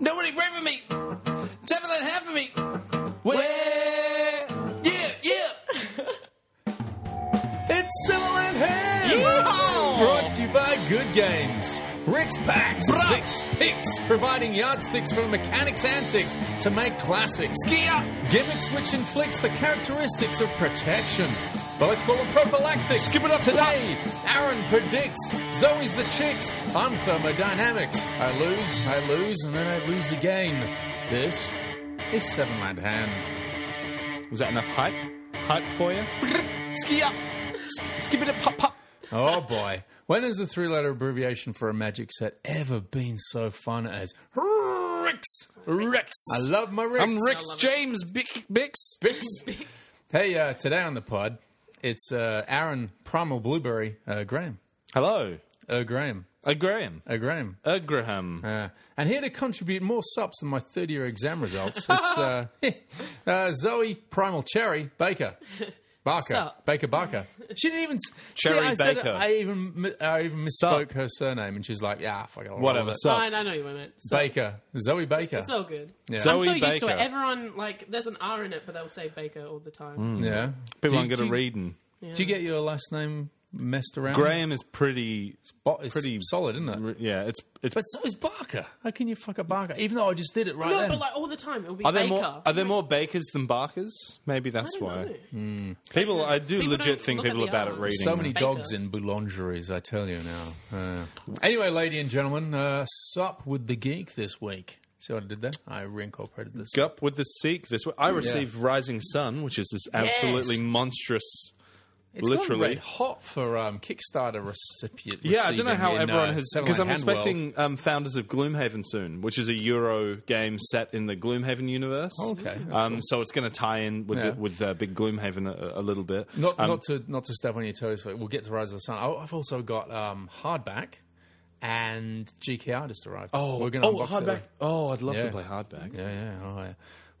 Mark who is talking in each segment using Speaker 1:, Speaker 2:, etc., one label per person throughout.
Speaker 1: Nobody raping me. Seven and a half of me. Where? Yeah, yeah. it's seven and a half. Brought to you by Good Games. Rick's packs, six picks, providing yardsticks for mechanics' antics to make classics. Gimmicks which inflicts the characteristics of protection. But let's call it prophylactics. Skip it up today. Aaron predicts. Zoe's the chicks. I'm thermodynamics. I lose, I lose, and then I lose again. This is Seven Land Hand. Was that enough hype? Hype for you? Ski up. Skip it up, pop, pop. Oh boy. When has the three letter abbreviation for a magic set ever been so fun as Ricks? Ricks. I love my Ricks.
Speaker 2: I'm Rick's James Bix. Bix. Bix.
Speaker 1: Hey, uh, today on the pod, it's uh, Aaron Primal Blueberry uh, Graham.
Speaker 2: Hello.
Speaker 1: Uh, Graham.
Speaker 2: A Graham.
Speaker 1: Uh, Graham.
Speaker 2: A Graham.
Speaker 1: Uh, and here to contribute more sops than my third year exam results, it's uh, uh, Zoe Primal Cherry Baker. Barker,
Speaker 3: Sup?
Speaker 1: Baker Barker. She didn't even.
Speaker 2: Cherry
Speaker 1: see, I said it-
Speaker 2: Baker.
Speaker 1: I even mi- I even misspoke her surname, and she's like, "Yeah, fuck it, I'll roll
Speaker 2: Whatever.
Speaker 1: with it."
Speaker 2: So,
Speaker 3: Fine, I know you were meant. So,
Speaker 1: Baker, Zoe Baker.
Speaker 3: It's all good.
Speaker 2: Zoe
Speaker 3: I'm so
Speaker 2: Baker.
Speaker 3: used to it. Everyone like there's an R in it, but they'll say Baker all the time.
Speaker 1: yeah.
Speaker 2: People
Speaker 1: do,
Speaker 2: aren't good
Speaker 1: do,
Speaker 2: at reading.
Speaker 3: Yeah.
Speaker 1: Do you get your last name messed around?
Speaker 2: Graham is pretty.
Speaker 1: Bo- it's
Speaker 2: pretty-
Speaker 1: solid, isn't it?
Speaker 2: Yeah, it's it's.
Speaker 1: But so is Barker. How can you fuck a Barker? Even though I just did it right
Speaker 3: No,
Speaker 1: then.
Speaker 3: but like all the time it'll be
Speaker 2: are there
Speaker 3: Baker.
Speaker 2: more? Are there more bakers than barkers? Maybe that's
Speaker 3: I don't
Speaker 2: why.
Speaker 3: know.
Speaker 2: People, I do
Speaker 3: People
Speaker 2: legit
Speaker 3: don't
Speaker 2: think
Speaker 3: look at
Speaker 2: people are
Speaker 3: the
Speaker 2: bad at
Speaker 3: arms.
Speaker 2: reading.
Speaker 1: so many
Speaker 3: Baker.
Speaker 1: dogs in boulangeries, I tell you now. Uh, anyway, lady and gentlemen, uh, sup with the geek this week. See what I did there? I reincorporated this.
Speaker 2: Up with the Sikh this way. I received Rising Sun, which is this absolutely
Speaker 1: Yes.
Speaker 2: monstrous.
Speaker 1: It's
Speaker 2: literally.
Speaker 1: gone red hot for um, Kickstarter recipient.
Speaker 2: Yeah, I don't know
Speaker 1: receiving
Speaker 2: how
Speaker 1: in,
Speaker 2: everyone
Speaker 1: uh,
Speaker 2: has
Speaker 1: Seven
Speaker 2: because
Speaker 1: Lion
Speaker 2: I'm
Speaker 1: Hand World.
Speaker 2: expecting um, Founders of Gloomhaven soon, which is a Euro game set in the Gloomhaven universe.
Speaker 1: Oh, okay, that's
Speaker 2: um, so it's going to tie in with
Speaker 1: Yeah.
Speaker 2: the, with uh, big Gloomhaven a, a little bit.
Speaker 1: Not,
Speaker 2: Um,
Speaker 1: not to not to step on your toes. But we'll get to Rise of the Sun. I- I've also got um, hardback and GKR just arrived.
Speaker 2: oh,
Speaker 1: we're going to
Speaker 2: oh,
Speaker 1: unbox
Speaker 2: hardback.
Speaker 1: It.
Speaker 2: Oh, I'd love
Speaker 1: Yeah.
Speaker 2: to play hardback.
Speaker 1: Yeah, yeah, oh, yeah.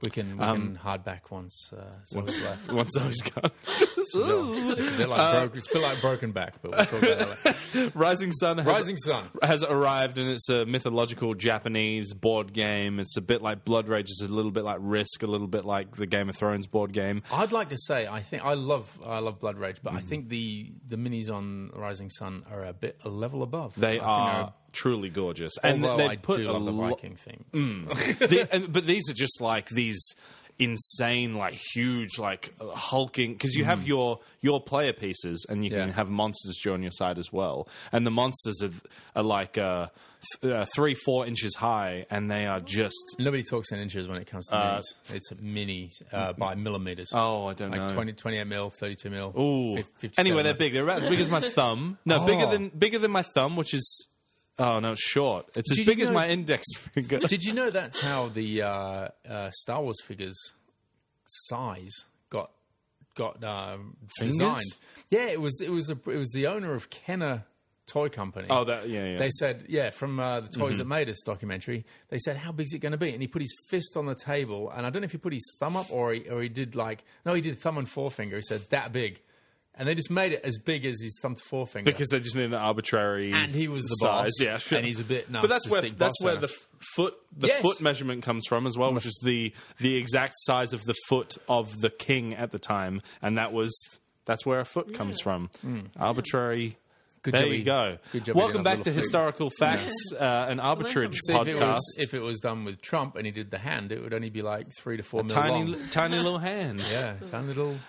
Speaker 1: We can we
Speaker 2: Um,
Speaker 1: can hardback once. Uh, so it's left.
Speaker 2: Once Zoe's gone.
Speaker 1: It's a bit like broke, it's a bit like broken back, but we'll talk about that. later.
Speaker 2: Uh, Rising Sun has
Speaker 1: Rising Sun.
Speaker 2: has arrived and it's a mythological Japanese board game. It's a bit like Blood Rage, it's a little bit like Risk, a little bit like the Game of Thrones board game.
Speaker 1: I'd like to say I think I love I love Blood Rage, but I
Speaker 2: Mm.
Speaker 1: think the the minis on Rising Sun are a bit a level above. I
Speaker 2: They
Speaker 1: think
Speaker 2: are truly gorgeous. And
Speaker 1: although
Speaker 2: they
Speaker 1: I
Speaker 2: put
Speaker 1: do
Speaker 2: a
Speaker 1: love the
Speaker 2: lo- Mm.
Speaker 1: Viking theme.
Speaker 2: the, and, but these are just like these insane like huge like uh, hulking because you have your your player pieces and you can
Speaker 1: Hmm. Yeah.
Speaker 2: have monsters join your side as well and the monsters are, are like uh, th- uh three four inches high and they are just
Speaker 1: Nobody talks in inches when it comes to minis. It's a mini uh, by millimeters.
Speaker 2: Uh, Oh, I don't
Speaker 1: like
Speaker 2: know.
Speaker 1: 20, 28 mil, 32 mil.
Speaker 2: Ooh.
Speaker 1: fif- Oh. 57
Speaker 2: Anyway, they're
Speaker 1: mil.
Speaker 2: big. They're about as big as my thumb. No, bigger than bigger than my thumb, which is oh no, it's short. It's as
Speaker 1: Did you
Speaker 2: big as
Speaker 1: know-
Speaker 2: my index finger.
Speaker 1: Did you know that's how the uh, uh, Star Wars figures size got got um,
Speaker 2: Fingers?
Speaker 1: designed? Yeah, it was it was a, it was the owner of Kenner Toy Company.
Speaker 2: Oh, that yeah, yeah.
Speaker 1: They said, yeah, from uh, the
Speaker 2: Mm-hmm.
Speaker 1: Toys That Made Us documentary, they said, how big's it going to be? And he put his fist on the table, and I don't know if he put his thumb up or he, or he did like, no, he did thumb and forefinger. He said, that big. And they just made it as big as his thumb to forefinger.
Speaker 2: because they just need an arbitrary
Speaker 1: and he was the
Speaker 2: size.
Speaker 1: boss.
Speaker 2: Yeah, sure.
Speaker 1: And he's a bit narcissistic.
Speaker 2: But that's where that's
Speaker 1: boss
Speaker 2: where
Speaker 1: owner.
Speaker 2: the f- foot the
Speaker 1: Yes.
Speaker 2: foot measurement comes from as well, which is the the exact size of the foot of the king at the time, and that was that's where a foot comes from. Arbitrary.
Speaker 1: Hmm. Good
Speaker 2: there
Speaker 1: job
Speaker 2: you
Speaker 1: we-
Speaker 2: go.
Speaker 1: good job we
Speaker 2: Welcome
Speaker 1: didn't have
Speaker 2: back to
Speaker 1: little feet.
Speaker 2: historical facts, uh, an arbitrage
Speaker 3: something.
Speaker 1: See, if it,
Speaker 2: podcast.
Speaker 1: was, if it was done with Trump and he did the hand, it would only be like three to four mil
Speaker 2: tiny,
Speaker 1: long.
Speaker 2: li- tiny little hand.
Speaker 1: Yeah, tiny little.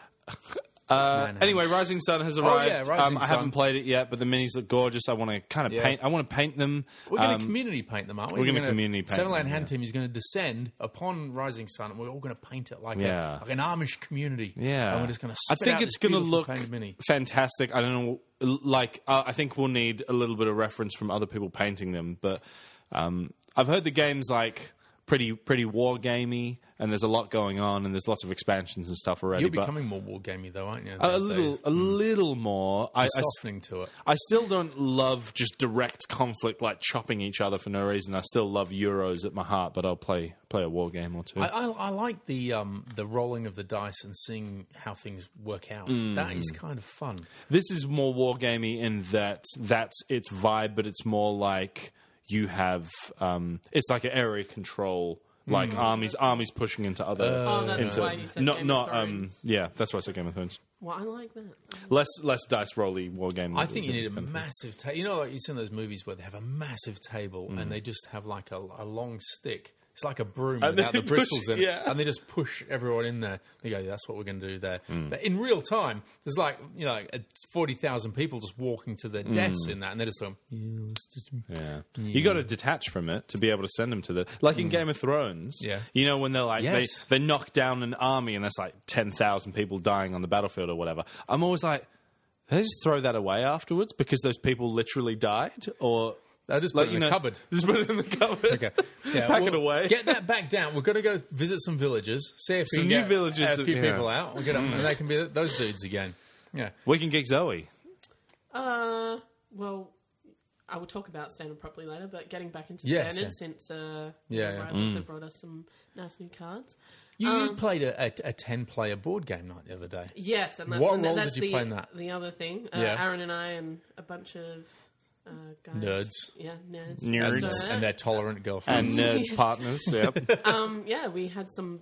Speaker 2: Uh,
Speaker 1: hand.
Speaker 2: anyway, Rising Sun has arrived.
Speaker 1: Oh, yeah, Rising
Speaker 2: um, I
Speaker 1: Sun.
Speaker 2: haven't played it yet, but the minis look gorgeous. I want to kind of
Speaker 1: Yes.
Speaker 2: paint. I want to paint them.
Speaker 1: We're going to
Speaker 2: Um,
Speaker 1: community paint them, aren't we?
Speaker 2: we're gonna community paint
Speaker 1: Seven Land
Speaker 2: them,
Speaker 1: Hand Team is going to descend upon Rising Sun, and we're all going to paint it like,
Speaker 2: Yeah.
Speaker 1: a, like an Amish community.
Speaker 2: yeah,
Speaker 1: and we're just going to.
Speaker 2: I think it's
Speaker 1: going to
Speaker 2: look
Speaker 1: mini.
Speaker 2: fantastic. I don't know. Like, uh, I think we'll need a little bit of reference from other people painting them, but um, I've heard the game's like pretty pretty war gamey, and there's a lot going on, and there's lots of expansions and stuff already.
Speaker 1: You're
Speaker 2: but
Speaker 1: becoming more wargamey though, aren't you?
Speaker 2: a
Speaker 1: these
Speaker 2: little,
Speaker 1: days?
Speaker 2: a little more. I, I s-
Speaker 1: softening to it.
Speaker 2: I still don't love just direct conflict, like chopping each other for no reason. I still love Euros at my heart, but I'll play play a war game or two.
Speaker 1: I, I, I like the um, the rolling of the dice and seeing how things work out.
Speaker 2: Mm.
Speaker 1: That is kind of fun.
Speaker 2: This is more wargamey in that that's its vibe, but it's more like you have um, it's like an area control, like armies armies pushing into other.
Speaker 3: Hmm. Oh, that's
Speaker 2: into,
Speaker 3: why you said
Speaker 2: not
Speaker 3: Game
Speaker 2: not
Speaker 3: of
Speaker 2: um
Speaker 3: Thrones.
Speaker 2: yeah, that's why I said Game of Thrones.
Speaker 3: Well, I like that.
Speaker 2: Less less dice rolly wargame.
Speaker 1: I think you need a massive table. You know, like you see in those movies where they have a massive table
Speaker 2: Mm.
Speaker 1: and they just have like a, a long stick. It's like a broom
Speaker 2: And
Speaker 1: without
Speaker 2: they
Speaker 1: the bristles
Speaker 2: push-
Speaker 1: in it,
Speaker 2: yeah.
Speaker 1: and they just push everyone in there. They go, "That's what we're going to do there."
Speaker 2: Mm.
Speaker 1: But in real time, there's like you know forty thousand people just walking to their deaths in that, and they're just going, "Yeah, Mm. let's just
Speaker 2: Mm. Yeah. You got to detach from it to be able to send them to the like in Game of Thrones.
Speaker 1: Yeah.
Speaker 2: you know when they're like
Speaker 1: Yes.
Speaker 2: they they knock down an army and there's like ten thousand people dying on the battlefield or whatever. I'm always like, they just throw that away afterwards because those people literally died or
Speaker 1: I just put it in the cupboard."
Speaker 2: Just put it in the cupboard.
Speaker 1: Yeah,
Speaker 2: pack it
Speaker 1: we'll
Speaker 2: away.
Speaker 1: Get that back down. We're going to go visit some villages, see if
Speaker 2: Some
Speaker 1: we can
Speaker 2: new
Speaker 1: get
Speaker 2: villages
Speaker 1: a
Speaker 2: that-
Speaker 1: few
Speaker 2: yeah. Mm.
Speaker 1: people out. We'll get them, and they can be those dudes again. Yeah.
Speaker 2: we can get Zoe.
Speaker 3: Uh, well, I will talk about standard properly later, but getting back into
Speaker 1: Yes,
Speaker 3: standard
Speaker 1: yeah.
Speaker 3: since uh,
Speaker 1: Yeah, yeah. Mm.
Speaker 3: Ryan also brought us some nice new cards.
Speaker 1: You, you played a, a, a 10 player board game night the other day.
Speaker 3: Yes, and that's,
Speaker 1: What
Speaker 3: and
Speaker 1: role did
Speaker 3: that's
Speaker 1: you
Speaker 3: the,
Speaker 1: play in that?
Speaker 3: The other thing, uh,
Speaker 1: Yeah.
Speaker 3: Aaron and I and a bunch of uh, guys,
Speaker 1: Nerds.
Speaker 3: yeah, nerds,
Speaker 2: Nerds.
Speaker 3: Just, uh,
Speaker 1: And their tolerant girlfriends.
Speaker 2: And uh, nerds partners. Yep.
Speaker 3: um, yeah, we had some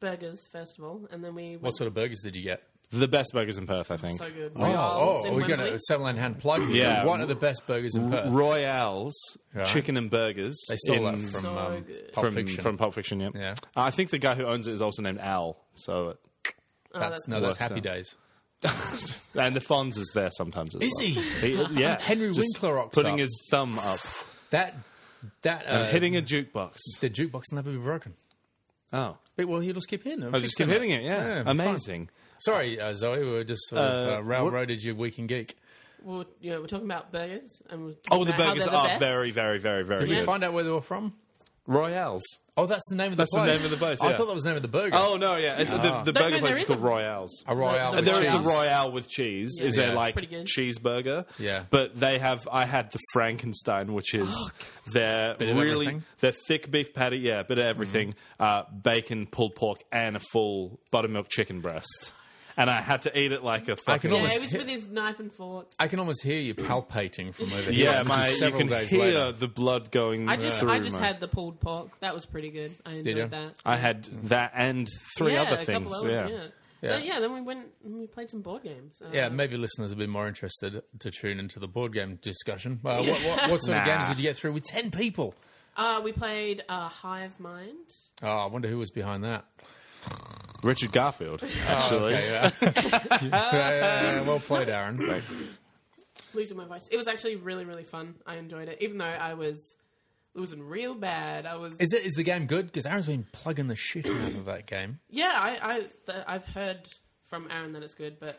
Speaker 3: burgers first of all, and then we went
Speaker 1: what sort of burgers did you get?
Speaker 2: the best burgers in Perth, I think.
Speaker 3: so good.
Speaker 1: Oh,
Speaker 3: Royals
Speaker 1: oh
Speaker 3: in
Speaker 1: we're going
Speaker 3: Wembley.
Speaker 1: to Seven Hand plug. you.
Speaker 2: Yeah.
Speaker 1: One of the best burgers in Perth.
Speaker 2: Royales, chicken and burgers.
Speaker 1: they stole
Speaker 2: in-
Speaker 1: that from,
Speaker 3: So
Speaker 1: um,
Speaker 3: good.
Speaker 1: Pulp
Speaker 2: from
Speaker 1: Fiction.
Speaker 2: from Pulp Fiction. Yeah,
Speaker 1: Yeah.
Speaker 2: Uh, I think the guy who owns it is also named Al. So,
Speaker 1: that's,
Speaker 3: that's
Speaker 1: no, Oh, that's
Speaker 2: worse,
Speaker 1: Happy
Speaker 2: yeah.
Speaker 1: Days.
Speaker 2: and the Fonz is there sometimes. As
Speaker 1: Is
Speaker 2: well.
Speaker 1: he?
Speaker 2: Yeah,
Speaker 1: Henry
Speaker 2: Just
Speaker 1: Winkler rocks
Speaker 2: putting
Speaker 1: up.
Speaker 2: his thumb up
Speaker 1: That, that, uh,
Speaker 2: and hitting a jukebox.
Speaker 1: the jukebox will never be broken.
Speaker 2: Oh,
Speaker 1: But, well, he'll just keep hitting it.
Speaker 2: I just keep hitting it. Yeah,
Speaker 1: Yeah,
Speaker 2: amazing.
Speaker 1: Sorry, uh, Zoe, we were just sort of, uh, railroaded your week in geek.
Speaker 3: we were, yeah, we're talking about burgers, and we're
Speaker 2: Oh,
Speaker 3: talking
Speaker 2: the
Speaker 3: about how
Speaker 2: burgers
Speaker 3: they're the
Speaker 2: are
Speaker 3: best.
Speaker 2: very, very, very, very
Speaker 1: Did we
Speaker 2: good.
Speaker 1: find out where they were from?
Speaker 2: Royales.
Speaker 1: Oh, that's the name of the
Speaker 2: That's the
Speaker 1: place.
Speaker 2: name of the place,
Speaker 1: I
Speaker 2: yeah.
Speaker 1: thought that was the name of the burger.
Speaker 2: Oh no, yeah, it's, the, the
Speaker 3: No,
Speaker 2: burger
Speaker 3: no,
Speaker 2: place
Speaker 3: there
Speaker 2: is
Speaker 3: is
Speaker 2: called
Speaker 3: a-
Speaker 2: Royales.
Speaker 1: a Royale.
Speaker 3: the-
Speaker 1: with
Speaker 2: There is the
Speaker 1: cheese.
Speaker 2: Royale with cheese. Is
Speaker 3: Yeah.
Speaker 2: there like
Speaker 3: Pretty good.
Speaker 2: cheeseburger?
Speaker 1: Yeah.
Speaker 2: But they have. I had the Frankenstein, which is their
Speaker 1: of
Speaker 2: really
Speaker 1: everything? Mm-hmm.
Speaker 2: their thick beef patty. Yeah, bit of everything, uh, bacon, pulled pork, and a full buttermilk chicken breast. And I had to eat it like a fucking.
Speaker 1: can
Speaker 3: Yeah,
Speaker 1: almost-
Speaker 3: it was with his knife and fork.
Speaker 1: I can almost hear you palpating from over here.
Speaker 2: yeah,
Speaker 1: which
Speaker 2: my
Speaker 1: is
Speaker 2: you
Speaker 1: several
Speaker 2: can
Speaker 1: days
Speaker 2: hear
Speaker 1: later.
Speaker 2: the blood going
Speaker 3: I just,
Speaker 2: through.
Speaker 3: I just
Speaker 2: my-
Speaker 3: had the pulled pork. That was pretty good. I enjoyed
Speaker 1: you?
Speaker 3: that.
Speaker 2: I had that and Uh, three
Speaker 3: yeah,
Speaker 2: other
Speaker 3: a couple
Speaker 2: things.
Speaker 3: other-
Speaker 2: yeah.
Speaker 1: Yeah.
Speaker 3: yeah. Uh, yeah, then we went and we played some board games. Uh,
Speaker 1: Yeah, maybe listeners have been more interested to tune into the board game discussion. Uh, what, what, what sort
Speaker 2: Nah.
Speaker 1: of games did you get through with 10 people?
Speaker 3: uh, we played uh, Hive Mind.
Speaker 1: Oh, I wonder who was behind that.
Speaker 2: Richard Garfield, actually.
Speaker 1: Okay, yeah. Yeah,
Speaker 2: Ah.
Speaker 1: yeah, yeah, well played, Aaron.
Speaker 3: Losing my voice. It was actually really, really fun. I enjoyed it, even though I was losing real bad. I was.
Speaker 1: Is it is the game good? Because Aaron's been plugging the shit out of that game.
Speaker 3: yeah, I, I, th- I've heard from Aaron that it's good, but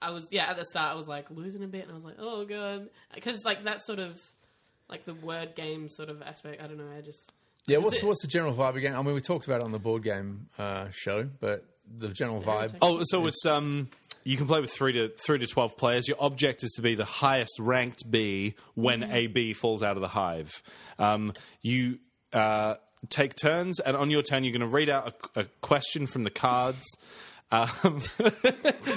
Speaker 3: I was yeah at the start I was like losing a bit, and I was like, oh god, because like that sort of like the word game sort of aspect. I don't know. I just
Speaker 1: Yeah, what's
Speaker 3: it-
Speaker 1: what's the general vibe again? I mean, we talked about it on the board game uh, show, but the general vibe.
Speaker 2: Oh, so it's um, you can play with three to three to twelve players. Your object is to be the highest ranked bee when a bee falls out of the hive. Um, you uh, take turns, and on your turn, you're going to read out a, a question from the cards. Um,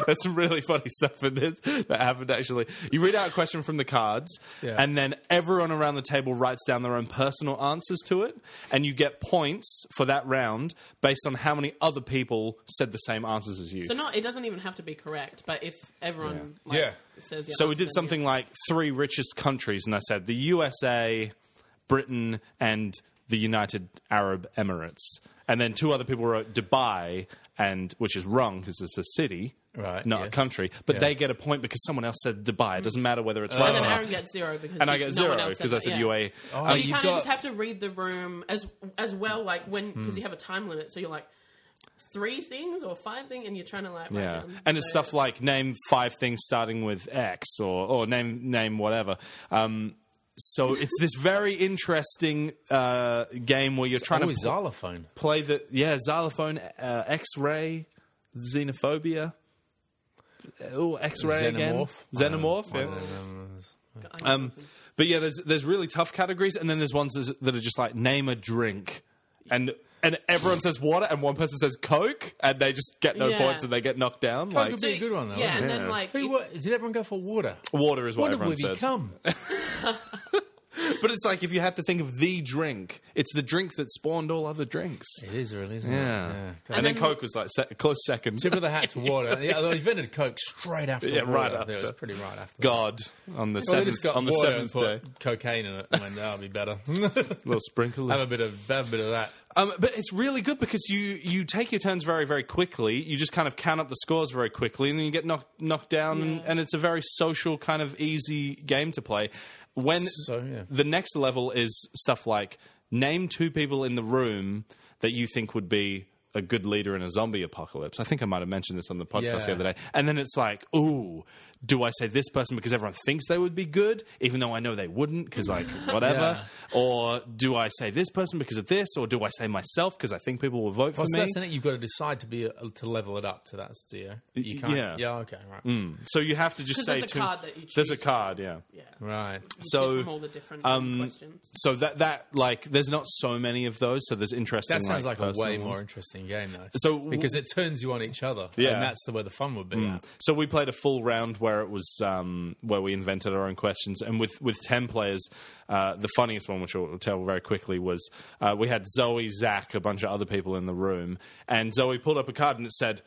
Speaker 2: there's some really funny stuff in this that happened actually. You read out a question from the cards,
Speaker 1: Yeah.
Speaker 2: and then everyone around the table writes down their own personal answers to it, and you get points for that round based on how many other people said the same answers as you.
Speaker 3: so not. It doesn't even have to be correct, but if everyone like,
Speaker 1: Yeah.
Speaker 3: says yeah,
Speaker 2: So we
Speaker 3: that's
Speaker 2: did
Speaker 3: good,
Speaker 2: something like three richest countries, and I said the USA, Britain, and the United Arab Emirates. And then two other people wrote Dubai, and which is wrong because it's a city,
Speaker 1: Right,
Speaker 2: not a
Speaker 1: yes.
Speaker 2: country. But they get a point because someone else said Dubai. It doesn't matter whether it's right
Speaker 3: And
Speaker 2: or
Speaker 3: then
Speaker 2: not.
Speaker 3: Aaron gets zero because
Speaker 2: And I
Speaker 3: he-
Speaker 2: get
Speaker 3: no one
Speaker 2: zero
Speaker 3: else
Speaker 2: because I said Um,
Speaker 3: that, yeah.
Speaker 2: UA.
Speaker 1: Oh,
Speaker 3: So
Speaker 1: you've
Speaker 3: you kind of
Speaker 1: got-
Speaker 3: just have to read the room as as well, like when
Speaker 2: Hmm.
Speaker 3: because you have a time limit, so you're like three things or five things, and you're trying to like write
Speaker 2: Yeah,
Speaker 3: down.
Speaker 2: and it's
Speaker 3: So-
Speaker 2: stuff like name five things starting with X or or name name whatever. Um, so it's this very interesting uh, game where you're trying to
Speaker 1: Always
Speaker 2: pl-
Speaker 1: Oh, xylophone.
Speaker 2: play the yeah xylophone, uh, X-ray, xenophobia. Oh, X-ray again,
Speaker 1: Xenomorph.
Speaker 2: xenomorph.
Speaker 1: I
Speaker 2: yeah.
Speaker 1: don't know.
Speaker 2: Um, but yeah, there's there's really tough categories, and then there's ones that's- that are just like name a drink, and and everyone says water, and one person says Coke, and they just get no
Speaker 3: Yeah.
Speaker 2: points and they get knocked down.
Speaker 1: Coke
Speaker 2: like
Speaker 1: would be a good one though.
Speaker 3: Yeah,
Speaker 1: wouldn't
Speaker 3: and
Speaker 1: it?
Speaker 3: then like
Speaker 1: Who
Speaker 3: if-
Speaker 1: wa- did everyone go for water?
Speaker 2: water is what
Speaker 1: Water
Speaker 2: everyone
Speaker 1: would he
Speaker 2: says.
Speaker 1: come?
Speaker 2: But it's like if you had to think of the drink, it's the drink that spawned all other drinks.
Speaker 1: It is really, isn't
Speaker 2: Yeah,
Speaker 1: it?
Speaker 2: and,
Speaker 1: Coke.
Speaker 2: then,
Speaker 3: then-
Speaker 2: Coke was like se- close second.
Speaker 1: Tip of the hat to water. Yeah, they invented Coke straight after.
Speaker 2: Yeah,
Speaker 1: water.
Speaker 2: right
Speaker 1: I think It was
Speaker 2: after.
Speaker 1: pretty right after.
Speaker 2: God on the
Speaker 1: Well, they
Speaker 2: seventh
Speaker 1: just got
Speaker 2: on the
Speaker 1: water
Speaker 2: seventh day,
Speaker 1: and put cocaine in it. and went, that'll be better. have
Speaker 2: little sprinkle.
Speaker 1: a bit of have a bit of that.
Speaker 2: Um, but it's really good because you you take your turns very very quickly. You just kind of count up the scores very quickly, and then you get knocked knocked down. And, and it's a very social kind of easy game to play. When
Speaker 1: So, yeah.
Speaker 2: the next level is stuff like name two people in the room that you think would be a good leader in a zombie apocalypse. I think I might have mentioned this on the podcast the
Speaker 1: Yeah.
Speaker 2: other day. And then it's like, ooh, do I say this person because everyone thinks they would be good, even though I know they wouldn't, because like whatever. Or do I say this person because of this, or do I say myself because I think people will vote
Speaker 1: Well,
Speaker 2: for
Speaker 1: so
Speaker 2: me?
Speaker 1: that's in it. You've got to decide to be to level it up to that. Do you? You can't.
Speaker 2: yeah. Mm.
Speaker 1: Okay. Right.
Speaker 2: so you have to just
Speaker 3: 'Cause
Speaker 2: say
Speaker 3: there's a
Speaker 2: two-
Speaker 3: card that you
Speaker 2: There's a
Speaker 3: choose.
Speaker 2: card, yeah.
Speaker 3: yeah,
Speaker 1: Right.
Speaker 2: So,
Speaker 3: so um, from all the different questions.
Speaker 2: So that that like there's not so many of those, so there's interesting.
Speaker 1: That sounds
Speaker 2: like,
Speaker 1: like, a
Speaker 2: personal
Speaker 1: way
Speaker 2: ones.
Speaker 1: more interesting game though.
Speaker 2: So-
Speaker 1: because it turns you on each other.
Speaker 2: Yeah. Mm.
Speaker 1: And that's the where the fun would be. at.
Speaker 2: So we played a full round where it was um, where we invented our own questions, and with with ten players, uh, the funniest one, which I'll tell very quickly, was uh, we had Zoe, Zach, a bunch of other people in the room, and Zoe pulled up a card and it said,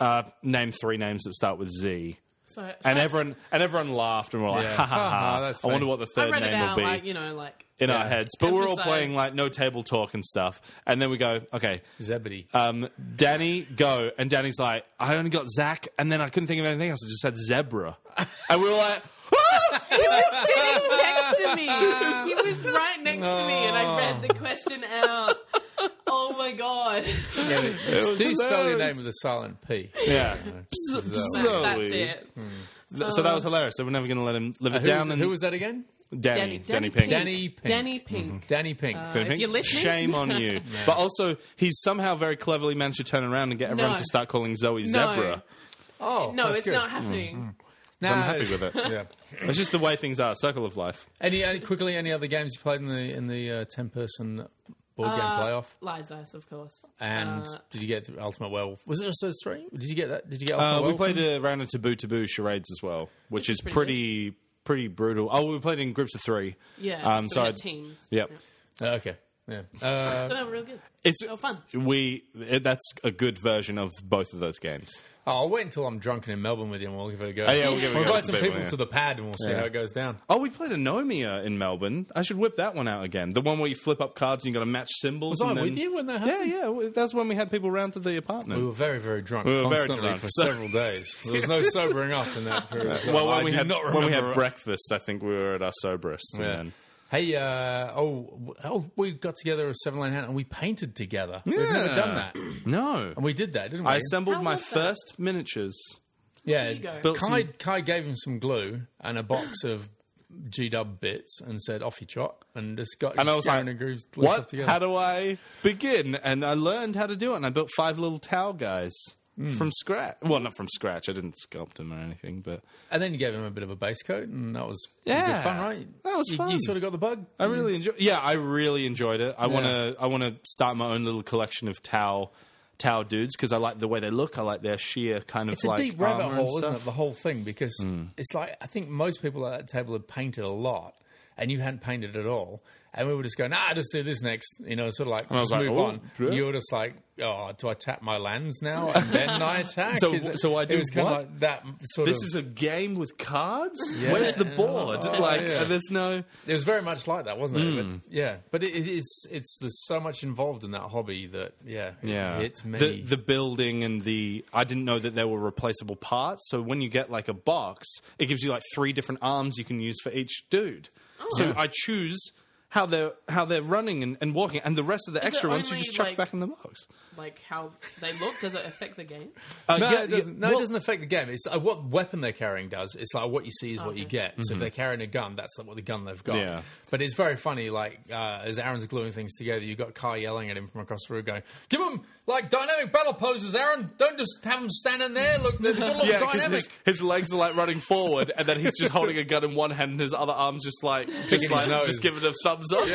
Speaker 2: uh, "Name three names that start with Z."
Speaker 3: So
Speaker 2: And
Speaker 3: I-
Speaker 2: everyone and everyone laughed and we're like,
Speaker 1: Yeah.
Speaker 2: ha, ha, ha,
Speaker 1: Ah, that's
Speaker 2: I wonder
Speaker 1: funny.
Speaker 2: what the
Speaker 3: I
Speaker 2: third
Speaker 3: read
Speaker 2: name will
Speaker 3: about
Speaker 2: be
Speaker 3: like you know like
Speaker 2: in our heads. But
Speaker 3: It
Speaker 2: we're
Speaker 3: was
Speaker 2: all
Speaker 3: like-
Speaker 2: playing like no table talk and stuff. And then we go, okay,
Speaker 1: Zebedee.
Speaker 2: um, Danny, go. And Danny's like, I only got Zach, and then I couldn't think of anything else. I just said zebra. And we were like,
Speaker 3: sitting next to me. He was right next to me, and I read the question out. Oh my god!
Speaker 1: Do
Speaker 2: was
Speaker 1: spell your
Speaker 2: hilarious.
Speaker 1: name with a silent P.
Speaker 2: yeah.
Speaker 1: Zoe.
Speaker 3: That's
Speaker 2: Zoe.
Speaker 3: it.
Speaker 2: Th- So that was hilarious. So we're never going to let him live it
Speaker 1: Who,
Speaker 2: down.
Speaker 1: was,
Speaker 2: and
Speaker 1: who was that again?
Speaker 2: Danny? Danny, Pink.
Speaker 1: Danny Pink.
Speaker 3: Danny Pink.
Speaker 1: Danny Pink.
Speaker 3: Uh, if
Speaker 2: Pink.
Speaker 3: you're listening,
Speaker 2: Shame on you. But also, he's somehow very cleverly managed to turn around and get everyone
Speaker 3: No.
Speaker 2: to start calling Zoe Zebra.
Speaker 1: oh,
Speaker 3: No,
Speaker 1: that's
Speaker 3: it's
Speaker 1: good.
Speaker 3: not happening.
Speaker 1: Mm-hmm. No.
Speaker 2: I'm happy with it.
Speaker 1: yeah.
Speaker 2: It's just the way things are. Circle of life.
Speaker 1: Any, any quickly? Any other games you played in the in the uh, ten person board game
Speaker 2: Uh,
Speaker 1: playoff?
Speaker 3: Uh, Lies dice, of course.
Speaker 1: And
Speaker 3: Uh,
Speaker 1: did you get the Ultimate Werewolf? Was it just those three? Did you get that? Did you get Ultimate
Speaker 2: Uh, we
Speaker 1: Werewolf?
Speaker 2: played a round of taboo taboo charades as well, which, is
Speaker 3: is
Speaker 2: pretty
Speaker 3: pretty
Speaker 2: pretty, brutal. Oh, we played in groups of three.
Speaker 3: yeah,
Speaker 2: Um,
Speaker 3: so,
Speaker 2: so
Speaker 3: we
Speaker 2: I-
Speaker 3: had teams.
Speaker 2: Yep.
Speaker 1: Uh, okay. Yeah. Uh,
Speaker 3: So they were real good.
Speaker 2: It's
Speaker 3: So fun.
Speaker 2: we it, that's a good version of both of those games. Oh,
Speaker 1: I'll wait until I'm drunk and in Melbourne with you, and we'll give it a go.
Speaker 2: yeah, we'll give it a go.
Speaker 1: invite
Speaker 2: Some
Speaker 1: some
Speaker 2: people,
Speaker 1: people,
Speaker 2: yeah.
Speaker 1: to the pad, and we'll see
Speaker 2: Yeah.
Speaker 1: how it goes down.
Speaker 2: Oh, we played Anomia in Melbourne. I should whip that one out again. The one where you flip up cards and you got to match symbols.
Speaker 1: Was I
Speaker 2: and then-
Speaker 1: with you when that
Speaker 2: Yeah,
Speaker 1: happened?
Speaker 2: yeah. w- That's when we had people round to the
Speaker 1: We
Speaker 2: apartment.
Speaker 1: were very, very drunk
Speaker 2: were very
Speaker 1: constantly
Speaker 2: drunk,
Speaker 1: for
Speaker 2: so-
Speaker 1: several days. There was no sobering up in that period. of time.
Speaker 2: well, when
Speaker 1: I
Speaker 2: we
Speaker 1: do
Speaker 2: had
Speaker 1: not
Speaker 2: when we
Speaker 1: remember
Speaker 2: had
Speaker 1: it.
Speaker 2: breakfast, I think we were at our soberest. and
Speaker 1: Yeah.
Speaker 2: then-
Speaker 1: Hey, uh, oh, w- oh, we got together at Seven Lane Hand and we painted together. We've never done that, and
Speaker 2: no,
Speaker 1: we did that, didn't we?
Speaker 2: I assembled
Speaker 3: How
Speaker 2: my
Speaker 3: was that?
Speaker 2: first miniatures.
Speaker 1: yeah,
Speaker 3: you go.
Speaker 2: Built
Speaker 1: Kai,
Speaker 2: some-
Speaker 1: Kai gave him some glue and a box of G Dub bits and said, "Off you trot," and just got
Speaker 2: And I was
Speaker 1: Karen
Speaker 2: like,
Speaker 1: and grooves stuff
Speaker 2: what?
Speaker 1: together.
Speaker 2: How do I begin? And I learned how to do it, and I built five little towel guys
Speaker 1: Hmm.
Speaker 2: from scratch. Well, not from scratch. I didn't sculpt them or anything, but
Speaker 1: and then you gave him a bit of a base coat, and that was
Speaker 2: Yeah.
Speaker 1: good fun, right?
Speaker 2: That was
Speaker 1: you,
Speaker 2: fun.
Speaker 1: You sort of got the bug.
Speaker 2: I really enjoy. Yeah, I really enjoyed it. I want to. I want to start my own little collection of towel towel dudes because I like the way they look. I like their sheer kind of
Speaker 1: It's
Speaker 2: like
Speaker 1: a deep rabbit
Speaker 2: armor and
Speaker 1: hole, isn't
Speaker 2: stuff. Hmm.
Speaker 1: it? The whole thing because it's like I think most people at that table had painted a lot, and you hadn't painted at all. And we were just going, ah, just do this next, you know, sort of like
Speaker 2: was
Speaker 1: just
Speaker 2: like,
Speaker 1: move
Speaker 2: oh,
Speaker 1: on.
Speaker 2: yeah.
Speaker 1: You were just like, oh, do I tap my lands now and then I attack?
Speaker 2: So-
Speaker 1: Is it-
Speaker 2: so I do
Speaker 1: It was kind
Speaker 2: what?
Speaker 1: of like that sort
Speaker 2: This
Speaker 1: of.
Speaker 2: is a game with cards. Where's the board?
Speaker 1: Oh,
Speaker 2: like,
Speaker 1: yeah.
Speaker 2: uh, there's no.
Speaker 1: it was very much like that, wasn't it?
Speaker 2: Hmm.
Speaker 1: But, yeah, but it, it, it's it's there's so much involved in that hobby that yeah, it
Speaker 2: Yeah,
Speaker 1: hits many.
Speaker 2: the the building and the I didn't know that there were replaceable parts. So when you get like a
Speaker 1: Oh.
Speaker 2: box, it gives you like three different arms you can use for each dude. So I choose how they're how they're running and, and walking, and the rest of the
Speaker 3: it
Speaker 2: extra ones you
Speaker 3: only,
Speaker 2: just chuck
Speaker 3: like-
Speaker 2: back in the box.
Speaker 3: Like how they look, does it affect the game?
Speaker 2: Uh,
Speaker 1: No,
Speaker 2: yeah,
Speaker 1: it doesn't,
Speaker 2: yeah,
Speaker 1: no
Speaker 2: well,
Speaker 1: it doesn't affect the game. It's uh, what weapon they're carrying does. It's like what you see is what you
Speaker 3: Okay.
Speaker 1: get. So if they're carrying a gun, that's what the gun they've got.
Speaker 2: Mm-hmm. Yeah.
Speaker 1: But it's very funny, like, uh, as Aaron's gluing things together, you've got Kai yelling at him from across the room going, Give them, like, dynamic battle poses, Aaron. Don't just have them standing there. Look, they've got to look
Speaker 2: Yeah, because
Speaker 1: dynamic.
Speaker 2: his, his legs are like running forward, and then he's just holding a gun in one hand, and his other arm's just like just
Speaker 1: his
Speaker 2: like
Speaker 1: nose.
Speaker 2: just giving a thumbs up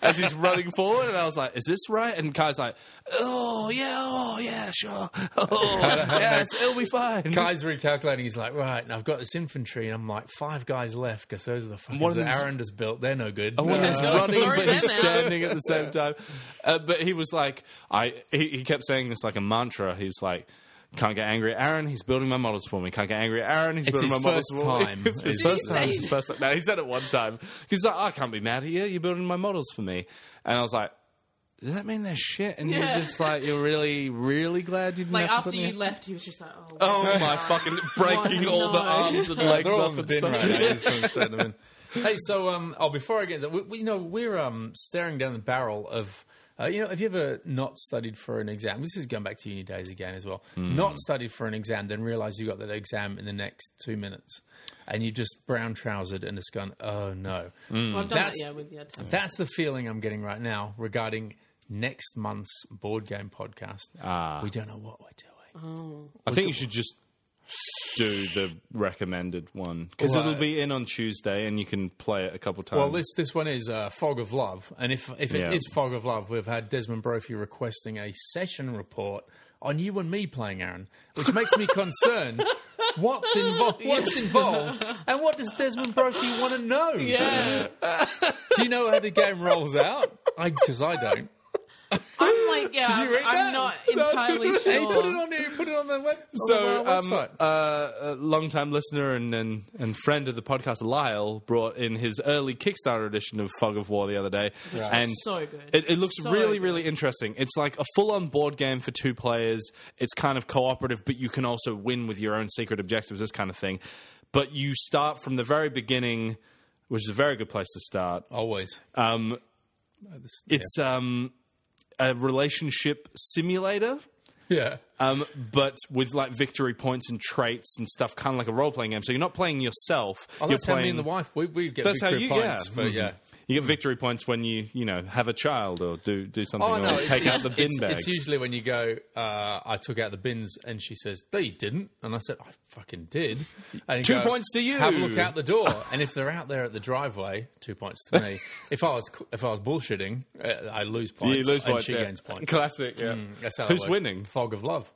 Speaker 2: as he's running forward. And I was like, "Is this right?" And Kai's like, "Oh yeah, oh yeah, sure, oh yeah, it's, it'll be fine."
Speaker 1: Kai's recalculating. He's like, right, and I've got this infantry, and I'm like, five guys left because those are the
Speaker 2: one
Speaker 1: fuckers
Speaker 2: of
Speaker 1: that
Speaker 2: them's-
Speaker 1: Aaron just built. They're no good.
Speaker 2: one that's
Speaker 3: Yeah.
Speaker 2: running
Speaker 3: Sorry,
Speaker 2: but
Speaker 3: Ben,
Speaker 2: he's
Speaker 3: now.
Speaker 2: standing at the same time. Uh, but he was like, I he, he kept saying this like a mantra. He's like. Can't get angry at Aaron. He's building my models for me. Can't get angry at Aaron. He's
Speaker 1: It's
Speaker 2: building
Speaker 1: his
Speaker 2: my
Speaker 1: first
Speaker 2: models for me.
Speaker 1: time.
Speaker 2: it's his
Speaker 1: It's
Speaker 2: first
Speaker 1: his
Speaker 2: time. It's
Speaker 3: first
Speaker 2: his first time. No, he said it one time. He's like, I can't be mad at you. You're building my models for me. And I was like, does that mean they're shit? And
Speaker 3: Yeah.
Speaker 2: you're just like, you're really, really glad you didn't
Speaker 3: Like
Speaker 2: have to
Speaker 3: after
Speaker 2: put me
Speaker 3: you
Speaker 2: in?
Speaker 3: left, he was just like, oh,
Speaker 2: Oh my fucking breaking
Speaker 3: Oh,
Speaker 2: all the
Speaker 3: no.
Speaker 2: arms and legs
Speaker 1: They're all
Speaker 2: off
Speaker 1: in the
Speaker 2: and
Speaker 1: bin
Speaker 2: stuff.
Speaker 1: right now. He's trying to stand them in. Hey, so um, oh, before I get that, we, we, you know we're um staring down the barrel of. Uh, you know, have you ever not studied for an exam? This is going back to uni days again as well. Not studied for an exam, then realised you got that exam in the next two minutes, and you just brown trousered and just gone, oh no.
Speaker 3: Well, I've done
Speaker 1: That's-
Speaker 3: that, yeah, with the other time.
Speaker 1: That's the feeling I'm getting right now regarding next month's board game podcast. Ah. We don't know what we're doing.
Speaker 2: I think you should just do the recommended one because
Speaker 1: Right.
Speaker 2: it'll be in on Tuesday and you can play it a couple times.
Speaker 1: Well, this this one is uh, Fog of Love, and if if it is
Speaker 2: Yeah.
Speaker 1: Fog of Love, we've had Desmond Brophy requesting a session report on you and me playing Aaron, which makes me concerned. What's involved? What's involved? And what does Desmond Brophy want to know?
Speaker 3: Yeah,
Speaker 1: Do you know how the game rolls out? Because I, don't.
Speaker 3: I'm like, yeah,
Speaker 1: Did you read
Speaker 3: Um,
Speaker 1: that?
Speaker 3: I'm, I'm not
Speaker 2: No,
Speaker 3: entirely
Speaker 2: it's-
Speaker 1: Hey,
Speaker 3: sure.
Speaker 1: put it on here. Put it on the web. on
Speaker 2: so,
Speaker 1: the
Speaker 2: um,
Speaker 1: website.
Speaker 2: uh, a long-time listener and, and and friend of the podcast, Lyle, brought in his early Kickstarter edition of Fog of War the other day, and
Speaker 3: so good.
Speaker 2: It, it looks
Speaker 3: So
Speaker 2: really,
Speaker 3: good.
Speaker 2: really interesting. It's like a full-on board game for two players. It's kind of cooperative, but you can also win with your own secret objectives, this kind of thing. But you start from the very beginning, which is a very good place to start.
Speaker 1: Always.
Speaker 2: uh, It's um, a relationship simulator,
Speaker 1: yeah.
Speaker 2: um, but with like victory points and traits and stuff, kind of like a role playing game. So you're not playing yourself.
Speaker 1: Oh,
Speaker 2: you're
Speaker 1: that's how me
Speaker 2: playing
Speaker 1: and the wife we, we get
Speaker 2: That's how
Speaker 1: victory
Speaker 2: you
Speaker 1: points
Speaker 2: yeah.
Speaker 1: for
Speaker 2: Mhm.
Speaker 1: yeah.
Speaker 2: You get victory points when you you know have a child or do do something
Speaker 1: Oh
Speaker 2: or
Speaker 1: no! It's,
Speaker 2: take
Speaker 1: it's-
Speaker 2: out the bin
Speaker 1: it's,
Speaker 2: bags.
Speaker 1: it's usually when you go. Uh, I took out the bins, and she says, "No, you didn't." And I said, "I fucking did." And you
Speaker 2: Two
Speaker 1: go,
Speaker 2: points to you.
Speaker 1: Have a look out the door, and if they're out there at the driveway, two points to me. if I was if I was bullshitting, uh, I lose points.
Speaker 2: you lose
Speaker 1: and
Speaker 2: points.
Speaker 1: She
Speaker 2: yeah.
Speaker 1: gains points. Mm,
Speaker 2: Classic. Yeah.
Speaker 1: That's how that
Speaker 2: Who's
Speaker 1: works.
Speaker 2: winning?
Speaker 1: Fog of love.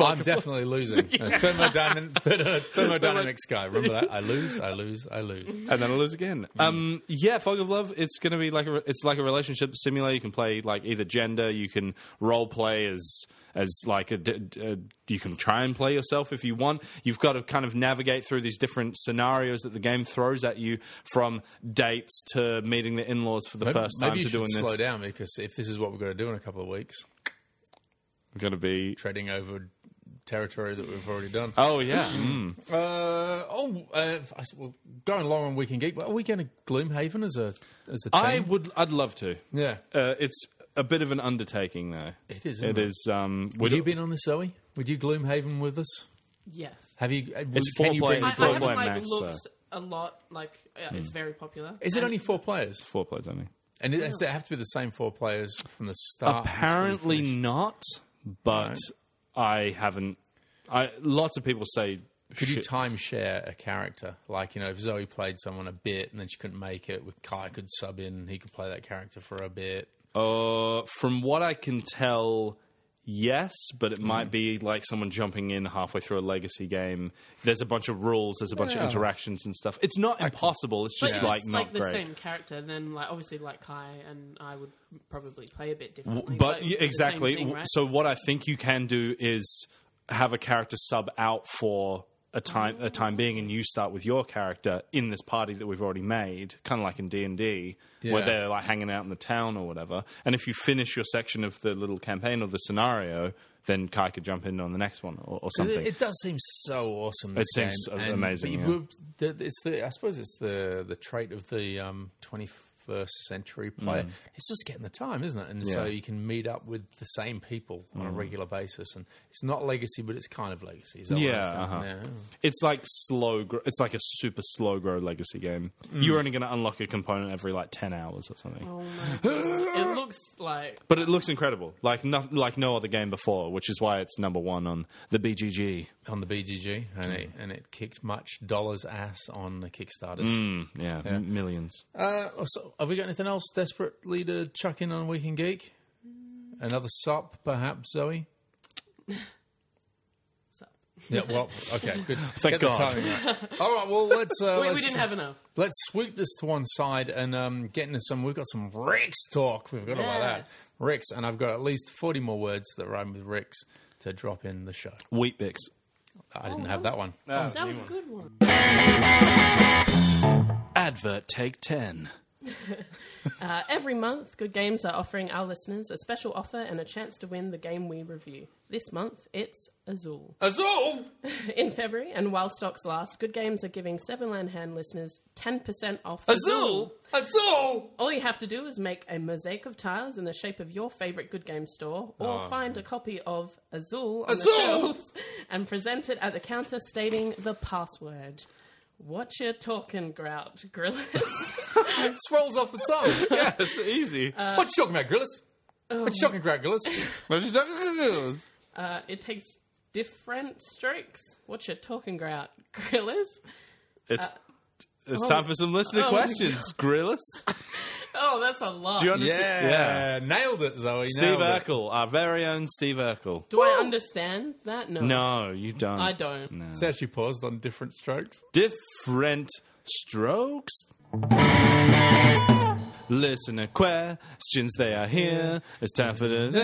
Speaker 1: I'm definitely losing. Uh, thermodynam- thermo- thermodynamics guy. Remember that? I lose. I lose. I lose.
Speaker 2: and then I lose again. Um, yeah, Fog of Love. It's gonna be like a, re- it's like a relationship simulator. You can play like either gender. You can role play as as like a, d- d- uh, you can try and play yourself if you want. You've got to kind of navigate through these different scenarios that the game throws at you, from dates to meeting the in laws for the first time
Speaker 1: Maybe you
Speaker 2: to doing
Speaker 1: should slow
Speaker 2: this.
Speaker 1: down because if this is what we're going to do in a couple of weeks,
Speaker 2: Going to be.
Speaker 1: treading over territory that we've already done. Uh,
Speaker 2: Oh yeah. Mm.
Speaker 1: oh, uh, I s- well, going along on Weekend Geek, but are we going to Gloomhaven as a as a team?
Speaker 2: I would. I'd love to.
Speaker 1: yeah.
Speaker 2: Uh, it's a bit of an undertaking, though.
Speaker 1: It is,
Speaker 2: It
Speaker 1: isn't it?
Speaker 2: is. Um,
Speaker 1: Would you been on this, Zoe? Would you Gloomhaven with us?
Speaker 3: yes.
Speaker 1: Have you? uh,
Speaker 2: It's
Speaker 1: would-
Speaker 2: four
Speaker 1: can you bring
Speaker 2: players,
Speaker 3: I,
Speaker 1: us
Speaker 2: It's
Speaker 3: I
Speaker 2: four
Speaker 1: along?
Speaker 3: haven't
Speaker 2: player
Speaker 3: like
Speaker 2: max, Hmm.
Speaker 3: looked a lot. Like yeah, it's very popular.
Speaker 1: Is it
Speaker 3: And
Speaker 1: only four players?
Speaker 2: Four players only.
Speaker 1: And it- does it have to be the same four players from the start? until we
Speaker 2: Apparently
Speaker 1: finish?
Speaker 2: not, but I haven't. I lots of people say.
Speaker 1: Could you
Speaker 2: shit.
Speaker 1: timeshare a character? Like, you know, if Zoe played someone a bit and then she couldn't make it, with Kai could sub in, he could play that character for a bit.
Speaker 2: uh, from what I can tell, yes, but it might be like someone jumping in halfway through a legacy game. There's a bunch of rules. There's a bunch
Speaker 1: Yeah.
Speaker 2: of interactions and stuff. It's not impossible. It's
Speaker 3: But
Speaker 2: just
Speaker 3: if
Speaker 2: like
Speaker 3: it's
Speaker 2: not
Speaker 3: like the
Speaker 2: great.
Speaker 3: same character, then like obviously like Kai and I would probably play a bit differently.
Speaker 2: But
Speaker 3: like,
Speaker 2: yeah,
Speaker 3: the same
Speaker 2: exactly.
Speaker 3: thing, right?
Speaker 2: So what I think you can do is have a character sub out for a time a time being, and you start with your character in this party that we've already made, kind of like in D and D, where
Speaker 1: Yeah.
Speaker 2: they're like hanging out in the town or whatever. And if you finish your section of the little campaign or the scenario, then Kai could jump in on the next one or, or
Speaker 1: It,
Speaker 2: something.
Speaker 1: it does seem so awesome. This
Speaker 2: seems
Speaker 1: game.
Speaker 2: so amazing,
Speaker 1: but
Speaker 2: yeah.
Speaker 1: would- the- it's the I suppose it's the the trait of the um, 20, first century player. It's just getting the time, isn't it? And
Speaker 2: Mm.
Speaker 1: so
Speaker 2: Yeah. Mm.
Speaker 1: you can meet up with the same people on a regular basis, and it's not legacy, but it's kind of legacy. Is that
Speaker 2: Yeah,
Speaker 1: what I'm
Speaker 2: uh-huh.
Speaker 1: saying? Yeah.
Speaker 2: It's like slow. Gro- it's like a super slow grow legacy game. You're only going to unlock a component every like ten hours or something.
Speaker 3: Oh my god. it looks like
Speaker 2: But it looks incredible, like no, like no other game before, which is why it's number one on the BGG.
Speaker 1: on the BGG, and it, and it kicked much dollars ass on the Kickstarters.
Speaker 2: Mm. Yeah, m- millions.
Speaker 1: Uh, so have we got anything else desperately to chuck in on Weekend Geek? Another sop, perhaps, Zoe?
Speaker 3: so.
Speaker 1: Yeah, well, okay, good.
Speaker 2: Thank
Speaker 1: Get the
Speaker 2: God.
Speaker 1: timing right. All right, well, let's, uh,
Speaker 3: Wait, we
Speaker 1: let's,
Speaker 3: didn't have enough.
Speaker 1: let's sweep this to one side and um, get into some. We've got some Rex talk. We've got about that.
Speaker 3: Yes.
Speaker 1: Rex, and I've got at least 40 more words that rhyme with Rex to drop in the show.
Speaker 2: Wheatbix.
Speaker 1: I didn't
Speaker 3: Oh,
Speaker 1: have that one.
Speaker 2: Ah,
Speaker 3: That was a good one.
Speaker 2: Advert take ten.
Speaker 3: Uh, every month, Good Games are offering our listeners a special offer and a chance to win the game we review. This month, it's Azul.
Speaker 1: Azul!
Speaker 3: In February, and while stocks last, Good Games are giving Seven Land Hand listeners 10% off
Speaker 1: Azul! Azul!
Speaker 3: All you have to do is make a mosaic of tiles in the shape of your favorite good game store, or find a copy of Azul on
Speaker 1: Oh, Azul!
Speaker 3: the shelves and present it at the counter, stating the password. What you talking, Grout Grillis?
Speaker 1: This rolls off the tongue.
Speaker 2: Yeah, it's easy.
Speaker 1: what you talking about, Grillis?
Speaker 3: Oh.
Speaker 1: what you talking about, Grillis?
Speaker 2: What you talking
Speaker 3: uh, it takes different strokes. What you talking, Grout Grillis?
Speaker 2: It's it's time for some listener
Speaker 3: oh.
Speaker 2: questions. Grillis,
Speaker 3: Oh, that's a lot.
Speaker 2: do you understand?
Speaker 1: Yeah, nailed it, Zoe.
Speaker 2: Steve
Speaker 1: nailed it.
Speaker 2: Urkel, our very own Steve Urkel.
Speaker 3: Do I understand that? No.
Speaker 2: No, you don't.
Speaker 3: I don't.
Speaker 1: It's actually paused on different strokes.
Speaker 2: Different strokes. Listener questions, they are here. It's time for the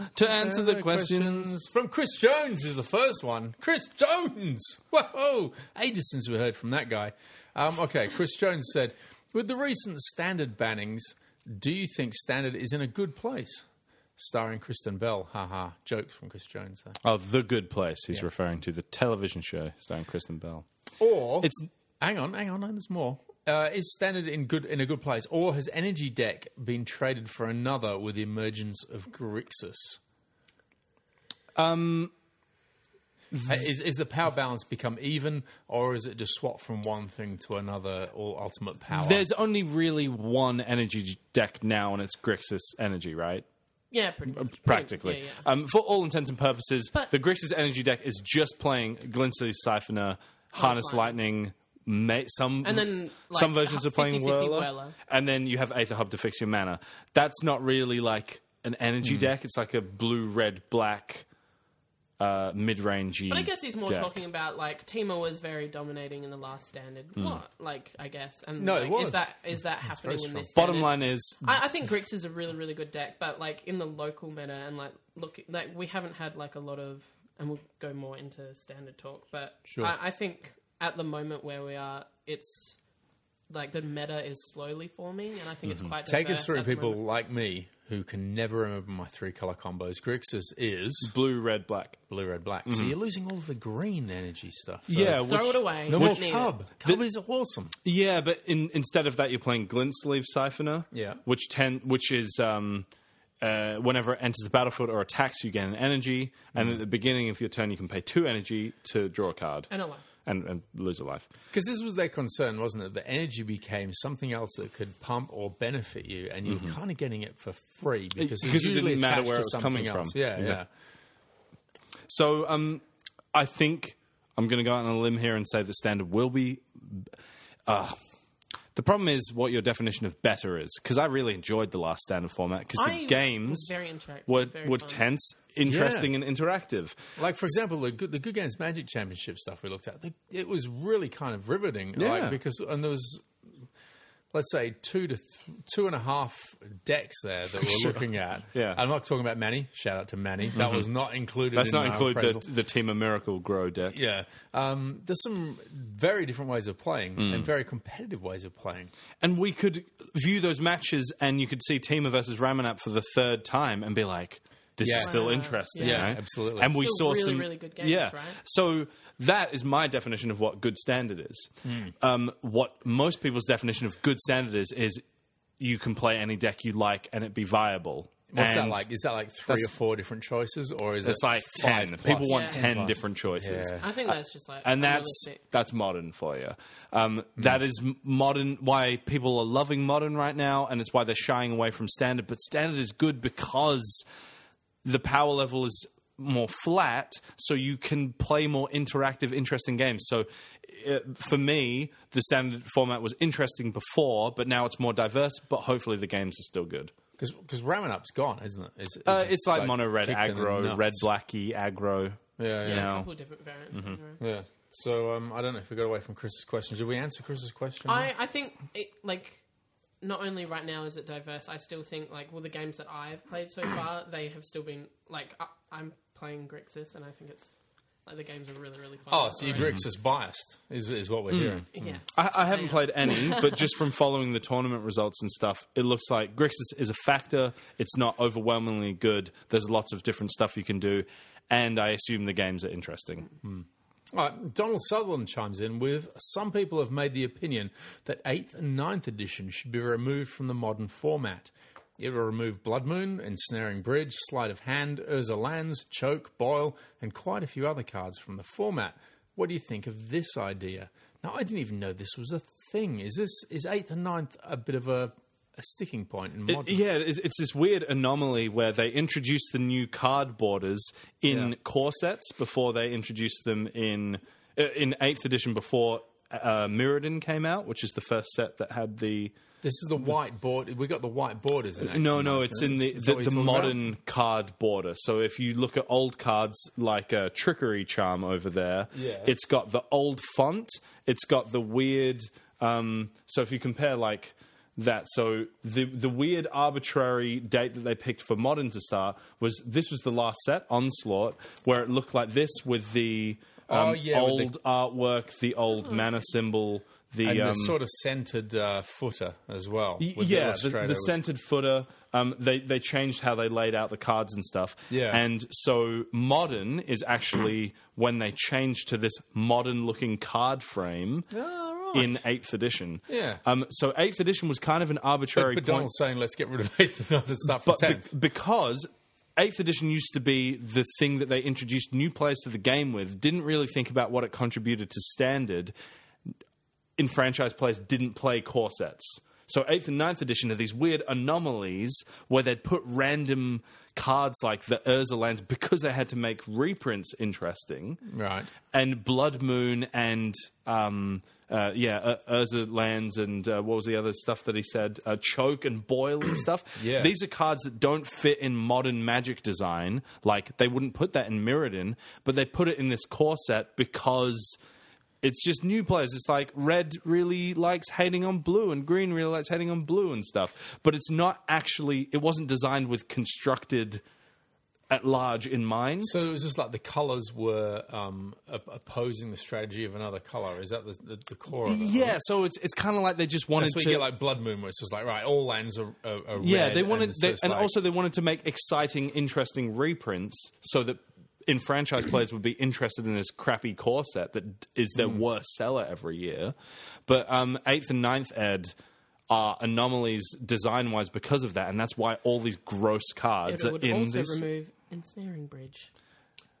Speaker 2: uh, to answer the questions.
Speaker 1: from Chris Jones is the first one. Chris Jones! Whoa! Ages since we heard from that guy. Um, okay, Chris Jones said, with the recent standard bannings, do you think standard is in a good place? Starring Kristen Bell. Haha. Jokes from Chris Jones. There.
Speaker 2: Oh, The Good Place. He's referring to the television show starring Kristen Bell.
Speaker 1: Or
Speaker 2: It's
Speaker 1: Hang on, hang on, there's more. Uh, is Standard in good in a good place, or has Energy Deck been traded for another with the emergence of Grixis? Um, is is the power balance become even, or is it just swap from one thing to another, or ultimate power?
Speaker 2: there's only really one energy deck now, and it's Grixis Energy, right?
Speaker 3: Yeah, pretty much.
Speaker 2: Mm, practically.
Speaker 3: Yeah, yeah.
Speaker 2: Um, for all intents and purposes,
Speaker 3: But-
Speaker 2: the Grixis energy deck is just playing Glincy Siphoner, Harness Lightning, ma- some
Speaker 3: And then, like,
Speaker 2: some versions
Speaker 3: hu-
Speaker 2: of playing
Speaker 3: 50-50
Speaker 2: Whirler,
Speaker 3: Whirler.
Speaker 2: and then you have Aether Hub to fix your mana. That's not really like an energy deck. It's like a blue, red, black, uh, mid-rangey.
Speaker 3: But I guess he's more
Speaker 2: deck.
Speaker 3: talking about like Timo was very dominating in the last standard.
Speaker 2: Mm.
Speaker 3: What like I guess and
Speaker 1: No,
Speaker 3: like,
Speaker 1: it
Speaker 3: Is
Speaker 1: was.
Speaker 3: that is that happening in
Speaker 1: strong.
Speaker 3: this?
Speaker 2: Bottom
Speaker 3: standard?
Speaker 2: line is,
Speaker 3: I, I think Grix is a really really good deck, but like in the local meta and like look like we haven't had like a lot of and we'll go more into standard talk, but
Speaker 1: Sure.
Speaker 3: I, I think at the moment where we are, it's like the meta is slowly forming, and I think it's quite
Speaker 1: Mm-hmm. Take us
Speaker 3: diverse
Speaker 1: through
Speaker 3: at the
Speaker 1: people
Speaker 3: moment.
Speaker 1: like me who can never remember my three color combos. Grixis is
Speaker 2: blue, red, black.
Speaker 1: blue, red, black. So you're losing all of the green energy stuff.
Speaker 2: Mm-hmm. Yeah,
Speaker 1: First.
Speaker 3: Throw
Speaker 2: which-
Speaker 3: it away.
Speaker 1: no
Speaker 3: Don't
Speaker 1: more
Speaker 3: need it.
Speaker 1: cub. Cub is awesome.
Speaker 2: Yeah, but in, instead of that, you're playing Glint Sleeve Siphoner.
Speaker 1: Yeah.
Speaker 2: Which ten, which is um, uh, whenever it enters the battlefield or attacks, you gain an energy, and at the beginning of your turn, you can pay two energy to draw a card
Speaker 3: And a life.
Speaker 2: and, and lose a life.
Speaker 1: Because this was their concern, wasn't it? The energy became something else that could pump or benefit you, and you were kind of getting it for free because
Speaker 2: because
Speaker 1: it's
Speaker 2: Mm-hmm. it
Speaker 1: usually
Speaker 2: didn't matter
Speaker 1: attached
Speaker 2: where it
Speaker 1: to
Speaker 2: was
Speaker 1: something
Speaker 2: coming
Speaker 1: else.
Speaker 2: from.
Speaker 1: Yeah,
Speaker 2: Exactly. So um, I think I'm going to go out on a limb here and say that standard will be. Uh, the problem is what your definition of better is, because I really enjoyed the last standard format because the
Speaker 3: I was
Speaker 2: games
Speaker 3: very interactive,
Speaker 2: were
Speaker 3: very
Speaker 2: were
Speaker 3: fun.
Speaker 2: tense, interesting,
Speaker 1: Yeah.
Speaker 2: and interactive.
Speaker 1: yeah. Like for example, the good, the good games Magic Championship stuff we looked at, the, it was really kind of riveting.
Speaker 2: Yeah.
Speaker 1: Like because and there was. Let's say two to th- two and a half decks there that we're looking at.
Speaker 2: Yeah.
Speaker 1: I'm not talking about Manny. Shout out to Manny. That was not included.
Speaker 2: Let's
Speaker 1: in
Speaker 2: not
Speaker 1: my
Speaker 2: include
Speaker 1: appraisal.
Speaker 2: the, the Team of Miracle Grow deck.
Speaker 1: Yeah, um, there's some very different ways of playing
Speaker 2: Mm.
Speaker 1: and very competitive ways of playing.
Speaker 2: And we could view those matches and you could see Team versus Ramanap for the third time and be like, this is
Speaker 1: Yes.
Speaker 2: still
Speaker 3: Wow.
Speaker 2: interesting.
Speaker 3: Yeah.
Speaker 2: you know?
Speaker 1: Absolutely.
Speaker 2: And we
Speaker 3: Still
Speaker 2: saw
Speaker 3: really,
Speaker 2: some
Speaker 3: really good games,
Speaker 2: Yeah.
Speaker 3: right?
Speaker 2: So that is my definition of
Speaker 1: Hmm.
Speaker 2: what good standard is. Um, what most people's definition of good standard is is you can play any deck you like and it be viable.
Speaker 1: What's that
Speaker 2: And
Speaker 1: like? Is that like three or
Speaker 2: that's-
Speaker 1: four different choices, or is
Speaker 2: It's
Speaker 1: it
Speaker 2: like
Speaker 1: five
Speaker 2: ten.
Speaker 1: plus?
Speaker 2: People want
Speaker 3: Yeah.
Speaker 2: ten
Speaker 1: Plus.
Speaker 2: different choices.
Speaker 1: Yeah.
Speaker 3: I think that's just like
Speaker 2: and that's
Speaker 3: unrealistic.
Speaker 2: that's modern for you. Um,
Speaker 1: Hmm.
Speaker 2: That is m- modern. Why people are loving modern right now, and it's why they're shying away from standard. But standard is good because the power level is more flat, so you can play more interactive, interesting games. So. uh for me, the standard format was interesting before, but now it's more diverse. But hopefully, the games are still good.
Speaker 1: Because ramming up's gone, isn't it? It's, it's,
Speaker 2: Uh,
Speaker 1: just,
Speaker 2: it's like, mono red
Speaker 1: kicked in the
Speaker 2: aggro,
Speaker 1: nuts.
Speaker 2: red blackie aggro.
Speaker 1: Yeah, yeah.
Speaker 3: yeah,
Speaker 2: know.
Speaker 3: a couple of different variants.
Speaker 1: Mm-hmm.
Speaker 3: right?
Speaker 1: yeah. So um, I don't know if we got away from Chris's question. Did we answer Chris's question?
Speaker 3: I, I think it like not only right now is it diverse. I still think like well the games that I've played so far they have still been like I, I'm playing Grixis and I think it's like the games are really really fun.
Speaker 1: oh, so your
Speaker 2: Mm-hmm.
Speaker 3: already.
Speaker 1: Grix is biased, is, is what
Speaker 2: Mm.
Speaker 1: we're hearing.
Speaker 3: Yeah,
Speaker 2: I, I haven't
Speaker 3: Yeah.
Speaker 2: played any, but just from following the tournament results and stuff, it looks like Grixis is a factor. It's not overwhelmingly good. There's lots of different stuff you can do, and I assume the games are interesting.
Speaker 1: All right, Donald Sutherland chimes in with Some people have made the opinion that 8th and 9th edition should be removed from the modern format. It will remove Blood Moon, Ensnaring Bridge, Sleight of Hand, Urza Lands, Choke, Boil, and quite a few other cards from the format. What do you think of this idea? Now, I didn't even know this was a thing. Is this is 8th and 9th a bit of a, a sticking point in modern?
Speaker 2: Uh, Yeah, it's, it's this weird anomaly where they introduced the new card borders in
Speaker 1: Yeah.
Speaker 2: core sets before they introduced them in uh, in eighth edition before uh, Mirrodin came out, which is the first set that had the
Speaker 1: This is the white board. We got the white borders in it.
Speaker 2: No, no, it's in the the, the modern card border. So if you look at old cards like uh, Trickery Charm over there,
Speaker 1: Yeah.
Speaker 2: it's got the old font. It's got the weird. Um, so if you compare like that, so the the weird arbitrary date that they picked for modern to start was this was the last set Onslaught where it looked like this with the um,
Speaker 1: Oh, yeah, with the-
Speaker 2: old
Speaker 1: Oh.
Speaker 2: artwork, the old mana symbol. The,
Speaker 1: and
Speaker 2: um,
Speaker 1: the sort of centered uh, footer as well.
Speaker 2: Y-
Speaker 1: with
Speaker 2: yeah, the,
Speaker 1: illustrator
Speaker 2: the
Speaker 1: was-
Speaker 2: centered footer. Um, they they changed how they laid out the cards and stuff.
Speaker 1: Yeah.
Speaker 2: and so modern is actually when they changed to this modern looking card frame
Speaker 1: Ah, right.
Speaker 2: in eighth edition.
Speaker 1: Yeah.
Speaker 2: Um. So eighth edition was kind of an arbitrary
Speaker 1: but
Speaker 2: point,
Speaker 1: Donald's saying let's get rid of eighth and other stuff for
Speaker 2: but be-
Speaker 1: tenth.
Speaker 2: because. Eighth edition used to be the thing that they introduced new players to the game with. Didn't really think about what it contributed to standard. in franchise players didn't play core sets. So eighth and ninth edition are these weird anomalies where they'd put random cards like the Urza lands because they had to make reprints interesting,
Speaker 1: right.
Speaker 2: and Blood Moon and um, uh, yeah, uh, Urza lands and uh, what was the other stuff that he said? Uh, Choke and Boil and stuff.
Speaker 1: Yeah.
Speaker 2: these are cards that don't fit in modern Magic design. Like they wouldn't put that in Mirrodin, but they put it in this core set because it's just new players. It's like red really likes hating on blue and green really likes hating on blue and stuff. But it's not actually, it wasn't designed with constructed at large in mind.
Speaker 1: So it was just like the colours were um, op- opposing the strategy of another colour. Is that the, the, the core of it?
Speaker 2: yeah, so it's it's kind of like they just wanted
Speaker 1: That's where
Speaker 2: to.
Speaker 1: you get like Blood Moon, where it's just like right, all lands are, are, are
Speaker 2: yeah,
Speaker 1: red,
Speaker 2: they wanted,
Speaker 1: and, so
Speaker 2: they,
Speaker 1: it's
Speaker 2: and
Speaker 1: like-
Speaker 2: also they wanted to make exciting, interesting reprints so that enfranchised players would be interested in this crappy core set that is their
Speaker 1: Mm.
Speaker 2: worst seller every year. But um, eighth and ninth ed are anomalies design wise because of that, and that's why all these gross cards
Speaker 3: it
Speaker 2: are
Speaker 3: would
Speaker 2: in
Speaker 3: also
Speaker 2: this.
Speaker 3: remove ensnaring bridge.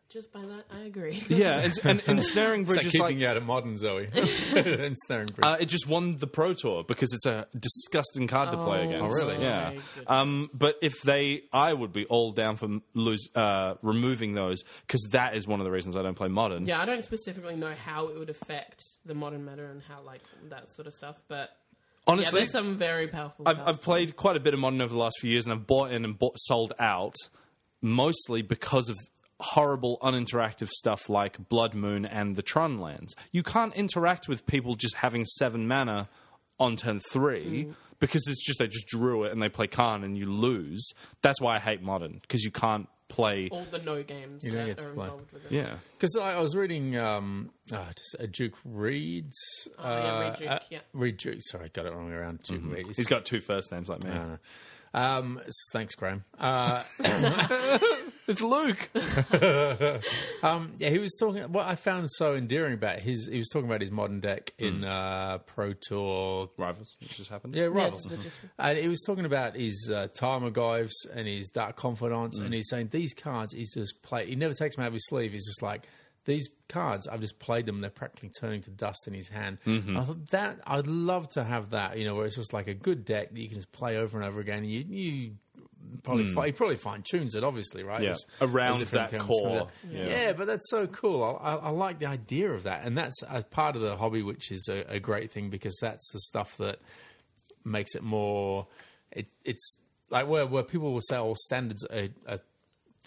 Speaker 3: Just by that, I agree.
Speaker 2: yeah, and, and, and Snaring
Speaker 1: it's
Speaker 2: Bridge
Speaker 1: like
Speaker 2: is
Speaker 1: keeping
Speaker 2: like
Speaker 1: you out of modern Zoe and Snaring Bridge.
Speaker 2: Uh, it just won the Pro Tour because it's a disgusting card to play
Speaker 3: Oh,
Speaker 2: against.
Speaker 1: Oh, really?
Speaker 2: Yeah.
Speaker 3: my goodness.
Speaker 2: Um, but if they, I would be all down for lose, uh, removing those because that is one of the reasons I don't play modern.
Speaker 3: Yeah, I don't specifically know how it would affect the modern meta and how like that sort of stuff, but yeah,
Speaker 2: Honestly,
Speaker 3: there's some very powerful.
Speaker 2: I've,
Speaker 3: cards.
Speaker 2: I've played quite a bit of modern over the last few years, and I've bought in and bought, sold out mostly because of horrible uninteractive stuff like Blood Moon and the Tron lands. You can't interact with people just having seven mana on turn three
Speaker 3: Mm.
Speaker 2: because it's just they just drew it and they play Khan and you lose. That's why I hate modern because you can't play.
Speaker 3: all the no games
Speaker 1: don't
Speaker 3: that
Speaker 1: get to
Speaker 3: are
Speaker 1: play.
Speaker 3: involved with it.
Speaker 2: Yeah,
Speaker 1: Because I, I was reading um, uh, just, uh, Duke Reed's. Uh,
Speaker 3: Oh, yeah, Reed Duke,
Speaker 1: uh,
Speaker 3: yeah.
Speaker 2: Mm-hmm.
Speaker 1: Reed Duke. Sorry, got it wrong around. Duke Reed.
Speaker 2: he's got two first names like me.
Speaker 1: Uh, Um, s- thanks, Graham. Uh,
Speaker 2: It's Luke.
Speaker 1: yeah, he was talking. What I found so endearing about his, he was talking about his modern deck in uh, Pro Tour.
Speaker 2: Rivals, which just happened.
Speaker 1: Yeah,
Speaker 3: Yeah,
Speaker 1: Rivals.
Speaker 3: just- just-
Speaker 1: And he was talking about his uh, Timer Guives and his Dark Confidants,
Speaker 2: Mm.
Speaker 1: and he's saying these cards he's just play. He never takes them out of his sleeve. He's just like these cards. I've just played them. They're practically turning to dust in his hand.
Speaker 2: Mm-hmm.
Speaker 1: And I thought that I'd love to have that. You know, where it's just like a good deck that you can just play over and over again. And you you probably fi- he probably fine tunes it, obviously, right?
Speaker 2: Mm. Yeah.
Speaker 1: As-
Speaker 2: Around
Speaker 1: as different
Speaker 2: that
Speaker 1: comes
Speaker 2: core.
Speaker 1: from
Speaker 2: Yeah.
Speaker 1: it. Yeah, but that's so cool. I, I, I like the idea of that, and that's a part of the hobby, which is a, a great thing because that's the stuff that makes it more. It, it's like where where people will say, "Oh, standards a, a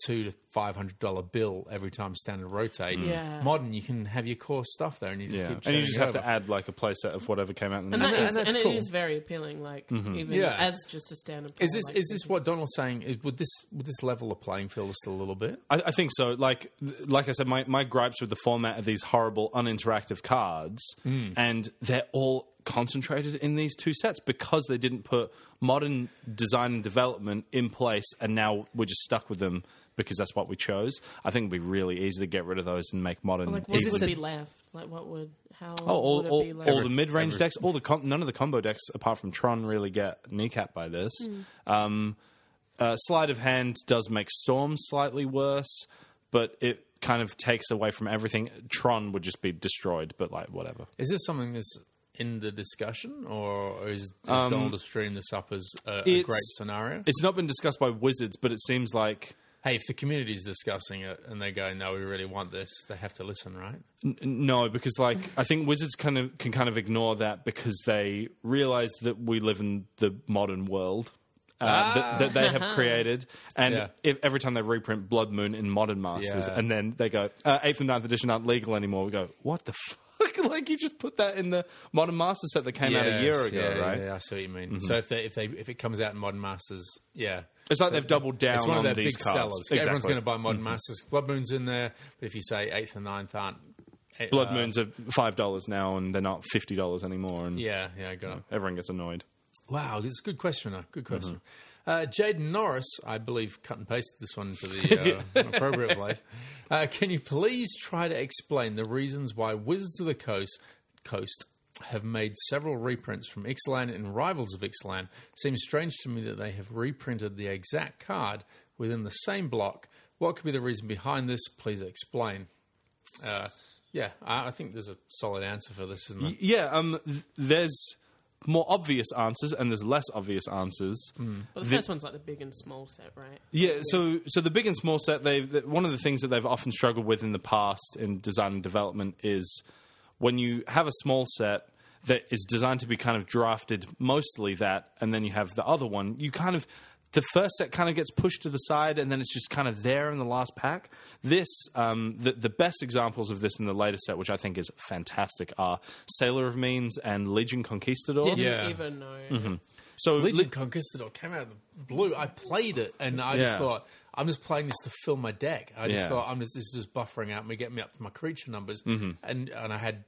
Speaker 1: two to five hundred dollar bill every time standard rotates."
Speaker 3: Yeah.
Speaker 1: Modern, you can have your core stuff there, and you just
Speaker 2: Yeah.
Speaker 1: keep
Speaker 2: And you
Speaker 1: churning
Speaker 2: just
Speaker 1: it
Speaker 2: have to
Speaker 1: over.
Speaker 2: add like a playset of whatever came out in the
Speaker 3: And, that
Speaker 2: next
Speaker 3: is,
Speaker 1: And
Speaker 3: and,
Speaker 2: set.
Speaker 1: that's
Speaker 3: it
Speaker 1: cool.
Speaker 3: is very appealing, like
Speaker 2: Mm-hmm.
Speaker 3: even
Speaker 1: Yeah.
Speaker 3: as just a standard.
Speaker 1: Is
Speaker 3: player,
Speaker 1: this
Speaker 3: like,
Speaker 1: is this what Donald's saying? Is, would this would this level the playing field just a little bit?
Speaker 2: I, I think so. Like, like I said, my, my gripes with the format of these horrible, uninteractive cards, and they're all concentrated in these two sets because they didn't put modern design and development in place, and now we're just stuck with them because that's what we chose. I think it'd be really easy to get rid of those and make modern.
Speaker 3: like what
Speaker 2: even.
Speaker 3: would be left? Like what would how
Speaker 2: Oh, all,
Speaker 3: would it
Speaker 2: all,
Speaker 3: be left?
Speaker 2: all the mid range decks, all the com- none of the combo decks apart from Tron really get kneecapped by this.
Speaker 3: Hmm.
Speaker 2: Um, uh, sleight of hand does make Storm slightly worse, but it kind of takes away from everything. Tron would just be destroyed, but like whatever.
Speaker 1: Is this something that's in the discussion, or is, is Donald just dreaming this up as a, a
Speaker 2: Um, it's-
Speaker 1: great scenario?
Speaker 2: It's not been discussed by Wizards, but it seems like
Speaker 1: Hey, if the community's discussing it and they go, "No, we really want this," they have to listen, right?
Speaker 2: No, because like I think wizards kind of can kind of ignore that because they realize that we live in the modern world uh, that, that they have created, and
Speaker 1: Yeah.
Speaker 2: if, every time they reprint Blood Moon in Modern Masters,
Speaker 1: Yeah.
Speaker 2: and then they go uh, eighth and ninth edition aren't legal anymore. We go, what the fuck? like you just put that in the Modern Master set that came out a year
Speaker 1: Yes,
Speaker 2: ago,
Speaker 1: yeah,
Speaker 2: right? Mm-hmm.
Speaker 1: Yeah, I see what you mean. So if they, if they if it comes out in Modern Masters, yeah,
Speaker 2: It's like they've doubled down
Speaker 1: it's one
Speaker 2: on
Speaker 1: of their
Speaker 2: these
Speaker 1: big
Speaker 2: cards. Mm-hmm.
Speaker 1: sellers. Everyone's going to buy Modern Masters. Blood Moon's in there, but if you say eighth and ninth aren't eh,
Speaker 2: Blood
Speaker 1: uh,
Speaker 2: Moons are five dollars now, and they're not fifty dollars anymore, and
Speaker 1: yeah, yeah, I got it.
Speaker 2: everyone gets annoyed.
Speaker 1: Wow, it's a good question. Though. Good question. Uh, Jaden Norris, I believe, cut and pasted this one to the uh, appropriate place. Uh, can you please try to explain the reasons why Wizards of the Coast Coast have made several reprints from Ixalan and Rivals of Ixalan? Seems strange to me that they have reprinted the exact card within the same block. What could be the reason behind this? Please explain. Uh, yeah, I, I think there's a solid answer for this, isn't there?
Speaker 2: Yeah, um, th- there's more obvious answers and there's less obvious answers.
Speaker 3: Well, the first one's like the big and small set, right?
Speaker 2: Yeah, so so the big and small set, they one of the things that they've often struggled with in the past in design and development is when you have a small set that is designed to be kind of drafted mostly that, and then you have the other one, you kind of the first set kind of gets pushed to the side, and then it's just kind of there in the last pack. This, um, the, the best examples of this in the later set, which I think is fantastic, are Sailor of Means and Legion Conquistador.
Speaker 3: Didn't
Speaker 1: Yeah.
Speaker 3: even know.
Speaker 2: Mm-hmm. So
Speaker 1: Legion Conquistador came out of the blue. I played it, and I just
Speaker 2: Yeah.
Speaker 1: thought, I'm just playing this to fill my deck. I just
Speaker 2: Yeah.
Speaker 1: thought, I'm just this is just buffering out me, getting me up to my creature numbers,
Speaker 2: Mm-hmm.
Speaker 1: and and I had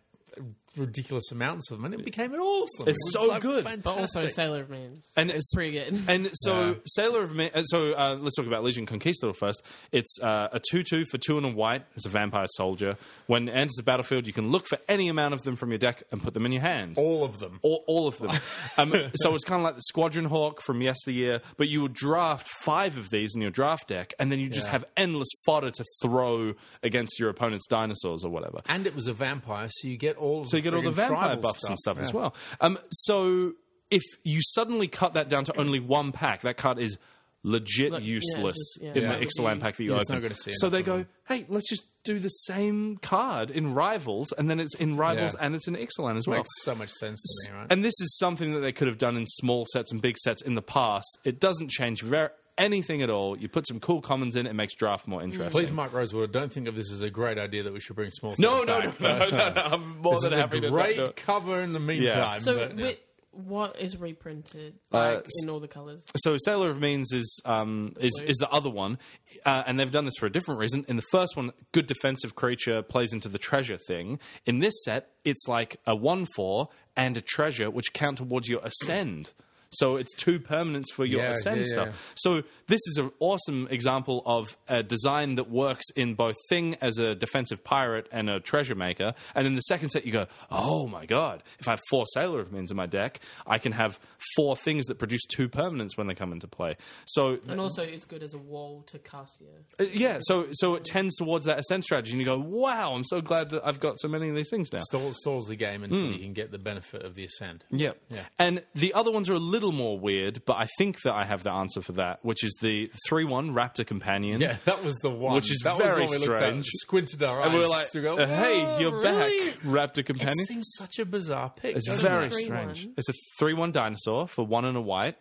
Speaker 1: ridiculous amounts of them, and it became awesome.
Speaker 2: It's
Speaker 1: It was,
Speaker 2: so
Speaker 1: like,
Speaker 2: good.
Speaker 1: fantastic.
Speaker 3: But also Sailor of Means.
Speaker 2: and it's
Speaker 3: pretty good.
Speaker 2: And so Sailor of Me- uh, so uh, let's talk about Legion Conquistador first. It's uh, a two-two for two and a white. It's a vampire soldier. When it enters the battlefield, you can look for any amount of them from your deck and put them in your hand.
Speaker 1: all of them.
Speaker 2: All, all of them. um, so it's kind of like the Squadron Hawk from yesteryear, but you would draft five of these in your draft deck, and then you just
Speaker 1: Yeah.
Speaker 2: have endless fodder to throw against your opponent's dinosaurs or whatever.
Speaker 1: And it was a vampire, so you get all
Speaker 2: So you get all the vampire buffs and stuff as well. Um, so if you suddenly cut that down to only one pack, that card is legit
Speaker 3: Look, yeah,
Speaker 2: useless
Speaker 3: just- yeah.
Speaker 2: in
Speaker 3: Yeah.
Speaker 2: the Ixalan pack that you
Speaker 1: You're just
Speaker 2: open.
Speaker 1: not gonna see
Speaker 2: so
Speaker 1: enough
Speaker 2: they
Speaker 1: of
Speaker 2: go, hey, let's just do the same card in Rivals, and then it's in Rivals
Speaker 1: Yeah.
Speaker 2: and it's in Ixalan as well.
Speaker 1: Makes so much sense to me, right?
Speaker 2: And this is something that they could have done in small sets and big sets in the past. It doesn't change ver- anything at all. You put some cool commons in, it makes draft
Speaker 3: Mm.
Speaker 2: more interesting.
Speaker 1: Please, Mike Rosewood, I don't think of this as a great idea that we should bring small.
Speaker 2: No,
Speaker 1: cells
Speaker 2: no, no,
Speaker 1: back,
Speaker 2: no,
Speaker 1: but-
Speaker 2: no, no, I'm more
Speaker 1: This
Speaker 2: than
Speaker 1: is a
Speaker 2: happy to
Speaker 1: great
Speaker 2: do it.
Speaker 1: cover in the meantime.
Speaker 3: so
Speaker 1: but, yeah. Uh,
Speaker 3: wi- what is reprinted like in all the colours?
Speaker 2: So Sailor of Means is um, is is the other one, uh, and they've done this for a different reason. In the first one, good defensive creature plays into the treasure thing. In this set, it's like a one four and a treasure, which count towards your ascend. So it's two permanents for your
Speaker 1: Yeah,
Speaker 2: ascend
Speaker 1: yeah,
Speaker 2: stuff.
Speaker 1: yeah.
Speaker 2: So this is an awesome example of a design that works in both Thing as a defensive pirate and a treasure maker. And in the second set, you go, oh my god! If I have four Sailor of Mins in my deck, I can have four things that produce two permanents when they come into play. So
Speaker 3: And also, it's good as a wall to Cassia.
Speaker 2: uh, yeah, so so it tends towards that ascend strategy, and you go, wow! I'm so glad that I've got so many of these things now.
Speaker 1: Stall, stalls the game until
Speaker 2: Hmm.
Speaker 1: you can get the benefit of the ascend.
Speaker 2: Yeah. And the other ones are a little more weird, but I think that I have the answer for that, which is the 3 1 Raptor Companion.
Speaker 1: Yeah, that was the one.
Speaker 2: Which is
Speaker 1: that
Speaker 2: very
Speaker 1: was the one we looked at,
Speaker 2: strange.
Speaker 1: squinted our eyes.
Speaker 2: And we were like,
Speaker 1: to go,
Speaker 2: uh, hey,
Speaker 1: "Oh,
Speaker 2: you're
Speaker 1: really?"
Speaker 2: back, Raptor Companion.
Speaker 1: It seems such a bizarre pick.
Speaker 2: it's
Speaker 1: doesn't
Speaker 2: very
Speaker 1: it?
Speaker 3: Three
Speaker 2: strange.
Speaker 3: one.
Speaker 2: It's a 3 1 dinosaur for one and a white.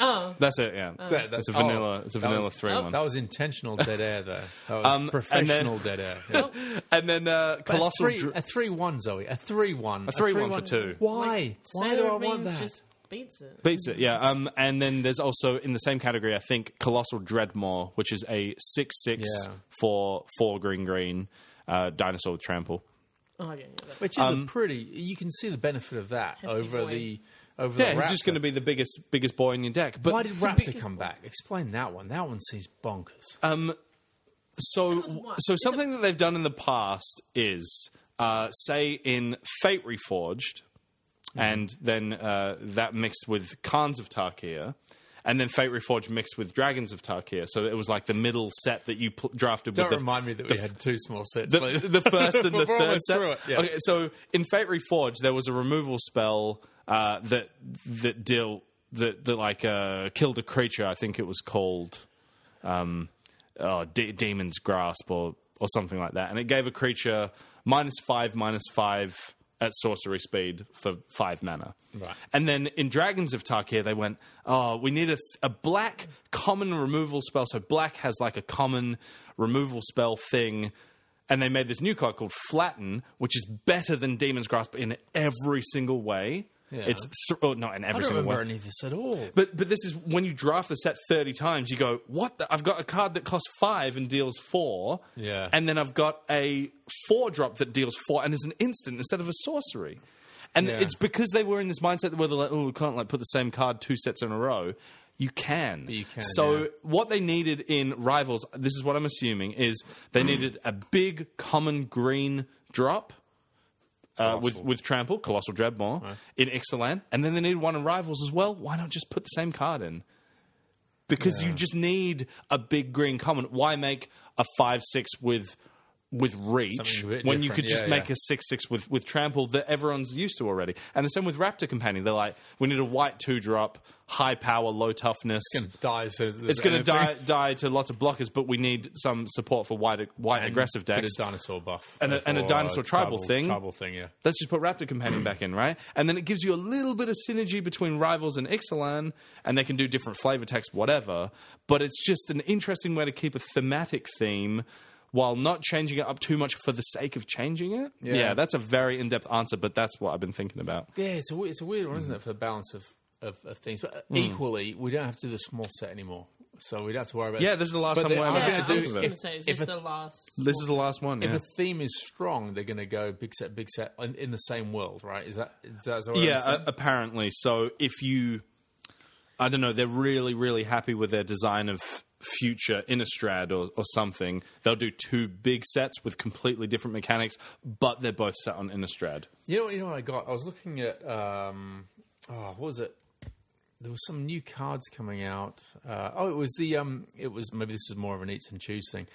Speaker 3: Oh,
Speaker 2: That's it, yeah.
Speaker 1: That-
Speaker 2: that's a
Speaker 1: oh,
Speaker 2: vanilla. it's a
Speaker 1: that
Speaker 2: vanilla
Speaker 1: was- oh,
Speaker 2: 3 1.
Speaker 1: That was intentional dead air, though. That was
Speaker 2: Um, and then-
Speaker 1: professional dead air. Yeah.
Speaker 2: and then uh, Colossal.
Speaker 1: a, three,
Speaker 2: Dra-
Speaker 1: a three-one, Zoe. A three-one. A
Speaker 2: 3-1 for two.
Speaker 1: Why? Why do I
Speaker 3: Sailor
Speaker 1: want
Speaker 3: Rings
Speaker 1: that?
Speaker 3: Just beats it.
Speaker 2: Beats it, yeah. Um, and then there's also in the same category, I think, Colossal Dreadmore, which is a six six
Speaker 1: Yeah.
Speaker 2: for four green green uh, dinosaur with trample.
Speaker 3: Oh, yeah, yeah, that-
Speaker 1: Which is
Speaker 2: Um,
Speaker 1: a pretty. You can see the benefit of that over
Speaker 3: boy.
Speaker 1: the over
Speaker 2: Yeah,
Speaker 1: the.
Speaker 2: he's just
Speaker 1: Raptor.
Speaker 2: going to be the biggest biggest boy in your deck. But
Speaker 1: Why did Raptor come back? Explain that one. That one seems bonkers.
Speaker 2: so
Speaker 3: one.
Speaker 2: so
Speaker 3: It's a-
Speaker 2: something that they've done in the past is uh, say in Fate Reforged,
Speaker 1: Mm-hmm.
Speaker 2: and then uh, that mixed with Khans of Tarkia. And then Fate Reforged mixed with Dragons of Tarkia, so it was like the middle set that you pl- drafted.
Speaker 1: Don't
Speaker 2: with the,
Speaker 1: remind me that we had two small sets.
Speaker 2: The,
Speaker 1: please.
Speaker 2: the first and the
Speaker 1: We're
Speaker 2: third
Speaker 1: almost
Speaker 2: set.
Speaker 1: through it, yeah.
Speaker 2: Okay, so in Fate Reforged, there was a removal spell uh, that that deal that, that like uh, killed a creature. I think it was called um, oh, De- Demon's Grasp or or something like that, and it gave a creature minus five, minus five at sorcery speed for five mana.
Speaker 1: Right.
Speaker 2: And then in Dragons of Tarkir, they went, oh, we need a, th- a black common removal spell. So black has like a common removal spell thing. And they made this new card called Flatten, which is better than Demon's Grasp in every single way.
Speaker 1: Yeah.
Speaker 2: It's th- oh, not in
Speaker 1: I
Speaker 2: every
Speaker 1: don't
Speaker 2: single
Speaker 1: remember
Speaker 2: way.
Speaker 1: any of this at all.
Speaker 2: But but this is when you draft the set thirty times, you go, what? The? I've got a card that costs five and deals four.
Speaker 1: Yeah.
Speaker 2: And then I've got a four drop that deals four and is an instant instead of a sorcery. And
Speaker 1: Yeah.
Speaker 2: it's because they were in this mindset where they're like, oh, we can't like put the same card two sets in a row. You can.
Speaker 1: You can,
Speaker 2: So
Speaker 1: yeah.
Speaker 2: what they needed in Rivals, this is what I'm assuming, is they needed a big common green drop uh, with with Trample, Colossal Dreadmore in Ixalan, and then they need one in Rivals as well. Why not just put the same card in? Because you just need a big green common. Why make a five six with with reach
Speaker 1: Something a bit
Speaker 2: when you
Speaker 1: different.
Speaker 2: could just
Speaker 1: Yeah,
Speaker 2: make
Speaker 1: yeah.
Speaker 2: a six six with with trample that everyone's used to already? And the same with Raptor Companion. They're like, we need a white two drop, high power, low toughness.
Speaker 1: It's going to die. as soon as
Speaker 2: It's going to die die to lots of blockers, but we need some support for white white aggressive
Speaker 1: Bit of
Speaker 2: decks.
Speaker 1: dinosaur buff
Speaker 2: And a- and a
Speaker 1: Or
Speaker 2: dinosaur tribal thing.
Speaker 1: Tribal thing, yeah.
Speaker 2: Let's just put Raptor Companion back in, right? And then it gives you a little bit of synergy between Rivals and Ixalan, and they can do different flavor text, whatever. But it's just an interesting way to keep a thematic theme while not changing it up too much for the sake of changing it. Yeah, that's a very in depth answer, but that's what I've been thinking about.
Speaker 1: Yeah, it's a, we- it's a weird one, isn't it, for the balance of, of, of things. But uh, equally, we don't have to do the small set anymore. So we don't have to worry about
Speaker 2: Yeah, this is the last
Speaker 1: But
Speaker 2: time
Speaker 1: they
Speaker 2: we're
Speaker 1: are
Speaker 2: not
Speaker 1: gonna
Speaker 3: yeah,
Speaker 2: do
Speaker 3: I was
Speaker 2: it.
Speaker 3: just gonna say, is
Speaker 1: If
Speaker 3: this
Speaker 1: a-
Speaker 3: the last?
Speaker 2: This is the last one.
Speaker 1: if
Speaker 2: Yeah.
Speaker 1: the theme is strong, they're going to go big set, big set in, in the same world, right? Is that is that what I
Speaker 2: Yeah,
Speaker 1: understand?
Speaker 2: uh, apparently. So if you, I don't know, they're really, really happy with their design of future Innistrad or, or something. They'll do two big sets with completely different mechanics, but they're both set on Innistrad.
Speaker 1: You know, what- you know what I got? I was looking at um, oh, what was it? There was some new cards coming out. Uh, oh, it was the um, it was maybe this is more of an eats and choose thing.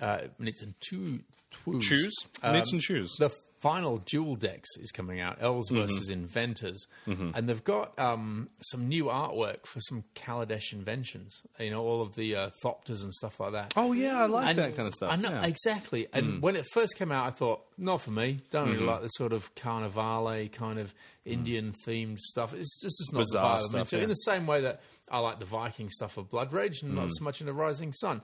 Speaker 1: Uh, an eats and two twos. Um,
Speaker 2: Choose? An eats and Mm-hmm. choose.
Speaker 1: The final dual decks is coming out. Elves versus Inventors,
Speaker 2: Mm-hmm.
Speaker 1: and they've got um, some new artwork for some Kaladesh inventions. You know, all of the uh, Thopters and stuff like that.
Speaker 2: Oh, yeah, I like
Speaker 1: And-
Speaker 2: that kind of stuff. Hmm.
Speaker 1: I know, Exactly. And when it first came out, I thought, not for me. Don't really like the sort of carnivale kind of Indian themed stuff. It's just it's not
Speaker 2: Hmm.
Speaker 1: the
Speaker 2: Bizarre
Speaker 1: vibe I'm
Speaker 2: stuff,
Speaker 1: into.
Speaker 2: yeah.
Speaker 1: In the same way that I like the Viking stuff of Blood Rage
Speaker 2: Hmm.
Speaker 1: and not so much into Rising Sun.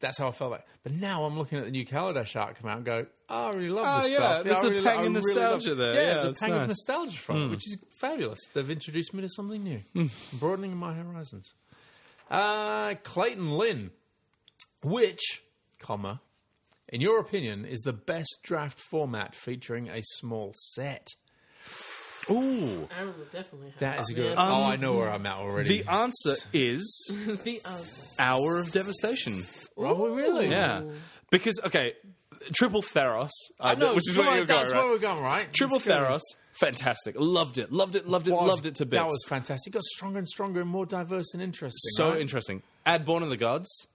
Speaker 1: That's how I felt like. But now I'm looking at the new Kaladesh art come out and go, oh, I really love
Speaker 2: Oh,
Speaker 1: this
Speaker 2: yeah,
Speaker 1: stuff.
Speaker 2: there's
Speaker 1: I
Speaker 2: a
Speaker 1: really,
Speaker 2: pang of
Speaker 1: I really love-
Speaker 2: nostalgia there.
Speaker 1: Yeah,
Speaker 2: Yeah,
Speaker 1: there's
Speaker 2: it's
Speaker 1: a pang
Speaker 2: nice. Hmm.
Speaker 1: of nostalgia from it, which is fabulous. They've introduced me to something new, broadening my horizons. Uh, Clayton Lynn which, comma, in your opinion, is the best draft format featuring a small set?
Speaker 2: Ooh.
Speaker 3: Aaron will definitely have
Speaker 1: That is a good.
Speaker 3: Yeah.
Speaker 1: oh, I know where I'm at already.
Speaker 2: Um, The answer is
Speaker 1: Um,
Speaker 3: the answer.
Speaker 2: Hour of Devastation.
Speaker 1: oh, really?
Speaker 2: Yeah. Because, okay, Triple Theros, I
Speaker 1: No,
Speaker 2: which is where
Speaker 1: come on,
Speaker 2: you're going,
Speaker 1: that's where
Speaker 2: right?
Speaker 1: we're going, right?
Speaker 2: Triple
Speaker 1: Let's go.
Speaker 2: Theros, fantastic. Loved it, loved it, loved it,
Speaker 1: Was-
Speaker 2: loved it to bits.
Speaker 1: That was fantastic. Got stronger and stronger and more diverse and interesting.
Speaker 2: so
Speaker 1: right?
Speaker 2: interesting. Add Born of the Gods,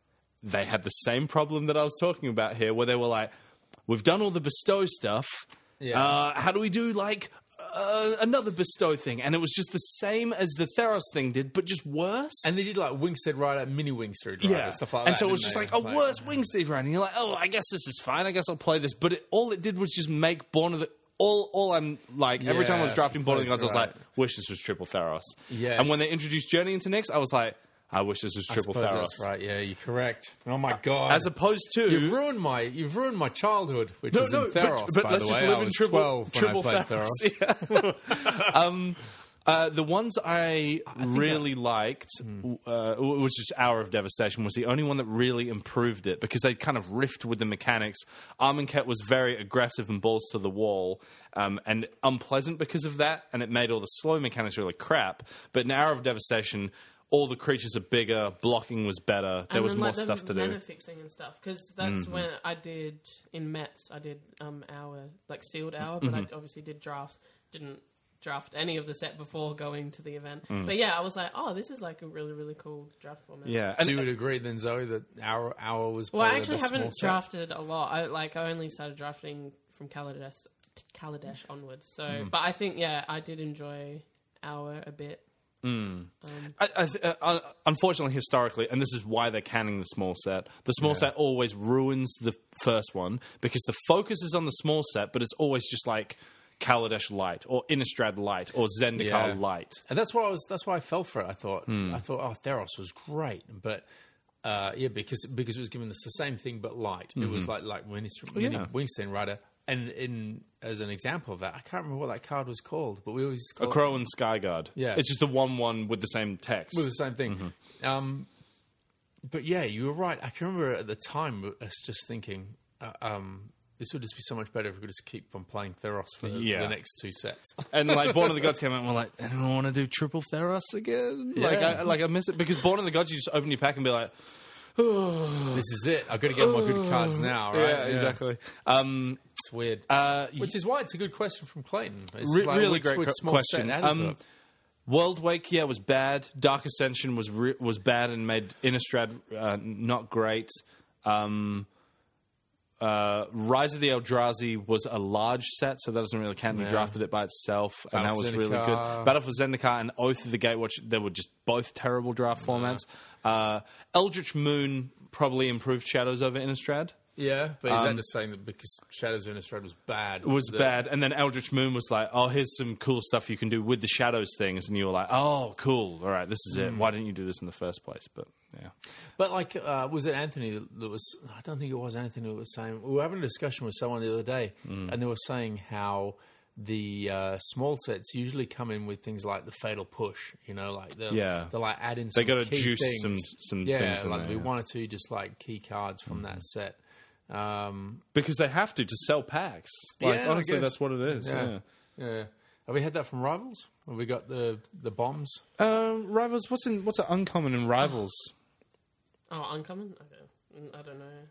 Speaker 2: they had the same problem that I was talking about here, where they were like, "We've done all the bestow stuff.
Speaker 1: Yeah.
Speaker 2: Uh, how do we do like uh, another bestow thing?" And it was just the same as the Theros thing did, but just worse.
Speaker 1: And they did like Wingstead Rider, mini Wingstead Rider,
Speaker 2: yeah,
Speaker 1: stuff like that.
Speaker 2: and so it was
Speaker 1: didn't
Speaker 2: just
Speaker 1: they?
Speaker 2: like a worse Wingsteed run. And you're like, "Oh, I guess this is fine. I guess I'll play this." But it, all it did was just make Born of the all, all I'm like every time I was
Speaker 1: Yes,
Speaker 2: drafting Born of the
Speaker 1: that's
Speaker 2: Gods, I was
Speaker 1: right.
Speaker 2: like, "Wish this was Triple Theros."
Speaker 1: Yes.
Speaker 2: And when they introduced Journey into Nyx, I was like, "I wish this was
Speaker 1: I
Speaker 2: Triple
Speaker 1: suppose
Speaker 2: Theros."
Speaker 1: That's right. Yeah, you're correct. Oh my god.
Speaker 2: as opposed to
Speaker 1: You've ruined my you've ruined my childhood, which
Speaker 2: no,
Speaker 1: was
Speaker 2: no,
Speaker 1: in Theros.
Speaker 2: but, but
Speaker 1: by
Speaker 2: let's
Speaker 1: the
Speaker 2: just
Speaker 1: way.
Speaker 2: live
Speaker 1: I
Speaker 2: in
Speaker 1: was
Speaker 2: triple
Speaker 1: 12
Speaker 2: triple
Speaker 1: when I played
Speaker 2: Theros. Yeah. um, uh, the ones I,
Speaker 1: uh,
Speaker 2: really liked,
Speaker 1: hmm.
Speaker 2: uh, w- which is Hour of Devastation, was the only one that really improved it because they kind of riffed with the mechanics. Armenket was very aggressive and balls to the wall um, and unpleasant because of that, and it made all the slow mechanics really crap. But in Hour of Devastation, all the creatures are bigger, blocking was better, there
Speaker 3: And
Speaker 2: was
Speaker 3: then,
Speaker 2: more
Speaker 3: like, the
Speaker 2: stuff to do. Mm.
Speaker 3: mana fixing and stuff because that's when I did in Mets. I did um hour like sealed hour, but
Speaker 2: Mm-hmm.
Speaker 3: I obviously did draft. Didn't draft any of the set before going to the event. But yeah, I was like, oh, this is like a really really cool draft format.
Speaker 2: Mm. yeah,
Speaker 1: So
Speaker 2: and
Speaker 1: you would agree then, Zoe, that our hour was.
Speaker 3: Well, I
Speaker 1: probably the
Speaker 3: actually
Speaker 1: best small
Speaker 3: haven't
Speaker 1: set?
Speaker 3: drafted a lot. I like I only started drafting from Kaladesh, Kaladesh onwards. So,
Speaker 2: Mm-hmm.
Speaker 3: but I think yeah, I did enjoy hour a bit.
Speaker 2: I, I th- uh, uh, unfortunately, historically, and this is why they're canning the small set. The small set always ruins the first one because the focus is on the small set, but it's always just like Kaladesh Light or Innistrad Light or Zendikar
Speaker 1: Yeah.
Speaker 2: Light.
Speaker 1: And that's why I was. That's why I fell for it. I thought. I thought. Oh, Theros was great, but uh, yeah, because because it was given the same thing but light. It was like like when it's mini
Speaker 2: yeah.
Speaker 1: Winston Rider. And in as an example of that, I can't remember what that card was called, but we always
Speaker 2: A
Speaker 1: called it
Speaker 2: Crow and Skyguard.
Speaker 1: Yeah.
Speaker 2: It's just the one one with the same text.
Speaker 1: the same thing. Um, but yeah, you were right. I can remember at the time us just thinking, uh, um, this would just be so much better if we could just keep on playing Theros for the,
Speaker 2: Yeah.
Speaker 1: the next two sets.
Speaker 2: and like Born of the Gods came out and we're like, I don't want to do Triple Theros again. Like,
Speaker 1: Yeah.
Speaker 2: I, like I miss it because Born of the Gods, you just open your pack and be like,
Speaker 1: this is it. I've got to get my good cards now, right?
Speaker 2: yeah, exactly. Um,
Speaker 1: It's weird.
Speaker 2: uh,
Speaker 1: Which is why it's a good question from Clayton. It's
Speaker 2: Re-
Speaker 1: like,
Speaker 2: really
Speaker 1: which-
Speaker 2: great
Speaker 1: which
Speaker 2: que-
Speaker 1: small
Speaker 2: question.
Speaker 1: set added to
Speaker 2: Um,
Speaker 1: it.
Speaker 2: World Wake, yeah, was bad. Dark Ascension was re- was bad and made Innistrad uh, not great. Um, uh, Rise of the Eldrazi was a large set, so that doesn't really count. You drafted it by itself, and that
Speaker 1: Battle
Speaker 2: was
Speaker 1: for
Speaker 2: really
Speaker 1: Zendikar.
Speaker 2: good. Battle for Zendikar and Oath of the Gatewatch, they were just both terrible draft formats. Uh, Eldritch Moon probably improved Shadows over Innistrad.
Speaker 1: yeah, but is that just saying that because Shadows of Innistrad was bad?
Speaker 2: um, was
Speaker 1: that-
Speaker 2: bad, and then Eldritch Moon was like, "Oh, here's some cool stuff you can do with the shadows things," and you were like, "Oh, cool, all right, this is it. Why didn't you do this in the first place?" But yeah,
Speaker 1: But like, uh, was it Anthony that that was? I don't think it was Anthony that was saying. We were having a discussion with someone the other day,
Speaker 2: Hmm.
Speaker 1: and they were saying how the uh, small sets usually come in with things like the fatal push. You know, like they'll,
Speaker 2: Yeah.
Speaker 1: they'll like add in. Some
Speaker 2: gotta
Speaker 1: key
Speaker 2: juice
Speaker 1: things.
Speaker 2: some- some
Speaker 1: yeah,
Speaker 2: things in
Speaker 1: like
Speaker 2: there,
Speaker 1: there'll be
Speaker 2: yeah. Hmm.
Speaker 1: one or two just like key cards from that set. Um,
Speaker 2: because they have to to sell packs. Like,
Speaker 1: Yeah, I
Speaker 2: honestly,
Speaker 1: guess.
Speaker 2: that's what it is. Yeah.
Speaker 1: yeah. yeah. Have we had that from Rivals? Have we got the the bombs?
Speaker 2: Um, rivals, what's in what's uncommon in rivals?
Speaker 3: Oh, uncommon. Okay, Mm, I don't know.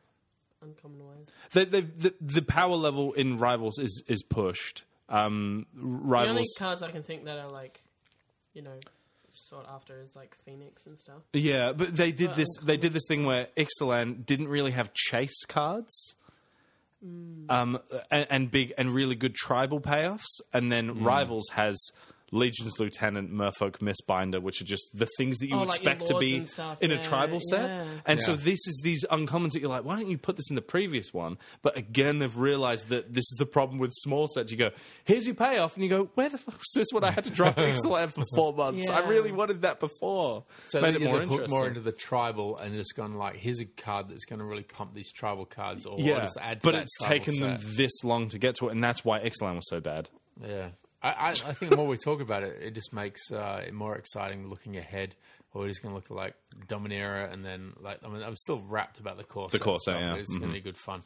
Speaker 3: Uncommon ways.
Speaker 2: they, they, the the power level in rivals is is pushed. Um,
Speaker 3: The only
Speaker 2: rivals,
Speaker 3: cards I can think that are like, you know, sought after is like Phoenix and stuff.
Speaker 2: yeah, but they did
Speaker 3: Well,
Speaker 2: this. They did this thing where Ixalan didn't really have chase cards.
Speaker 3: Mm.
Speaker 2: um, and, and big and really good tribal payoffs. And then Rivals has Legion's Lieutenant, Merfolk, Mistbinder, which are just the things that you
Speaker 3: Oh, like your
Speaker 2: expect to
Speaker 3: lords
Speaker 2: be
Speaker 3: and stuff,
Speaker 2: in a
Speaker 3: yeah,
Speaker 2: tribal set.
Speaker 3: yeah.
Speaker 2: And so
Speaker 1: Yeah.
Speaker 2: this is these uncommons that you're like, why don't you put this in the previous one? But again, they've realized that this is the problem with small sets. You go, here's your payoff, and you go, where the fuck was this when I had to drop Excellent for four months? I
Speaker 3: Yeah.
Speaker 2: really wanted that before.
Speaker 1: So
Speaker 2: Made it
Speaker 1: they
Speaker 2: more
Speaker 1: they've hooked
Speaker 2: interesting.
Speaker 1: more into the tribal and just gone like, here's a card that's going to really pump these tribal cards, or,
Speaker 2: yeah,
Speaker 1: just add. To
Speaker 2: but
Speaker 1: that
Speaker 2: it's
Speaker 1: tribal
Speaker 2: taken them
Speaker 1: set.
Speaker 2: this long to get to it, and that's why Excellent was so bad.
Speaker 1: Yeah, I, I, I think the more we talk about it, it just makes uh, it more exciting looking ahead. Or we're just going to look at like Dominera, and then like I mean, I'm still wrapped about the course. The
Speaker 2: core set, yeah. Mm-hmm.
Speaker 1: It's going to be good fun.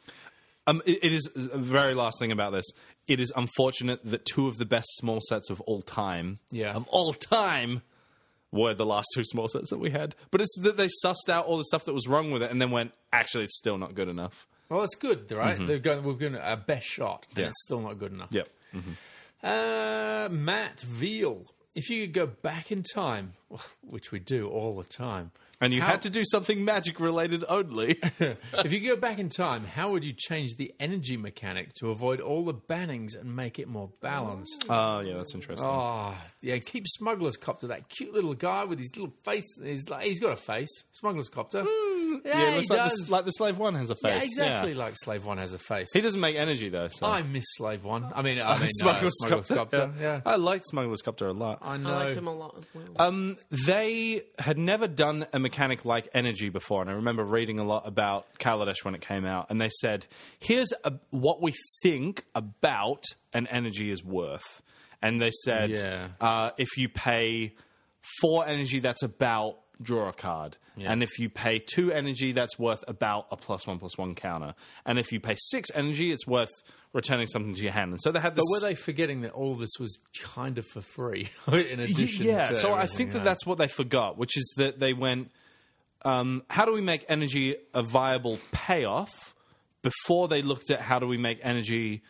Speaker 2: Um, it- it is a very last thing about this. It is unfortunate that two of the best small sets of all time,
Speaker 1: Yeah.
Speaker 2: of all time, were the last two small sets that we had. But it's that they sussed out all the stuff that was wrong with it and then went, actually, it's still not good enough.
Speaker 1: Well, that's good, right? They've gone, we've given it our best shot, and
Speaker 2: Mm-hmm. Yeah.
Speaker 1: it's still not good enough.
Speaker 2: Yep.
Speaker 1: Uh, Matt Veal, if you could go back in time, which we do all the time,
Speaker 2: And you
Speaker 1: How-
Speaker 2: had to do something magic related only.
Speaker 1: if you could go back in time, how would you change the energy mechanic to avoid all the bannings and make it more balanced?
Speaker 2: Oh, yeah, that's interesting.
Speaker 1: Oh, yeah, keep Smuggler's Copter, that cute little guy with his little face. He's, like, he's got a face, Smuggler's Copter. yeah,
Speaker 2: yeah, it
Speaker 1: he
Speaker 2: looks like the,
Speaker 1: does.
Speaker 2: like the slave one has a face.
Speaker 1: yeah, exactly
Speaker 2: yeah.
Speaker 1: like Slave One has a face.
Speaker 2: He doesn't make energy, though. So.
Speaker 1: I miss Slave One. I mean, I mean, Smuggler's, uh, Smuggler's Copter. Yeah.
Speaker 2: I liked Smuggler's Copter a lot.
Speaker 1: I know.
Speaker 3: I liked him a lot as well.
Speaker 2: Um, they had never done a mechanic like energy before, and I remember reading a lot about Kaladesh when it came out, and they said, "Here's a, what we think about an energy is worth," and they said,
Speaker 1: Yeah.
Speaker 2: uh, "If you pay four energy, that's about." Draw a card, and if you pay two energy, that's worth about a plus one plus one counter. And if you pay six energy, it's worth returning something to your hand. And so they had this.
Speaker 1: But were they forgetting that all this was kind of for free in addition
Speaker 2: yeah
Speaker 1: to
Speaker 2: so i
Speaker 1: everything
Speaker 2: think that
Speaker 1: else?
Speaker 2: that's what they forgot which is that they went um, how do we make energy a viable payoff before they looked at how do we make energy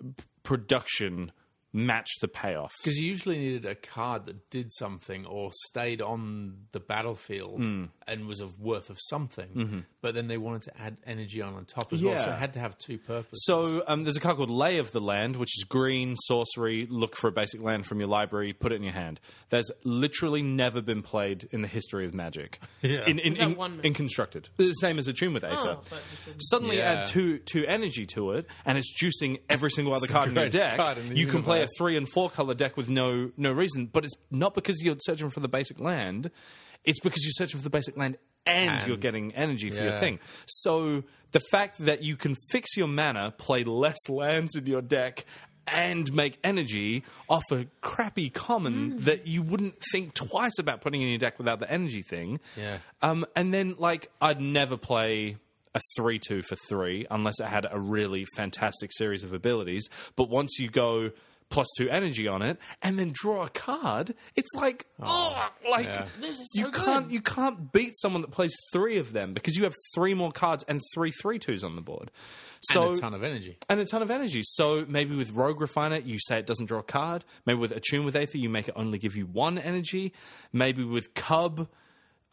Speaker 2: p- production match the payoff
Speaker 1: Because you usually needed a card that did something or stayed on the battlefield and was of worth of something. But then they wanted to add energy on on top as well, so
Speaker 2: Yeah.
Speaker 1: it had to have two purposes.
Speaker 2: So um, there's a card called Lay of the Land, which is green sorcery. Look for a basic land from your library, put it in your hand. There's literally never been played in the history of Magic.
Speaker 1: Yeah.
Speaker 2: In, in,
Speaker 3: that
Speaker 2: in,
Speaker 3: one- Oh,
Speaker 2: in constructed, the same as a tune with Aether.
Speaker 3: but just in-
Speaker 2: Suddenly
Speaker 1: Yeah.
Speaker 2: add two two energy to it, and it's juicing every single other
Speaker 1: the
Speaker 2: card in your
Speaker 1: greatest
Speaker 2: deck.
Speaker 1: card in the
Speaker 2: you can play a
Speaker 1: universe.
Speaker 2: three and four color deck with no no reason, but it's not because you're searching for the basic land. It's because you're searching for the basic land and, you're getting energy for your
Speaker 1: Yeah.
Speaker 2: thing. So the fact that you can fix your mana, play less lands in your deck, and make energy off a crappy common that you wouldn't think twice about putting in your deck without the energy thing.
Speaker 1: Yeah.
Speaker 2: Um, and then like I'd never play a three-two for three unless it had a really fantastic series of abilities. But once you go plus two energy on it and then draw a card, it's like oh, like
Speaker 1: yeah.
Speaker 3: This is
Speaker 2: you
Speaker 3: so
Speaker 2: can't
Speaker 3: good.
Speaker 2: you can't beat someone that plays three of them because you have three more cards and three three twos on the board. So
Speaker 1: and a ton of energy.
Speaker 2: and a ton of energy. So maybe with Rogue Refiner, you say it doesn't draw a card. Maybe with Attune with Aether, you make it only give you one energy. Maybe with Cub,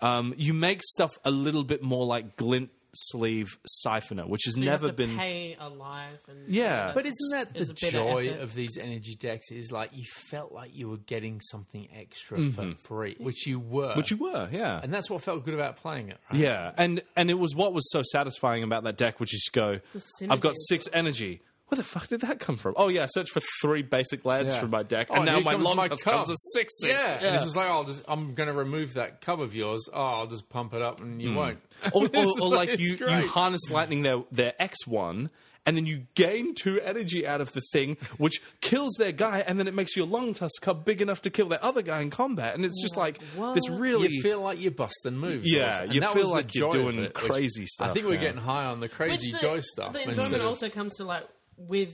Speaker 2: um, you make stuff a little bit more like Glint Sleeve Siphoner, which has
Speaker 3: So you have
Speaker 2: never
Speaker 3: to
Speaker 2: been.
Speaker 3: pay a life and
Speaker 2: Yeah.
Speaker 1: But isn't that
Speaker 3: it's
Speaker 1: the
Speaker 3: a bit of
Speaker 1: joy
Speaker 3: effort.
Speaker 1: of these energy decks? Is like you felt like you were getting something extra for free, Mm-hmm. which you were.
Speaker 2: Which you were, yeah.
Speaker 1: and that's what felt good about playing it, right?
Speaker 2: Yeah, and and it was what was so satisfying about that deck, which is you go,
Speaker 3: synergy
Speaker 2: I've got
Speaker 3: as
Speaker 2: six energy. Where the fuck did that come from? Oh yeah, I searched for three basic lands
Speaker 1: Yeah.
Speaker 2: from my deck,
Speaker 1: Oh,
Speaker 2: and now
Speaker 1: here
Speaker 2: my
Speaker 1: comes
Speaker 2: long
Speaker 1: my
Speaker 2: tusk
Speaker 1: cub.
Speaker 2: comes a six six.
Speaker 1: Yeah. And This is like, oh, I'll just, I'm going to remove that cub of yours. Oh, I'll just pump it up and you won't.
Speaker 2: Hmm. or,
Speaker 1: This
Speaker 2: or,
Speaker 1: is
Speaker 2: or like
Speaker 1: it's
Speaker 2: you, you
Speaker 1: great.
Speaker 2: harness lightning their their X one, and then you gain two energy out of the thing, which kills their guy, and then it makes your long tusk cub big enough to kill their other guy in combat, and it's just like this
Speaker 3: what?
Speaker 2: really.
Speaker 1: You feel like you're busting moves.
Speaker 2: Yeah,
Speaker 1: also. And
Speaker 2: you
Speaker 1: that
Speaker 2: feel
Speaker 1: was the
Speaker 2: like you're
Speaker 1: joy of
Speaker 2: doing
Speaker 1: it, which
Speaker 2: crazy
Speaker 1: I
Speaker 2: stuff,
Speaker 1: think we're
Speaker 2: yeah.
Speaker 1: getting high on the crazy
Speaker 3: Which the-
Speaker 1: joy stuff.
Speaker 3: The
Speaker 1: instead
Speaker 3: enjoyment
Speaker 1: of-
Speaker 3: also comes to like with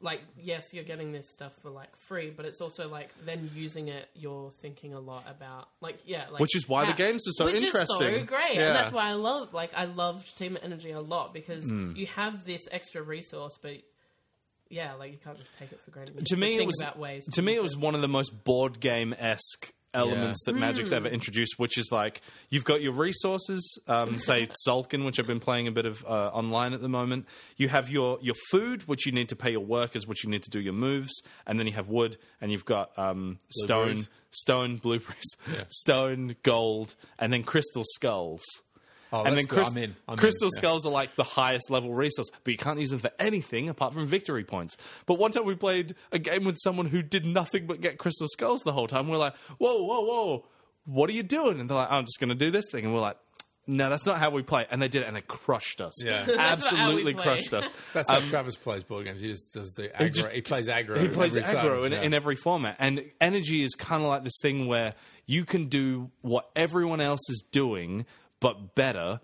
Speaker 3: like yes, you're getting this stuff for like free, but it's also like then using it, you're thinking a lot about like yeah, like
Speaker 2: Which is why the games are so
Speaker 3: which Is so
Speaker 2: interesting.
Speaker 3: great,
Speaker 2: Yeah. Hmm.
Speaker 3: and that's why I love like I loved Team Energy a lot because you have this extra resource, but yeah, like you can't just take it for granted. You have
Speaker 2: to me,
Speaker 3: think
Speaker 2: it was
Speaker 3: about ways.
Speaker 2: to me
Speaker 3: use
Speaker 2: it was one of the most board game esque elements that
Speaker 3: Hmm.
Speaker 2: Magic's ever introduced, which is like you've got your resources, um, say Sulkin, which I've been playing a bit of uh, online at the moment. You have your your food, which you need to pay your workers, which you need to do your moves, and then you have wood, and you've got um, stone,
Speaker 1: Blueberries.
Speaker 2: stone blueberries, stone, gold, and then crystal skulls.
Speaker 1: Oh,
Speaker 2: and
Speaker 1: that's
Speaker 2: then
Speaker 1: good.
Speaker 2: crys-
Speaker 1: I'm in. I'm in,
Speaker 2: crystal
Speaker 1: yeah.
Speaker 2: skulls are like the highest level resource, but you can't use them for anything apart from victory points. But one time we played a game with someone who did nothing but get crystal skulls the whole time. We're like, whoa, whoa, whoa, what are you doing? And they're like, I'm just going to do this thing. And we're like, no, that's not how we play. And they did it, and they crushed us.
Speaker 1: Yeah. That's not
Speaker 3: how we
Speaker 2: absolutely
Speaker 3: play.
Speaker 2: crushed us.
Speaker 1: That's how Travis plays board games. He just does the aggro. He,
Speaker 2: um, just-
Speaker 1: plays aggro.
Speaker 2: He plays
Speaker 1: every time.
Speaker 2: aggro in,
Speaker 1: Yeah.
Speaker 2: in every format. And energy is kind of like this thing where you can do what everyone else is doing, but better.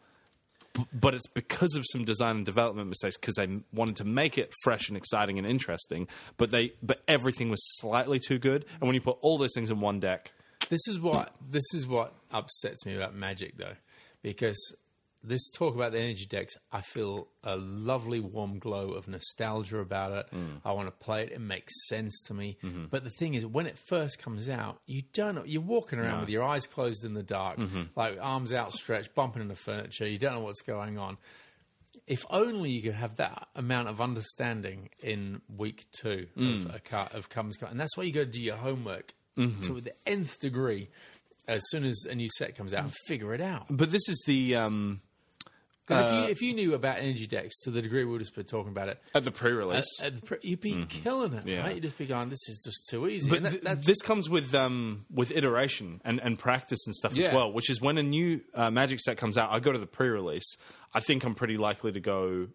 Speaker 2: b- but it's because of some design and development mistakes because they m- wanted to make it fresh and exciting and interesting. But they but everything was slightly too good. And when you put all those things in one deck,
Speaker 1: This is what this is what upsets me about Magic though, because this talk about the energy decks, I feel a lovely warm glow of nostalgia about it. I want to play it; it makes sense to me. But the thing is, when it first comes out, you don't. know You're walking around with your eyes closed in the dark, like arms outstretched, bumping into furniture. You don't know what's going on. If only you could have that amount of understanding in week two
Speaker 2: Mm.
Speaker 1: of a car, of comes Cut. and that's why you go do your homework
Speaker 2: Mm-hmm.
Speaker 1: to the nth degree as soon as a new set comes out and figure it out.
Speaker 2: but this is the um,
Speaker 1: 'Cause
Speaker 2: Uh,
Speaker 1: if, you, if you knew about energy decks to the degree we were just been talking about it,
Speaker 2: at the pre-release.
Speaker 1: at- at the pre- you'd be killing it, right? You'd just be going, "This is just too
Speaker 2: Mm-hmm.
Speaker 1: easy."
Speaker 2: But
Speaker 1: and that,
Speaker 2: th-
Speaker 1: that's,
Speaker 2: this comes with um, with iteration and, and practice and stuff as
Speaker 1: Yeah.
Speaker 2: well, which is when a new uh, Magic set comes out, I go to the pre-release. I think I'm pretty likely to go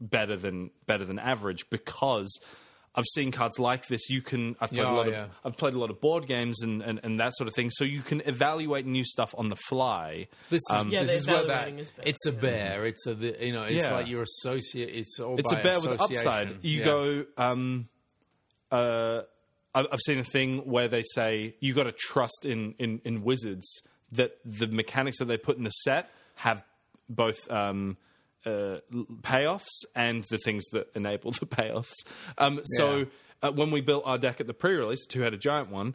Speaker 2: better than better than average because I've seen cards like this. You can I've played
Speaker 1: Yeah,
Speaker 2: a lot
Speaker 1: Oh, yeah.
Speaker 2: of I've played a lot of board games and, and, and that sort of thing, so you can evaluate new stuff on the fly.
Speaker 1: this is,
Speaker 2: um,
Speaker 3: Yeah,
Speaker 1: this
Speaker 3: the
Speaker 1: is where that
Speaker 3: evaluating is better,
Speaker 1: it's a bear. It's a the, you know, it's
Speaker 2: Yeah.
Speaker 1: like your associate. It's all
Speaker 2: it's a
Speaker 1: by
Speaker 2: bear with
Speaker 1: association.
Speaker 2: upside. You
Speaker 1: Yeah.
Speaker 2: go. Um, uh, I- I've seen a thing where they say you got to trust in, in in wizards that the mechanics that they put in the set have both um, uh, l- payoffs and the things that enable the payoffs. Um, so
Speaker 1: Yeah.
Speaker 2: uh, when we built our deck at the pre-release, two had a giant one.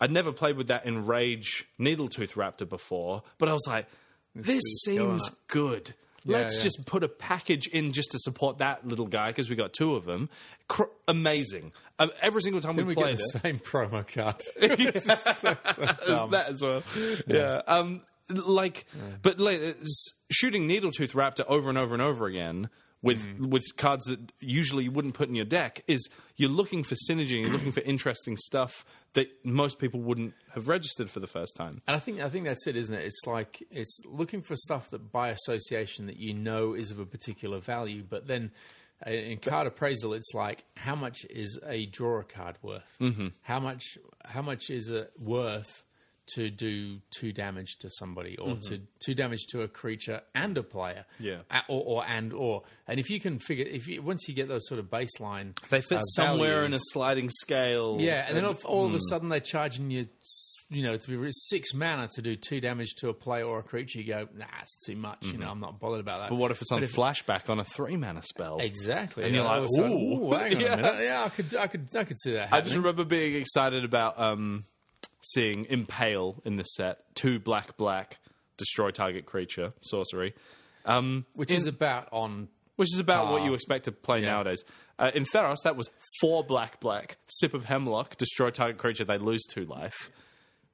Speaker 2: I'd never played with that Enrage Needletooth Raptor before, but I was like, this
Speaker 1: is going
Speaker 2: seems
Speaker 1: up.
Speaker 2: good. Let's
Speaker 1: yeah.
Speaker 2: just put a package in just to support that little guy because we got two of them. Cr- amazing. Um, every single time
Speaker 1: Didn't
Speaker 2: we
Speaker 1: we get
Speaker 2: played
Speaker 1: the
Speaker 2: it,
Speaker 1: same promo card?
Speaker 2: There's that as well. Yeah. Um, like, but like, it's- shooting Needletooth Raptor over and over and over again with with cards that usually you wouldn't put in your deck is you're looking for synergy, you're looking for interesting stuff that most people wouldn't have registered for the first time.
Speaker 1: And I think I think that's it, isn't it? It's like it's looking for stuff that by association that you know is of a particular value, but then uh, in card appraisal, it's like how much is a drawer card worth? Mm-hmm. How much how much is it worth to do two damage to somebody or to two damage to a creature and a player?
Speaker 2: Mm-hmm. Yeah.
Speaker 1: A- or, or and or and if you can figure if you, once you get those sort of baseline,
Speaker 2: They fit
Speaker 1: uh,
Speaker 2: somewhere in
Speaker 1: values-
Speaker 2: a sliding scale.
Speaker 1: yeah, and then all, all
Speaker 2: hmm.
Speaker 1: of a sudden they're charging you, s- you know, to be re- six mana to do two damage to a player or a creature. You go, nah, it's too much. You know, I'm not bothered about that.
Speaker 2: Mm-hmm. But what if it's on flashback on a three mana spell?
Speaker 1: Exactly.
Speaker 2: And you're
Speaker 1: all
Speaker 2: like,
Speaker 1: of a sudden,
Speaker 2: "Ooh."
Speaker 1: hang on
Speaker 2: Yeah.
Speaker 1: a minute. Yeah, I could, I could, I could see that.
Speaker 2: I just remember being excited about um, seeing Impale in the set. Two black, black, destroy target creature, sorcery. Um,
Speaker 1: which is about on.
Speaker 2: which is about what
Speaker 1: Ah.
Speaker 2: you expect to play nowadays. Uh, in Theros, that was four black, black, sip of hemlock, destroy target creature, they lose two life.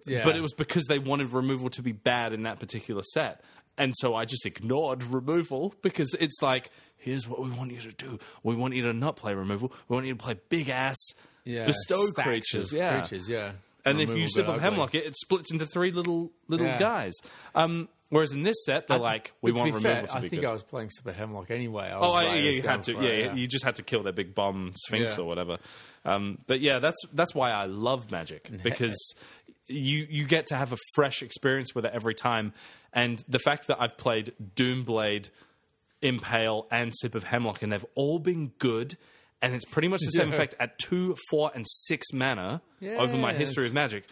Speaker 1: Yeah.
Speaker 2: But it was because they wanted removal to be bad in that particular set. And so I just ignored removal because it's like, here's what we want you to do. We want you to not play removal. We want you to play big ass
Speaker 1: yeah,
Speaker 2: bestow
Speaker 1: stacks of
Speaker 2: creatures. Yeah.
Speaker 1: creatures. Yeah.
Speaker 2: And if you
Speaker 1: Removal
Speaker 2: slip
Speaker 1: got
Speaker 2: up
Speaker 1: ugly.
Speaker 2: hemlock it, it splits into three little little
Speaker 1: Yeah.
Speaker 2: guys. Um, whereas in this set, they're like, we
Speaker 1: But to
Speaker 2: want
Speaker 1: be
Speaker 2: removal
Speaker 1: fair,
Speaker 2: to
Speaker 1: I
Speaker 2: be
Speaker 1: think
Speaker 2: good.
Speaker 1: I was playing Super Hemlock anyway. I was
Speaker 2: oh, I,
Speaker 1: like,
Speaker 2: yeah,
Speaker 1: let's
Speaker 2: you
Speaker 1: go
Speaker 2: had to.
Speaker 1: for
Speaker 2: Yeah,
Speaker 1: it,
Speaker 2: you just had to kill their big bomb sphinx
Speaker 1: Yeah.
Speaker 2: or whatever. Um, but yeah, that's that's why I love Magic because you you get to have a fresh experience with it every time, and the fact that I've played Doomblade, Impale, and Sip of Hemlock, and they've all been good. And it's pretty much the same
Speaker 1: Yeah.
Speaker 2: effect at two, four, and six mana over my history
Speaker 1: Yes. Mm.
Speaker 2: of Magic.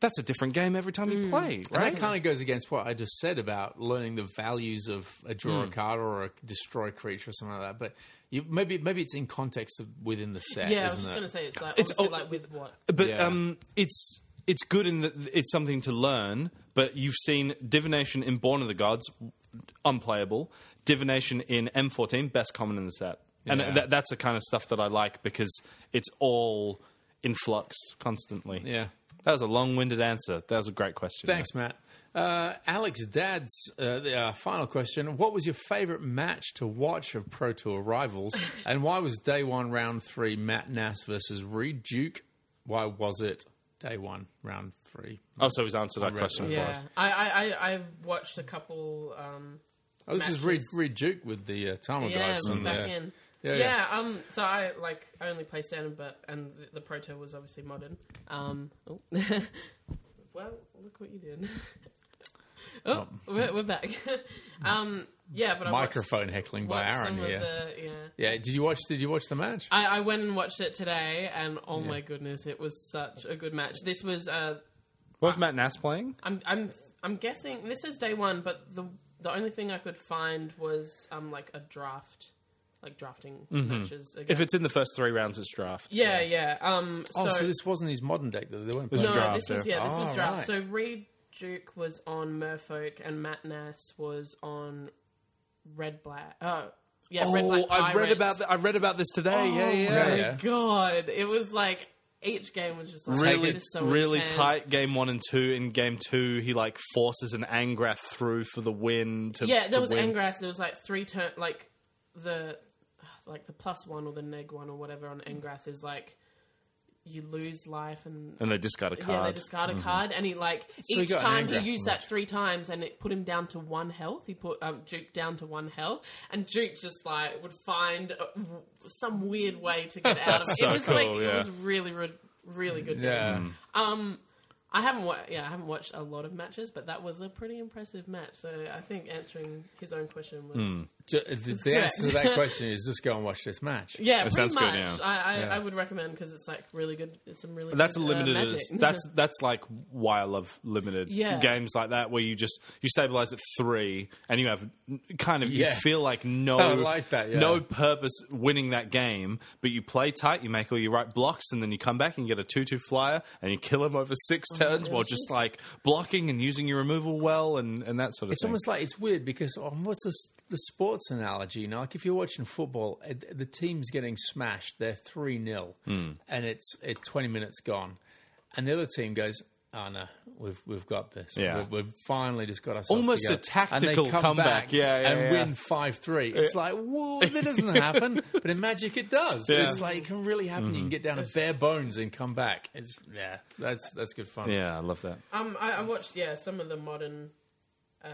Speaker 2: That's a different game every time you play,
Speaker 1: And
Speaker 2: right?
Speaker 1: that kind of goes against what I just said about learning the values of a draw a
Speaker 3: Hmm.
Speaker 1: card or a destroy creature or something like that. But you, maybe maybe it's in context of within the set,
Speaker 3: Yeah, I was
Speaker 1: isn't
Speaker 3: just
Speaker 1: it?
Speaker 3: going to say it's like
Speaker 2: It's-
Speaker 3: obviously,
Speaker 2: oh,
Speaker 3: like with what
Speaker 2: but
Speaker 1: Yeah.
Speaker 2: um, it's it's good in that it's something to learn. But you've seen divination in Born of the Gods, unplayable. Divination in M14, best common in the set, and
Speaker 1: Yeah.
Speaker 2: tha- that's the kind of stuff that I like because it's all in flux constantly.
Speaker 1: Yeah.
Speaker 2: that was a long-winded answer. That was a great question.
Speaker 1: Thanks, Matt. Uh, Alex Dad's uh, the, uh, final question. What was your favorite match to watch of Pro Tour Rivals? and why was day one, round three, Matt Nass versus Reed Duke? Why was it day one, round three?
Speaker 2: Matt. Also, Oh, he's answered that
Speaker 1: read
Speaker 2: question
Speaker 1: that.
Speaker 2: for
Speaker 3: yeah.
Speaker 2: us.
Speaker 3: I, I I I've watched a couple. Um,
Speaker 1: Oh, this is Reed,
Speaker 3: Matches.
Speaker 1: Reed Duke with the uh, Tama
Speaker 3: yeah,
Speaker 1: guys.
Speaker 3: we're
Speaker 1: and,
Speaker 3: back
Speaker 1: uh,
Speaker 3: in.
Speaker 1: Yeah,
Speaker 3: Yeah,
Speaker 1: yeah.
Speaker 3: Um. So I like I only play standard, but and the, the proto was obviously modern. Um. Oh.
Speaker 1: Oh.
Speaker 3: well, look what you did. oh, we're, we're back. um. Yeah, but I watched-
Speaker 1: microphone heckling by
Speaker 3: watched
Speaker 1: Aaron
Speaker 3: some of
Speaker 1: here.
Speaker 3: the- yeah.
Speaker 1: Yeah, did you watch? Did you watch the match?
Speaker 3: I, I went and watched it today, and oh my goodness, it was such a good match. This was, uh,
Speaker 2: Was Matt Nass playing?
Speaker 3: I'm, I'm, I'm guessing this is day one, but the the only thing I could find was um like a draft, like drafting
Speaker 1: Mm-hmm.
Speaker 3: matches. Again.
Speaker 2: If it's in the first three rounds, it's draft.
Speaker 3: yeah, yeah. Um,
Speaker 1: oh, so
Speaker 3: so
Speaker 1: this wasn't his modern deck that they weren't
Speaker 2: This is
Speaker 1: playing.
Speaker 3: no,
Speaker 2: draft,
Speaker 3: this was
Speaker 2: yeah.
Speaker 3: yeah, this
Speaker 1: Oh,
Speaker 3: was draft.
Speaker 1: right.
Speaker 3: So Reed Duke was on Merfolk, and Matt Nass was on Red Black. Oh, yeah, Red Black. Pirates.
Speaker 2: I read about this today. yeah,
Speaker 1: Yeah,
Speaker 3: Oh
Speaker 1: yeah.
Speaker 3: god, it was like each game was just like,
Speaker 2: Really,
Speaker 3: just so
Speaker 2: really
Speaker 3: intense.
Speaker 2: tight. Game one and two. In game two, he like forces an Angrath through for the win. To
Speaker 3: Yeah,
Speaker 2: to
Speaker 3: there was
Speaker 2: win.
Speaker 3: Engrass. There was like three turn, like the like the plus one or the neg one or whatever on Engrath is like you lose life and.
Speaker 2: and they discard a card. Mm-hmm.
Speaker 3: Yeah, they discard a card, and he like
Speaker 1: he
Speaker 3: each
Speaker 1: got an
Speaker 3: time
Speaker 1: Engrath
Speaker 3: he used
Speaker 1: from
Speaker 3: that three times, and it put him down to one health. He put um, Duke down to one health, and Duke just like would find uh, w- some weird way to get out of it.
Speaker 2: That's so
Speaker 3: it was like
Speaker 2: cool,
Speaker 3: it
Speaker 2: yeah.
Speaker 3: was really, re- really good. games.
Speaker 1: Yeah,
Speaker 3: I haven't wa- yeah, I haven't watched a lot of matches, but that was a pretty impressive match. So I think answering his own question was
Speaker 2: Hmm.
Speaker 1: Ju- uh, the, the answer to that question is just go and watch this match.
Speaker 3: yeah, pretty
Speaker 2: sounds good,
Speaker 3: much.
Speaker 2: yeah.
Speaker 3: I, I,
Speaker 1: Yeah.
Speaker 3: I would recommend because it's like really good. It's some really
Speaker 2: That's a
Speaker 3: good,
Speaker 2: limited.
Speaker 3: Uh,
Speaker 2: as-
Speaker 3: magic.
Speaker 2: that's that's like why I love limited
Speaker 3: Yeah.
Speaker 2: games like that, where you just you stabilize at three and you have n- kind of
Speaker 1: Yeah.
Speaker 2: you feel like no
Speaker 1: I like that, yeah.
Speaker 2: no purpose winning that game, but you play tight, you make all your right blocks, and then you come back and get a two two flyer and you kill him over six
Speaker 3: Oh,
Speaker 2: turns while just like blocking and using your removal well and and that sort of
Speaker 1: It's
Speaker 2: thing.
Speaker 1: almost like it's weird because um, what's the, s- the sports analogy? You know, like if you're watching football, uh, the team's getting smashed. They're three 0
Speaker 2: Hmm.
Speaker 1: and it's it, twenty minutes gone, and the other team goes, "Oh no, we've we've got this.
Speaker 2: Yeah.
Speaker 1: We've, we've finally just got ourselves
Speaker 2: Almost a
Speaker 1: together." And they
Speaker 2: tactical
Speaker 1: come
Speaker 2: comeback.
Speaker 1: back
Speaker 2: Yeah, yeah,
Speaker 1: and
Speaker 2: yeah. Uh,
Speaker 1: win five three. It's like whoa, that doesn't happen, but in Magic it does.
Speaker 2: Yeah. Mm-hmm.
Speaker 1: It's like it can really happen. You can get down to bare bones and come back. It's yeah, that's that's good fun.
Speaker 2: yeah, I love that.
Speaker 3: um, I, I watched yeah some of the modern, uh,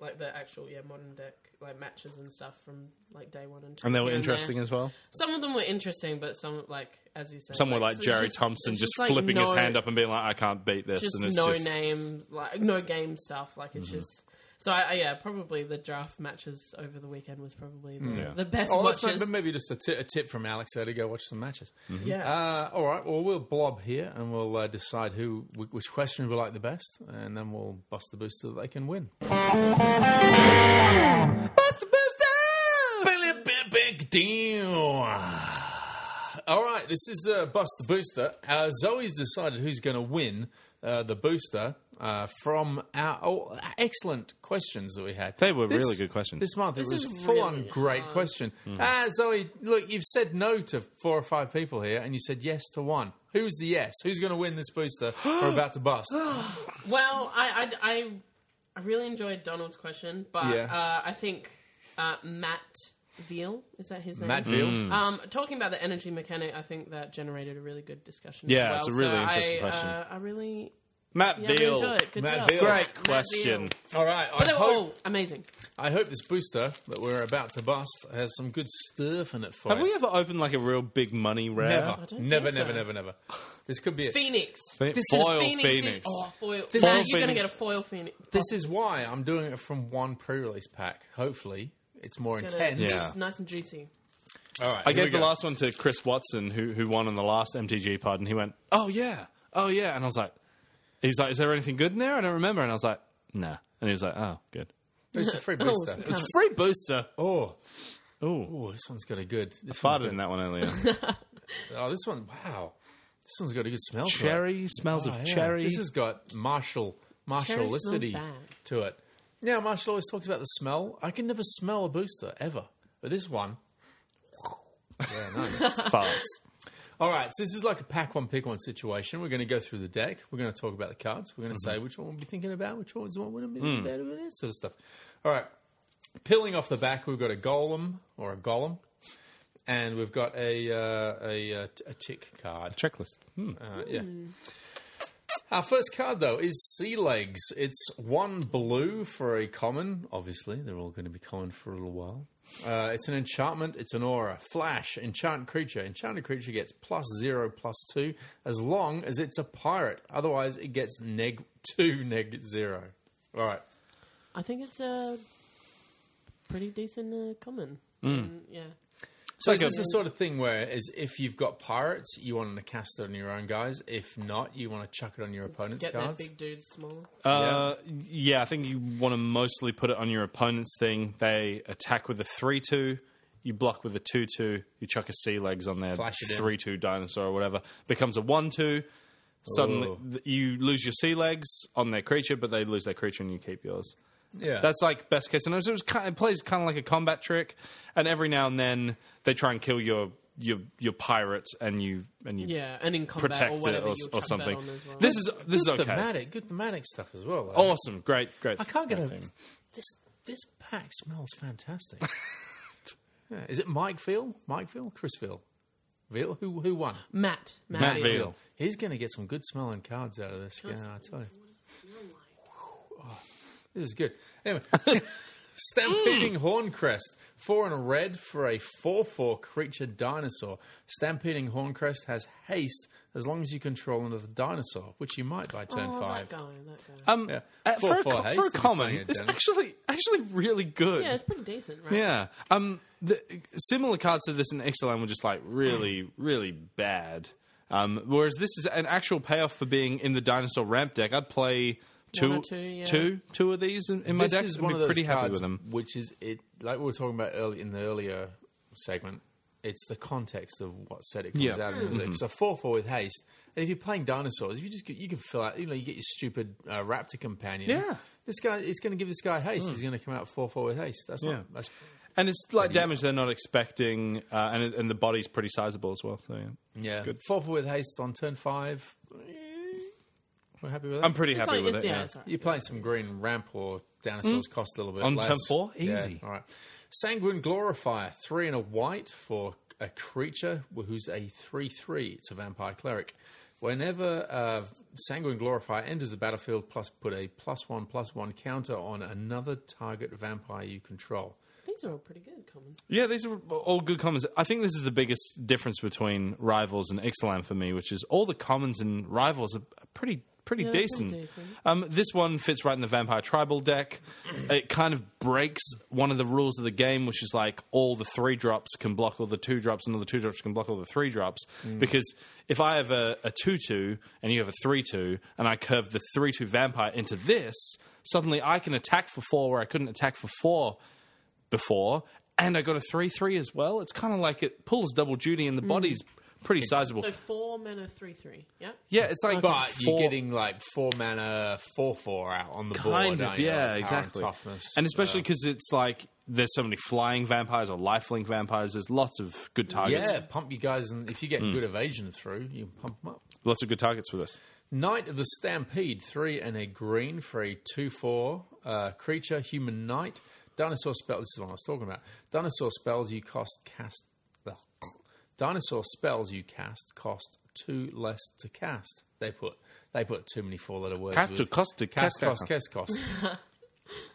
Speaker 3: like the actual yeah modern deck like matches and stuff from like day one and two.
Speaker 2: And they were
Speaker 3: here there.
Speaker 2: interesting as well.
Speaker 3: Some of them were interesting, but some like as you said,
Speaker 2: Some were like
Speaker 3: it's
Speaker 2: Jerry
Speaker 3: just-
Speaker 2: Thompson
Speaker 3: it's
Speaker 2: just,
Speaker 3: like,
Speaker 2: flipping his
Speaker 3: no-
Speaker 2: hand up and being like, "I can't beat this,"
Speaker 3: just
Speaker 2: and it's
Speaker 3: no
Speaker 2: just Mm-hmm.
Speaker 3: name, like no game stuff. Like it's just. So I, I, yeah, probably the draft matches over the weekend was probably the,
Speaker 2: Mm.
Speaker 3: the best
Speaker 1: Oh, that's
Speaker 3: watches.
Speaker 1: not- maybe just a ti- a tip from Alex there to go watch some matches.
Speaker 3: yeah,
Speaker 1: Uh, all right. Well, we'll blob here and we'll uh, decide who wh- which question we like the best, and then we'll bust the booster that they can win. Bust the booster! Big, big deal. All right. This is uh, bust the booster. Uh, Zoe's decided who's going to win uh, the booster uh, from our oh, excellent questions that we had.
Speaker 2: They were really good questions.
Speaker 1: This month it was
Speaker 3: is
Speaker 1: a full on
Speaker 3: really
Speaker 1: great
Speaker 3: hard.
Speaker 1: question.
Speaker 2: Mm-hmm.
Speaker 1: Ah, Zoe, look, you've said no to four or five people here, and you said yes to one. Who's the yes? Who's going to win this booster? We're about to bust.
Speaker 3: Oh. well, I, I I I really enjoyed Donald's question, but
Speaker 1: Yeah.
Speaker 3: uh, I think uh, Matt Veal is that his name?
Speaker 1: Matt Veal.
Speaker 2: Mm.
Speaker 3: Um, talking about the energy mechanic, I think that generated a really good discussion.
Speaker 2: Yeah,
Speaker 3: as well.
Speaker 2: it's a really
Speaker 3: So
Speaker 2: interesting
Speaker 3: I,
Speaker 2: question.
Speaker 3: Uh, I really,
Speaker 2: Matt
Speaker 3: yeah, I really
Speaker 2: Veal.
Speaker 3: enjoyed it. Good
Speaker 1: Matt
Speaker 3: job.
Speaker 1: Veal.
Speaker 3: Matt
Speaker 2: Great
Speaker 3: Veal.
Speaker 2: question.
Speaker 1: All right. I
Speaker 3: They were
Speaker 1: hope,
Speaker 3: all amazing.
Speaker 1: I hope this booster that we're about to bust has some good stuff in it for
Speaker 2: Have
Speaker 1: you.
Speaker 2: we ever opened like a real big money rare?
Speaker 1: Never,
Speaker 3: don't think
Speaker 1: never,
Speaker 3: so.
Speaker 1: never, never, never. This could be it.
Speaker 3: Phoenix.
Speaker 2: This
Speaker 3: This
Speaker 2: foil
Speaker 3: is Phoenix.
Speaker 2: Phoenix.
Speaker 3: Oh, foil.
Speaker 1: This
Speaker 3: Matt,
Speaker 1: is-
Speaker 3: you're going to
Speaker 2: Phoenix.
Speaker 3: get a foil Phoenix.
Speaker 1: This is why I'm doing it from one pre-release pack. Hopefully, it's more
Speaker 3: Gonna-
Speaker 1: intense.
Speaker 2: Yeah.
Speaker 3: It's nice and juicy.
Speaker 1: All right.
Speaker 2: I
Speaker 1: here we
Speaker 2: gave the
Speaker 1: go.
Speaker 2: last one to Chris Watson, who who won on the last MTG pod, and he went, "Oh yeah, oh yeah," and I was like, "He's like, is there anything good in there?" I don't remember, and I was like, "Nah," and he was like, "Oh, good."
Speaker 1: It's a free
Speaker 3: Oh, it's
Speaker 1: booster.
Speaker 2: It's a free booster.
Speaker 1: Oh,
Speaker 2: Oh,
Speaker 1: oh, this one's got a good. This one's
Speaker 2: farted in that one earlier.
Speaker 1: Oh, this one, wow. This one's got a good smell.
Speaker 2: cherry smells
Speaker 1: to it.
Speaker 2: of
Speaker 1: Oh, yeah.
Speaker 2: cherry.
Speaker 1: This has got martial, martialicity
Speaker 3: bad.
Speaker 1: to it. Now, Marshall always talks about the smell. I can never smell a booster, ever. But this one, yeah, nice.
Speaker 2: It's farts.
Speaker 1: All right, so this is like a pack one, pick one situation. We're going to go through the deck. We're going to talk about the cards. We're going to
Speaker 2: Mm-hmm.
Speaker 1: say which one we'll be thinking about, which one's the one we're going to
Speaker 2: Mm.
Speaker 1: be about, and that sort of stuff. All right, peeling off the back, we've got a golem or a golem, and we've got a uh, a, uh, t- a tick card.
Speaker 2: Checklist. Hmm.
Speaker 1: Uh, yeah. Our first card, though, is Sea Legs. It's one blue for a common. Obviously, they're all going to be common for a little while. Uh, it's an enchantment. It's an aura. Flash. Enchant creature. Enchanted creature gets plus zero, plus two, as long as it's a pirate. Otherwise, it gets neg two, neg zero. All right.
Speaker 3: I think it's a pretty decent uh, common.
Speaker 2: Hmm.
Speaker 3: And, yeah.
Speaker 1: So
Speaker 2: like
Speaker 1: this
Speaker 2: a-
Speaker 1: is the sort of thing where is if you've got pirates, you want to cast it on your own guys. If not, you want to chuck it on your opponent's
Speaker 3: Get that
Speaker 1: cards.
Speaker 3: big dude smaller.
Speaker 2: Uh, yeah, I think you want to mostly put it on your opponent's thing. They attack with a 3 2, you block with a 2 2, you chuck a sea legs on their
Speaker 1: Flash it in.
Speaker 2: 3 2 dinosaur or whatever, becomes a 1 2. Suddenly,
Speaker 1: Ooh.
Speaker 2: th- you lose your sea legs on their creature, but they lose their creature and you keep yours.
Speaker 1: yeah,
Speaker 2: That's like best case scenario. So it, was kind it plays kind of like a combat trick, and every now and then they try and kill your your your pirate, and you and you
Speaker 3: Yeah, and in combat
Speaker 2: protect
Speaker 3: or whatever,
Speaker 2: it or,
Speaker 3: you'll
Speaker 2: or
Speaker 3: chuck
Speaker 2: something.
Speaker 3: That on as well.
Speaker 2: This is this is
Speaker 1: good
Speaker 2: okay.
Speaker 1: thematic, good thematic stuff as well. though.
Speaker 2: Awesome, great, great.
Speaker 1: I can't get
Speaker 2: great
Speaker 1: a
Speaker 2: thing.
Speaker 1: this. This pack smells fantastic. Yeah. Is it Mike Veal? Mike Veal? Chris Veal? Veal? Who who won?
Speaker 3: Matt. Matt,
Speaker 2: Matt Veal.
Speaker 1: He's going to get some good smelling cards out of this. Yeah, I tell you. Oh, This is good. Anyway, Stampeding Horncrest. Four and a red for a 4 4 creature dinosaur. Stampeding Horncrest has haste as long as you control another dinosaur, which you might by turn
Speaker 3: Oh,
Speaker 1: five.
Speaker 3: that guy. That guy.
Speaker 2: Um,
Speaker 1: Yeah.
Speaker 2: uh,
Speaker 1: Four,
Speaker 2: for, a,
Speaker 1: four
Speaker 2: co-
Speaker 1: haste
Speaker 2: for a
Speaker 1: if you're playing
Speaker 2: common,
Speaker 1: it,
Speaker 2: it's
Speaker 1: Danny.
Speaker 2: actually actually really good.
Speaker 3: yeah, it's pretty decent, right?
Speaker 2: Yeah. Um, the, similar cards to this in XLM were just like really, really bad. Um, whereas this is an actual payoff for being in the dinosaur ramp deck. I'd play two,
Speaker 3: One or two, yeah.
Speaker 2: two- two of these in, in my
Speaker 1: this
Speaker 2: deck.
Speaker 1: is
Speaker 2: and
Speaker 1: one
Speaker 2: be
Speaker 1: of those
Speaker 2: pretty
Speaker 1: cards
Speaker 2: happy with them.
Speaker 1: which is it like we were talking about early in the earlier segment. It's the context of what set it comes
Speaker 2: Yeah. Mm-hmm.
Speaker 1: out of. It's a four four with haste, and if you're playing dinosaurs, if you just get, you can fill out, you know, you get your stupid uh, raptor companion.
Speaker 2: Yeah. Mm.
Speaker 1: this guy it's going to give this guy haste. He's going to come out four four with haste. That's
Speaker 2: Yeah.
Speaker 1: not that's
Speaker 2: And it's like damage they're not expecting, uh, and it- and the body's pretty sizable as well. So yeah,
Speaker 1: yeah
Speaker 2: It's good.
Speaker 1: four four with haste on turn five. We're happy with that.
Speaker 2: I'm pretty
Speaker 3: It's
Speaker 2: happy
Speaker 3: like,
Speaker 2: with
Speaker 3: it's,
Speaker 2: it.
Speaker 3: yeah,
Speaker 2: yeah.
Speaker 3: it's all right.
Speaker 1: You're playing some green ramp or dinosaurs cost a little bit
Speaker 2: On
Speaker 1: less.
Speaker 2: turn four?
Speaker 1: Yeah,
Speaker 2: Easy.
Speaker 1: all right. Sanguine Glorifier, three and a white for a creature who's a three three. It's a vampire cleric. Whenever uh, Sanguine Glorifier enters the battlefield, plus put a plus one plus one counter on another target vampire you control.
Speaker 3: These are all pretty good commons.
Speaker 2: Yeah, these are all good commons. I think this is the biggest difference between Rivals and Ixalan for me, which is all the commons and Rivals are pretty pretty
Speaker 3: Yeah, they're pretty
Speaker 2: decent.
Speaker 3: decent.
Speaker 2: Um, this one fits right in the Vampire Tribal deck. It kind of breaks one of the rules of the game, which is like all the three drops can block all the two drops, and all the two drops can block all the three drops. Because if I have a, a two two and you have a three two, and I curve the three two Vampire into this, suddenly I can attack for four where I couldn't attack for four before, and I got a three three as well. It's kind of like it pulls double duty,
Speaker 1: Mm.
Speaker 2: and the body's pretty sizable.
Speaker 3: So four mana, three, three. Yeah.
Speaker 2: yeah, it's like
Speaker 1: But you you're
Speaker 2: four-
Speaker 1: getting like four mana four four out on the board.
Speaker 2: kind
Speaker 1: aren't
Speaker 2: of
Speaker 1: you? Like
Speaker 2: yeah,
Speaker 1: power and
Speaker 2: exactly,
Speaker 1: toughness.
Speaker 2: and especially because it's like there's so many flying vampires or lifelink vampires. There's lots of good targets, Hmm.
Speaker 1: yeah, pump you guys, and if you get good evasion through, you can pump them up.
Speaker 2: lots of good targets for this.
Speaker 1: Knight of the Stampede, three and a green for a 2 4 uh, creature, human knight. Dinosaur spell, this is what I was talking about. Dinosaur spells you cost cast. ugh. Dinosaur spells you cast cost two less to cast. They put they put too many four letter words.
Speaker 2: Cast
Speaker 1: with-
Speaker 2: to cost to
Speaker 1: cast
Speaker 2: cast.
Speaker 1: cost cast cost.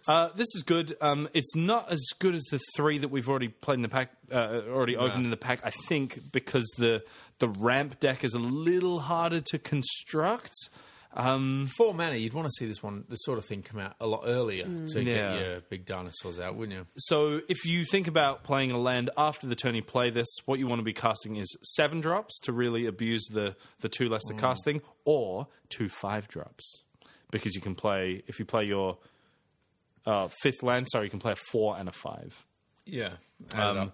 Speaker 2: Uh, this is good. Um, it's not as good as the three that we've already played in the pack, uh, already opened in the pack. I think because the the ramp deck is a little harder to construct.
Speaker 1: Four mana. You'd want to see this one, this sort of thing, come out a lot earlier
Speaker 2: Yeah.
Speaker 1: to get your big dinosaurs out, wouldn't you?
Speaker 2: So if you think about playing a land after the turn you play this, what you want to be casting is seven drops to really abuse the the two less
Speaker 1: Mm.
Speaker 2: to cast thing, or two five drops, because you can play if you play your uh, fifth land. Sorry, you can play a four and a five.
Speaker 1: Yeah.
Speaker 2: Um,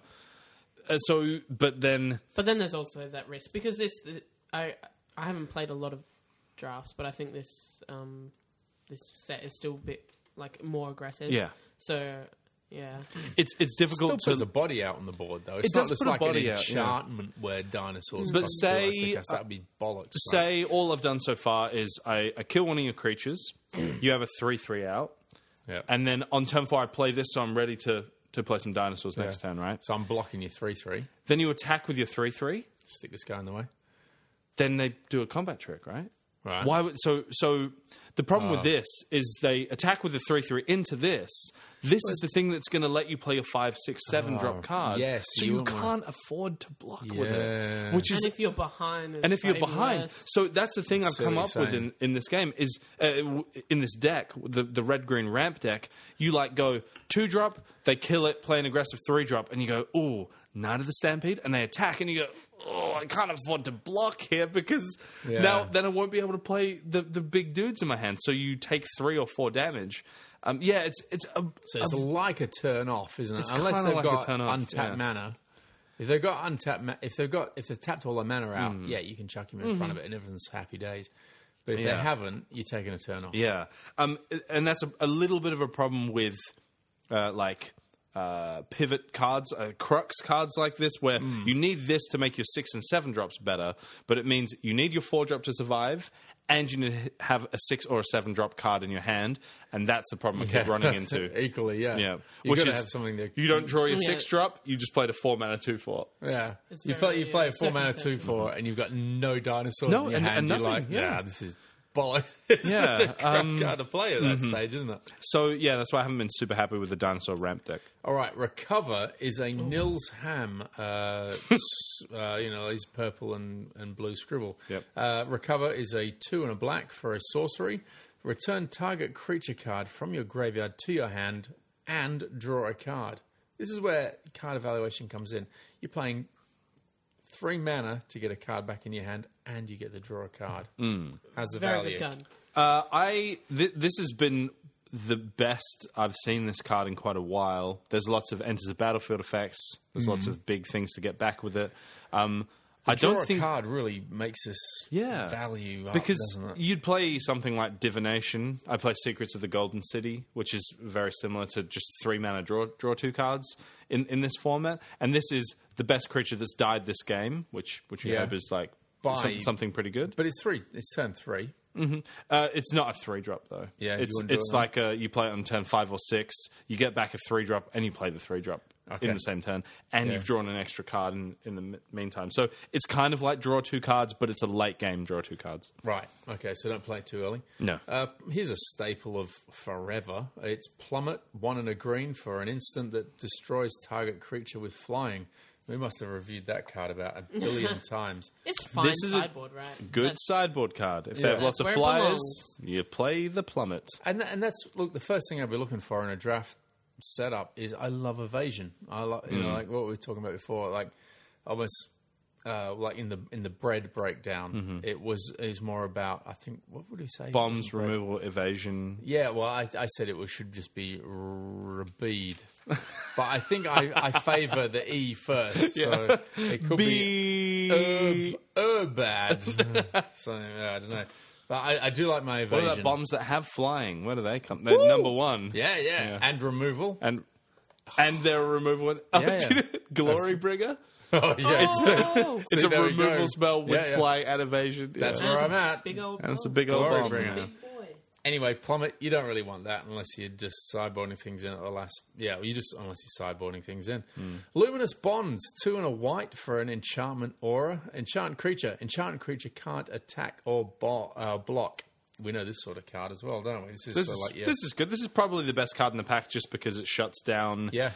Speaker 2: Uh, so, but then
Speaker 3: But then there's also that risk because this, I I haven't played a lot of drafts, but I think this um this set is still a bit like more aggressive.
Speaker 2: Yeah.
Speaker 3: So yeah,
Speaker 2: it's it's
Speaker 1: Still
Speaker 2: difficult
Speaker 1: puts
Speaker 2: to
Speaker 1: a body out on the board though. It's
Speaker 2: It
Speaker 1: not
Speaker 2: does
Speaker 1: just
Speaker 2: put a
Speaker 1: like
Speaker 2: body
Speaker 1: an
Speaker 2: out, yeah.
Speaker 1: enchantment where dinosaurs.
Speaker 2: But
Speaker 1: come to
Speaker 2: say- uh,
Speaker 1: us, they cast- that would be bollocks. right?
Speaker 2: say all I've done so far is I, I kill one of your creatures. you have a three three out,
Speaker 1: Yeah.
Speaker 2: and then on turn four I play this, so I'm ready to to play some dinosaurs next turn, right?
Speaker 1: So I'm blocking your three three.
Speaker 2: Then you attack with your three three.
Speaker 1: Stick this guy in the way.
Speaker 2: Then they do a combat trick, right?
Speaker 1: Right.
Speaker 2: Why would so so? The problem
Speaker 1: Oh.
Speaker 2: with this is they attack with the three three into this. This is the thing that's going to let you play a five, six, seven drop cards.
Speaker 1: Oh, yes,
Speaker 2: so
Speaker 1: you
Speaker 2: you,
Speaker 1: wouldn't
Speaker 2: can't afford to block with
Speaker 1: Yeah.
Speaker 2: it, which is
Speaker 3: And if you're behind, it's
Speaker 2: and if you're
Speaker 3: even
Speaker 2: behind,
Speaker 3: worse.
Speaker 2: so that's the thing I've
Speaker 1: So
Speaker 2: come up with
Speaker 1: insane.
Speaker 2: in, in this game is uh, w- in this deck, the the red green ramp deck. You like go two drop, they kill it, play an aggressive three drop, and you go ooh nine of the stampede, and they attack, and you go oh I can't afford to block here because
Speaker 1: Yeah.
Speaker 2: now then I won't be able to play the the big dudes in my hand. So you take three or four damage. Um, yeah, it's it's a,
Speaker 1: So it's like a turn off, isn't it?
Speaker 2: It's
Speaker 1: Unless
Speaker 2: kinda
Speaker 1: they've
Speaker 2: like a
Speaker 1: got
Speaker 2: turn off,
Speaker 1: untapped
Speaker 2: yeah.
Speaker 1: mana. If they've got untapped, ma- if they've got if they've tapped all their mana out,
Speaker 2: Hmm.
Speaker 1: yeah, you can chuck him in front of it, and everything's happy days. But if they
Speaker 2: Mm-hmm. Yeah.
Speaker 1: haven't, you're taking a turn off.
Speaker 2: Yeah, um, and that's a, a little bit of a problem with uh, like uh, pivot cards, uh, crux cards like this, where
Speaker 1: Hmm.
Speaker 2: you need this to make your six and seven drops better, but it means you need your four drop to survive, and you need to h- have a six or a seven drop card in your hand, and that's the problem I keep running into.
Speaker 1: equally, yeah,
Speaker 2: Yeah,
Speaker 1: You've got to have something that
Speaker 2: you don't draw your six
Speaker 3: Yeah.
Speaker 2: drop. You just played a four mana two four.
Speaker 1: Yeah,
Speaker 3: It's
Speaker 1: you
Speaker 3: very,
Speaker 1: play you
Speaker 3: yeah,
Speaker 1: play a four mana two
Speaker 3: circumstantial.
Speaker 1: four, and you've got no dinosaurs.
Speaker 2: No,
Speaker 1: in your
Speaker 2: and-
Speaker 1: hand.
Speaker 2: and
Speaker 1: you're
Speaker 2: nothing,
Speaker 1: like,
Speaker 2: yeah.
Speaker 1: yeah, this is bollocks. it's
Speaker 2: Yeah,
Speaker 1: such a crap
Speaker 2: um,
Speaker 1: card to play at that stage, isn't it?
Speaker 2: So yeah, that's why I haven't been super happy with the dinosaur ramp deck.
Speaker 1: All right, recover is
Speaker 2: Oh.
Speaker 1: a Nils Ham. Uh, s- uh, you know, he's purple and, and blue scribble.
Speaker 2: Yep.
Speaker 1: Uh, recover is a two and a black for a sorcery. Return target creature card from your graveyard to your hand and draw a card. This is where card evaluation comes in. You're playing three mana to get a card back in your hand, and you get to draw a card.
Speaker 2: Hmm.
Speaker 1: How's the
Speaker 3: very
Speaker 1: value?
Speaker 3: good gun.
Speaker 2: Uh, I th- this has been the best I've seen this card in quite a while. There's lots of enters the battlefield effects. There's lots of big things to get back with it. Um, I
Speaker 1: Draw
Speaker 2: don't
Speaker 1: Mm-hmm. a
Speaker 2: think
Speaker 1: card really makes this
Speaker 2: yeah
Speaker 1: value up,
Speaker 2: because
Speaker 1: doesn't it?
Speaker 2: you'd play something like divination. I play Secrets of the Golden City, which is very similar to just three mana draw draw two cards in in this format. And this is the best creature that's died this game, which which you
Speaker 1: Yeah.
Speaker 2: hope is like
Speaker 1: By-
Speaker 2: some- something pretty good.
Speaker 1: But it's three. It's turn three.
Speaker 2: Uh, it's not a three drop though.
Speaker 1: Yeah, you
Speaker 2: it's
Speaker 1: wouldn't do
Speaker 2: it's
Speaker 1: it, no?
Speaker 2: like uh you play it on turn five or six. You get back a three drop, and you play the three drop
Speaker 1: Okay.
Speaker 2: in the same turn, and
Speaker 1: Yeah.
Speaker 2: you've drawn an extra card in, in the m- meantime. So it's kind of like draw two cards, but it's a late game draw two cards.
Speaker 1: Right. Okay. So don't play it too early.
Speaker 2: No.
Speaker 1: Uh, here's a staple of forever. It's plummet one and a green for an instant that destroys target creature with flying. We must have reviewed that card about a billion times.
Speaker 3: It's fine
Speaker 2: This is a
Speaker 3: sideboard, right?
Speaker 2: Good
Speaker 3: That's-
Speaker 2: sideboard card. If they have lots of
Speaker 3: That's where it
Speaker 2: flyers, you play the plummet.
Speaker 1: And tha- and that's look the first thing I'd be looking for in a draft setup is I love evasion. I like you
Speaker 2: Hmm.
Speaker 1: know like what we were talking about before, like almost uh, like in the in the bread breakdown, it was is more about I think what would we say
Speaker 2: Mm-hmm. Bombs,
Speaker 1: removed.
Speaker 2: removal, evasion.
Speaker 1: Yeah, well, I, I said it was, should just be Rabid. but I think I, I favour the E first, so it could
Speaker 2: Be- Oh,
Speaker 1: be Urb, Urbad. so yeah, I don't know. But I, I do like my
Speaker 2: what
Speaker 1: evasion.
Speaker 2: about bombs that have flying? Where do they come? They're number one.
Speaker 1: Yeah, yeah, and removal.
Speaker 2: and and their removal. Oh,
Speaker 1: Yeah,
Speaker 2: do you
Speaker 1: yeah.
Speaker 2: know- Glory bringer.
Speaker 1: oh, yeah, it's
Speaker 3: Oh,
Speaker 2: It's a
Speaker 1: there we go.
Speaker 2: removal spell with
Speaker 1: Yeah, yeah.
Speaker 2: fly and evasion.
Speaker 1: That's
Speaker 2: yeah.
Speaker 1: where I'm at.
Speaker 3: big old.
Speaker 2: That's a
Speaker 3: bomb.
Speaker 2: big old
Speaker 1: Glory
Speaker 2: bomb.
Speaker 1: bringer.
Speaker 3: Big boy.
Speaker 1: Anyway, plummet. You don't really want that unless you're just sideboarding things in at the last. Yeah, well, you just unless you're sideboarding things in.
Speaker 2: Hmm.
Speaker 1: Luminous bonds, two and a white for an enchantment aura. Enchant creature. Enchant creature can't attack or bo- uh, block. We know this sort of card as well, don't we? This is
Speaker 2: This,
Speaker 1: sort
Speaker 2: is-
Speaker 1: of like yeah,
Speaker 2: this is good. This is probably the best card in the pack just because it shuts down
Speaker 1: yeah.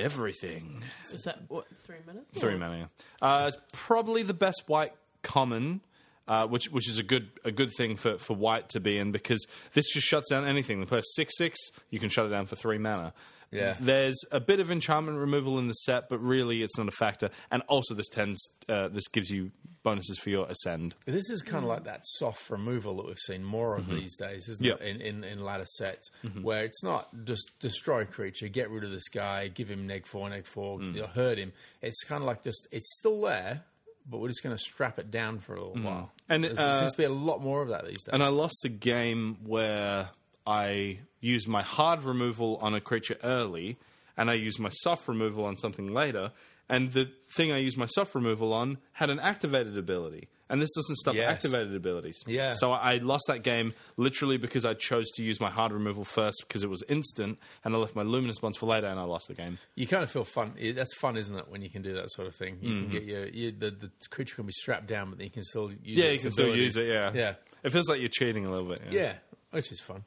Speaker 2: everything.
Speaker 3: Is that what? Three minutes.
Speaker 2: Three mana. Uh, it's probably the best white common. Uh, which which is a good a good thing for, for white to be in because this just shuts down anything. The player six six, you can shut it down for three mana.
Speaker 1: Yeah.
Speaker 2: There's a bit of enchantment removal in the set, but really it's not a factor. And also this tends uh, this gives you bonuses for your ascend.
Speaker 1: This is
Speaker 2: Mm.
Speaker 1: kind of like that soft removal that we've seen more
Speaker 2: Mm-hmm.
Speaker 1: of these days, isn't
Speaker 2: Yep.
Speaker 1: it? In, in in ladder sets,
Speaker 2: Mm-hmm.
Speaker 1: where it's not just destroy a creature, get rid of this guy, give him neg four, neg four,
Speaker 2: Mm.
Speaker 1: you know, hurt him. It's kind of like just it's still there, but we're just going to strap it down for a little while.
Speaker 2: And,
Speaker 1: There's-
Speaker 2: uh,
Speaker 1: there seems to be a lot more of that these days.
Speaker 2: And I lost a game where I used my hard removal on a creature early, and I used my soft removal on something later. And the thing I used my soft removal on had an activated ability, and this doesn't stop
Speaker 1: Yes.
Speaker 2: activated abilities.
Speaker 1: Yeah.
Speaker 2: So I I lost that game literally because I chose to use my hard removal first because it was instant, and I left my luminous bonds for later, and I lost the game.
Speaker 1: you kind of feel fun. i- That's fun, isn't it? When you can do that sort of
Speaker 2: Mm-hmm.
Speaker 1: thing, you can get your you, the, the creature can be strapped down, but then you can still use
Speaker 2: Yeah,
Speaker 1: its
Speaker 2: you can still
Speaker 1: ability.
Speaker 2: use it, yeah.
Speaker 1: yeah.
Speaker 2: It feels like you're cheating a little bit. Yeah.
Speaker 1: Yeah, which is fun.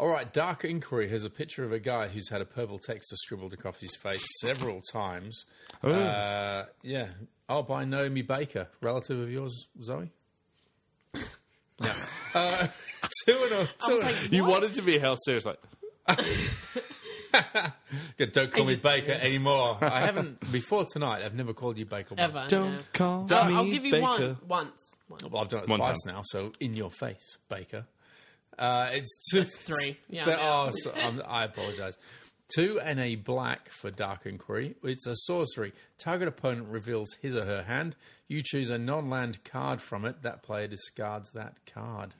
Speaker 1: All right, Dark Inquiry has a picture of a guy who's had a purple texture scribbled across his face several times. Uh, yeah. Oh, by Naomi Baker, relative of yours, Zoe? No. uh, two and a, two and a-
Speaker 2: You wanted to be held serious, like
Speaker 1: Yeah, Don't call me
Speaker 3: just-
Speaker 1: Baker anymore. I haven't, before tonight, I've never called you Baker once.
Speaker 3: ever. yeah.
Speaker 2: call
Speaker 3: Well, I'll give you one once. Once.
Speaker 1: Well, I've done it
Speaker 2: One
Speaker 1: twice
Speaker 2: time.
Speaker 1: now, so in your face, Baker. Uh, it's two,
Speaker 3: three. Yeah,
Speaker 1: so-
Speaker 3: I'm out.
Speaker 1: oh, so, I'm, I apologize. Two and a black for Dark Inquiry. It's a sorcery. Target opponent reveals his or her hand. You choose a non-land card from it. That player discards that card.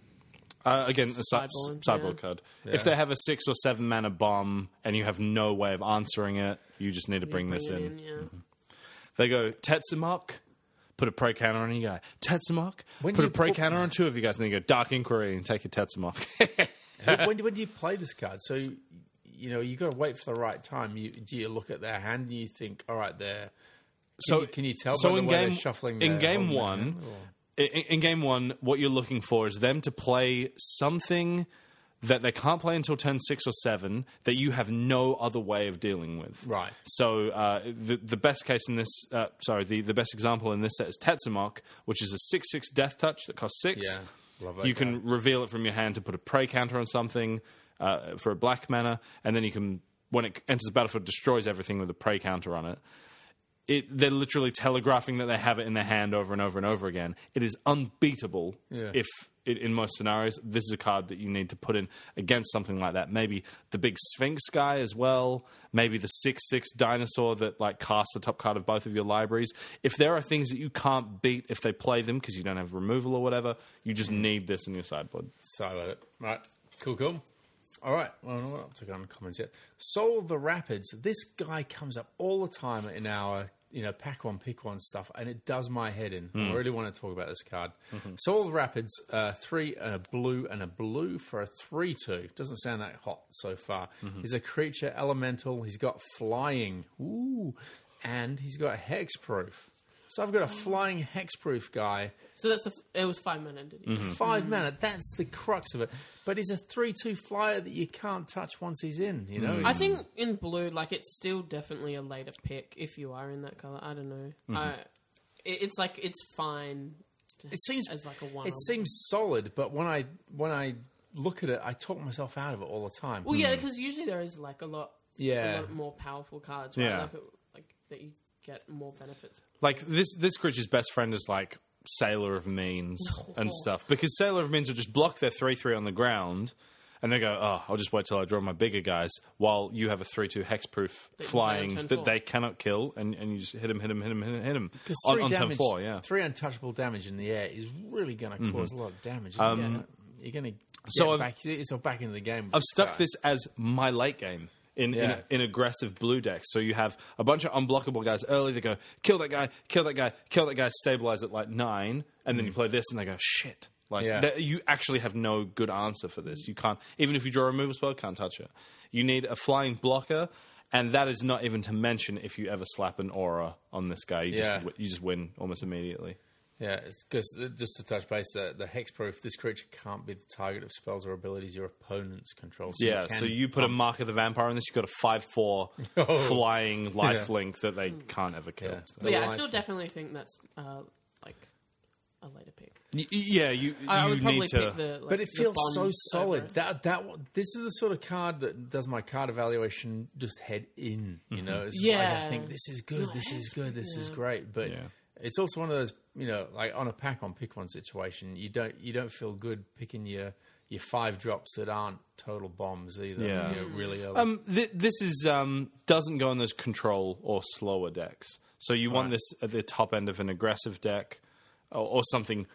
Speaker 2: Uh, again, a cyborg,
Speaker 3: Cyborg,
Speaker 2: cyborg
Speaker 3: yeah.
Speaker 2: card. If they have a six or seven mana bomb and you have no way of answering it, you just need to bring, this
Speaker 3: it
Speaker 2: in. Mm-hmm.
Speaker 3: yeah.
Speaker 2: They go Tetsumok, put a pro counter on you guy. Tetsumok,
Speaker 1: When
Speaker 2: put
Speaker 1: you
Speaker 2: a pro
Speaker 1: put-
Speaker 2: counter on two of you guys, and then you go Dark Inquiry and take your Tetsumok.
Speaker 1: when, do- when do you play this card? So, you know, you got to wait for the right time. You, do you look at their hand and you think, all right, they're...
Speaker 2: so
Speaker 1: you- can you tell
Speaker 2: So
Speaker 1: by the
Speaker 2: in
Speaker 1: way
Speaker 2: game
Speaker 1: they're shuffling
Speaker 2: in
Speaker 1: their- Oh.
Speaker 2: game
Speaker 1: holding their
Speaker 2: one,
Speaker 1: hand, or-
Speaker 2: in, in game one, what you're looking for is them to play something that they can't play until turn six or seven that you have no other way of dealing with.
Speaker 1: Right.
Speaker 2: So uh, the the best case in this, uh, sorry, the, the best example in this set is Tetsumok, which is a six six death touch that costs six.
Speaker 1: Yeah, love that
Speaker 2: you can reveal it from your hand to put a prey counter on something uh, for a black mana, and then you can when it enters the battlefield destroys everything with a prey counter on it it, they're literally telegraphing that they have it in their hand over and over and over again. It is unbeatable
Speaker 1: Yeah.
Speaker 2: if, i in most scenarios, this is a card that you need to put in against something like that. Maybe the big Sphinx guy as well. Maybe the six six dinosaur that like casts the top card of both of your libraries. If there are things that you can't beat if they play them because you don't have removal or whatever, you just need this in your sideboard.
Speaker 1: So about it. Right. Cool, cool. All right. Well, we're not taking on comments yet. Soul the Rapids. This guy comes up all the time in our you know pack one pick one stuff, and it does my head in. I really want to talk about this card. Soul the Rapids. Uh, three and a blue and a blue for a three two. Doesn't sound that hot so far. He's a creature elemental. He's got flying. Ooh, and he's got hexproof. So I've got a flying hexproof guy
Speaker 3: So that's the. F- it was five minute, didn't you?
Speaker 2: Mm-hmm.
Speaker 1: 5 mana. That's the crux of it. But he's a three-two flyer that you can't touch once he's in. You
Speaker 2: Mm.
Speaker 1: know,
Speaker 3: I think in blue, like it's still definitely a later pick if you are in that color. I don't know.
Speaker 2: Mm-hmm.
Speaker 3: I, it, it's like it's fine. to-
Speaker 1: it seems
Speaker 3: as like a one.
Speaker 1: It seems solid, but when I when I look at it, I talk myself out of it all the time.
Speaker 3: well,
Speaker 2: Mm.
Speaker 3: yeah, because usually there is like a lot.
Speaker 1: Yeah.
Speaker 3: A lot more powerful cards, right?
Speaker 2: Yeah.
Speaker 3: Like, it- like that you get more benefits.
Speaker 2: Like this, this creature's best friend is like Sailor of Means and stuff because Sailor of Means will just block their three three on the ground, and they go, "Oh, I'll just wait till I draw my bigger guys." While you have a three two hexproof flying
Speaker 3: turn
Speaker 2: that
Speaker 3: four.
Speaker 2: they cannot kill, and, and you just hit him, hit him, hit him, hit him, hit him
Speaker 1: 'Cause
Speaker 2: on,
Speaker 1: three
Speaker 2: on turn
Speaker 1: damage-
Speaker 2: four. Yeah. Mm-hmm.
Speaker 1: three untouchable damage in the air is really going to cause a lot of damage. Isn't it? You're going to
Speaker 2: Um, So
Speaker 1: so
Speaker 2: I've-
Speaker 1: back, yourself back into the game. with
Speaker 2: I've stuck
Speaker 1: guy.
Speaker 2: this as my late game in,
Speaker 1: Yeah.
Speaker 2: in in aggressive blue decks. So you have a bunch of unblockable guys early that go kill that guy, kill that guy, kill that guy, stabilize at like nine, and then you play this and they go shit. Like
Speaker 1: Hmm. Yeah.
Speaker 2: that- you actually have no good answer for this. You can't even if you draw a removal spell, can't touch it. You need a flying blocker. And that is not even to mention if you ever slap an aura on this guy, you just
Speaker 1: Yeah.
Speaker 2: just you just win almost immediately.
Speaker 1: Yeah, because just to touch base, uh, the, the hexproof. This creature can't be the target of spells or abilities your opponents control. So
Speaker 2: yeah,
Speaker 1: you can
Speaker 2: so you put a mark of the vampire on this, you've got a five four flying lifelink link that they can't ever kill.
Speaker 1: Yeah.
Speaker 2: So-
Speaker 3: But Oh. yeah, I
Speaker 1: Otherwise-
Speaker 3: still definitely think that's uh, like a later pick.
Speaker 2: Y- y- Yeah, you
Speaker 3: I, I
Speaker 2: you
Speaker 3: would probably
Speaker 2: need to.
Speaker 3: pick the. Like,
Speaker 1: but it
Speaker 3: the
Speaker 1: feels so
Speaker 3: bond over
Speaker 1: solid.
Speaker 3: it.
Speaker 1: That that one- this is the sort of card that does my card evaluation just head in. You know, it's just like I
Speaker 3: Yeah.
Speaker 1: think this is good, this is good, this is great. But
Speaker 2: Yeah.
Speaker 1: it's also one of those you know, like on a pack on pick one situation, you don't you don't feel good picking your your five drops that aren't total bombs either.
Speaker 2: Yeah.
Speaker 1: you know,
Speaker 3: Mm.
Speaker 1: really early.
Speaker 2: um, th- this is um, doesn't go in those control or slower decks. So you want this at the top end of an aggressive deck, or, or something,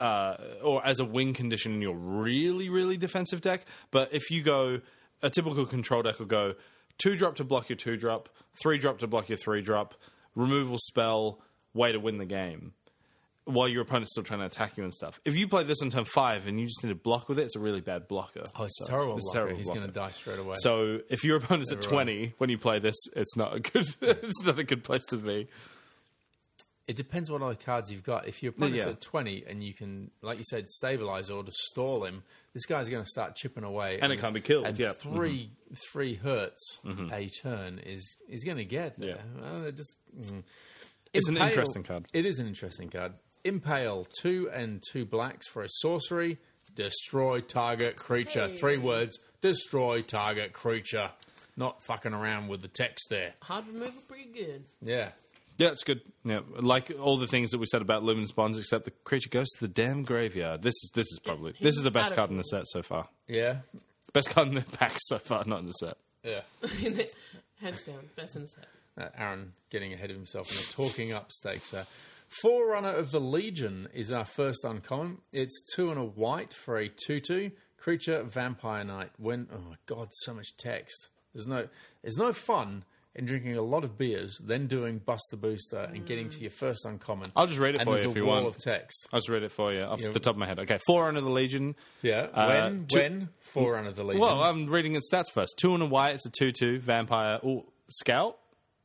Speaker 2: uh, or as a win condition in your really really defensive deck. But if you go a typical control deck will go two drop to block your two drop, three drop to block your three drop, removal spell, way to win the game. While your opponent's still trying to attack you and stuff. If you play this on turn five and you just need to block with it, it's a really bad blocker.
Speaker 1: oh, it's
Speaker 2: So,
Speaker 1: terrible.
Speaker 2: it's
Speaker 1: blocker.
Speaker 2: terrible
Speaker 1: He's going to
Speaker 2: blocker.
Speaker 1: die straight away.
Speaker 2: So if your opponent's at
Speaker 1: Everyone.
Speaker 2: twenty when you play this, it's not a good. it's not a good place to be.
Speaker 1: It depends what other cards you've got. If your opponent's
Speaker 2: Yeah.
Speaker 1: at 20 and you can, like you said, stabilize or to stall him, this guy's going to start chipping away.
Speaker 2: And it can't be killed,
Speaker 1: And
Speaker 2: yeah. Mm-hmm.
Speaker 1: 3 three hurts a turn is is going to get there. Well, it just, mm.
Speaker 2: It's an
Speaker 1: Impale-
Speaker 2: interesting card.
Speaker 1: It is an interesting card. Impale, two and two blacks for a sorcery. Destroy target creature. Three words. Destroy target creature. Not fucking around with the text there.
Speaker 3: Hard removal, pretty good.
Speaker 1: Yeah.
Speaker 2: Yeah, it's good. Yeah, like all the things that we said about Lumin's Bonds, except the creature goes to the damn graveyard. This is this is probably this is the best
Speaker 3: out of
Speaker 2: card in the
Speaker 3: here.
Speaker 2: set so far.
Speaker 1: Yeah.
Speaker 2: Best card in the pack so far, not in the set.
Speaker 1: Yeah.
Speaker 3: Hands down, best in the set.
Speaker 1: Uh, Aaron getting ahead of himself and the talking up stakes there. Forerunner of the Legion is our first uncommon. It's two and a white for a 2 2. Creature Vampire Knight. When. Oh my god, so much text. There's no, there's no fun in drinking a lot of beers, then doing Buster Booster and getting to your first uncommon.
Speaker 2: I'll just read it
Speaker 1: and
Speaker 2: for you
Speaker 1: there's
Speaker 2: if
Speaker 1: a
Speaker 2: you
Speaker 1: wall
Speaker 2: want.
Speaker 1: of text.
Speaker 2: I just read it for you off the top of my head. Okay, Forerunner of the Legion.
Speaker 1: Yeah.
Speaker 2: Uh,
Speaker 1: when?
Speaker 2: two-
Speaker 1: when? Forerunner of the Legion.
Speaker 2: Well, uh, I'm reading its stats first. Two and a white. It's a two-two vampire. Ooh, scout.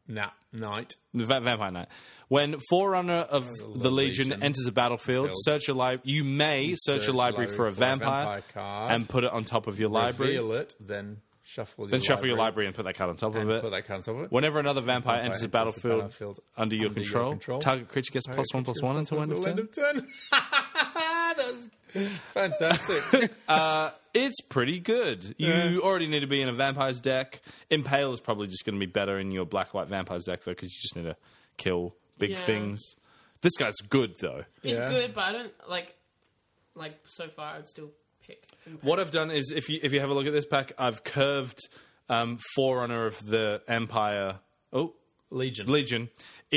Speaker 1: nah, Knight.
Speaker 2: The va- Vampire Knight. When Forerunner of the Legion,
Speaker 1: Legion.
Speaker 2: enters a battlefield,
Speaker 1: Field.
Speaker 2: search a library. You may search, a library for a vampire,
Speaker 1: vampire card.
Speaker 2: and put it on top of your library.
Speaker 1: Reveal it, then shuffle your
Speaker 2: Then shuffle your library and put that card on top of
Speaker 1: and
Speaker 2: it.
Speaker 1: put that card on top of it.
Speaker 2: Whenever another vampire,
Speaker 1: Vampire
Speaker 2: enters the
Speaker 1: enters the
Speaker 2: battlefield,
Speaker 1: battlefield
Speaker 2: under your
Speaker 1: under your
Speaker 2: control,
Speaker 1: control,
Speaker 2: target creature gets plus one plus one until end of turn.
Speaker 3: Ah,
Speaker 1: that was fantastic.
Speaker 2: It's pretty good. You
Speaker 1: Yeah.
Speaker 2: already need to be in a vampire's deck. Impale is probably just going to be better in your black white vampire's deck though, because you just need to kill big
Speaker 3: Yeah.
Speaker 2: things. This guy's good though.
Speaker 3: It's
Speaker 1: Yeah.
Speaker 3: good, but I don't like. Like so far, I'd still pick. Impale.
Speaker 2: What I've done is, if you if you have a look at this pack, I've curved um, Forerunner of the Empire. Oh,
Speaker 1: Legion.
Speaker 2: Legion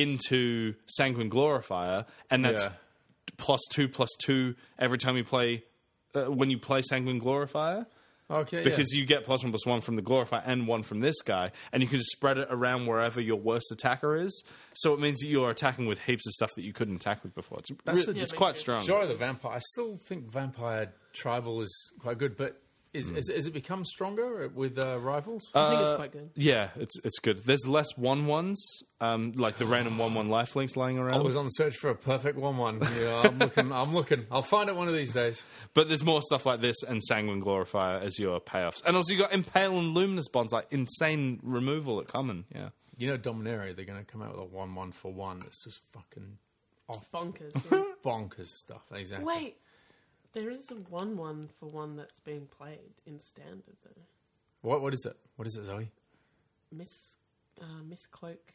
Speaker 2: into Sanguine Glorifier, and that's
Speaker 1: Yeah.
Speaker 2: plus two plus two every time you play uh, when you play Sanguine Glorifier
Speaker 1: Okay,
Speaker 2: because you get plus one plus one from the Glorifier and one from this guy, and you can just spread it around wherever your worst attacker is. So it means that you're attacking with heaps of stuff that you couldn't attack with before. It's,
Speaker 1: That's
Speaker 2: re-
Speaker 1: the-
Speaker 2: it's
Speaker 3: Yeah,
Speaker 2: quite
Speaker 3: makes
Speaker 2: strong.
Speaker 1: Joy of the Vampire. I still think Vampire Tribal is quite good, but
Speaker 2: Hmm.
Speaker 1: is, is, has it become stronger with uh, rivals?
Speaker 3: I think it's quite
Speaker 2: uh,
Speaker 3: good.
Speaker 2: Yeah, it's it's good. There's less one ones, um, like the random one one lifelinks lying
Speaker 1: I
Speaker 2: around.
Speaker 1: was on the search for a perfect one-one. Yeah, I'm looking. I'm looking. I'll find it one of these days.
Speaker 2: But there's more stuff like this and Sanguine Glorifier as your payoffs. And also you got Impale and Luminous Bonds, like insane removal at common. Yeah.
Speaker 1: You know, Dominaria. They're going to come out with a one-one for one. It's just fucking
Speaker 2: oh.
Speaker 3: Bonkers. yeah.
Speaker 1: bonkers stuff. Exactly.
Speaker 3: Wait, there is a one-one for one that's been played in standard though.
Speaker 1: What? What is it? What is it, Zoe?
Speaker 3: Miss, uh, Miss Cloak.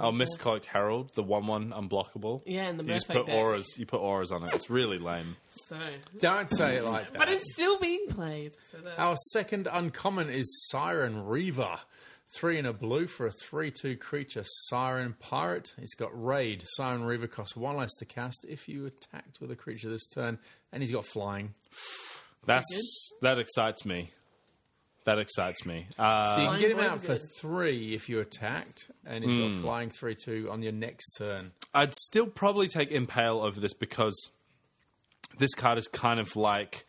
Speaker 2: Oh,
Speaker 3: what's
Speaker 2: Miss
Speaker 3: her-
Speaker 2: Cloaked Herald, the one one unblockable.
Speaker 3: Yeah, and the
Speaker 2: You just
Speaker 3: Merfolk
Speaker 2: put
Speaker 3: deck.
Speaker 2: auras you put auras on it. It's really lame.
Speaker 3: So,
Speaker 1: Don't say it like that.
Speaker 3: but it's still being played. So
Speaker 2: Ah,
Speaker 3: that,
Speaker 1: Our second uncommon is Siren Reaver. Three and a blue for a 3 2 creature, Siren Pirate. He's got Raid. Siren Reaver costs one less to cast if you attacked with a creature this turn. And he's got Flying.
Speaker 2: That's that excites me. That excites me. Uh,
Speaker 1: So you can
Speaker 3: Flying
Speaker 1: get him
Speaker 3: boy's
Speaker 1: out for
Speaker 3: good.
Speaker 1: three if you attacked. And he's got Flying 3 2 on your next turn.
Speaker 2: I'd still probably take Impale over this because this card is kind of like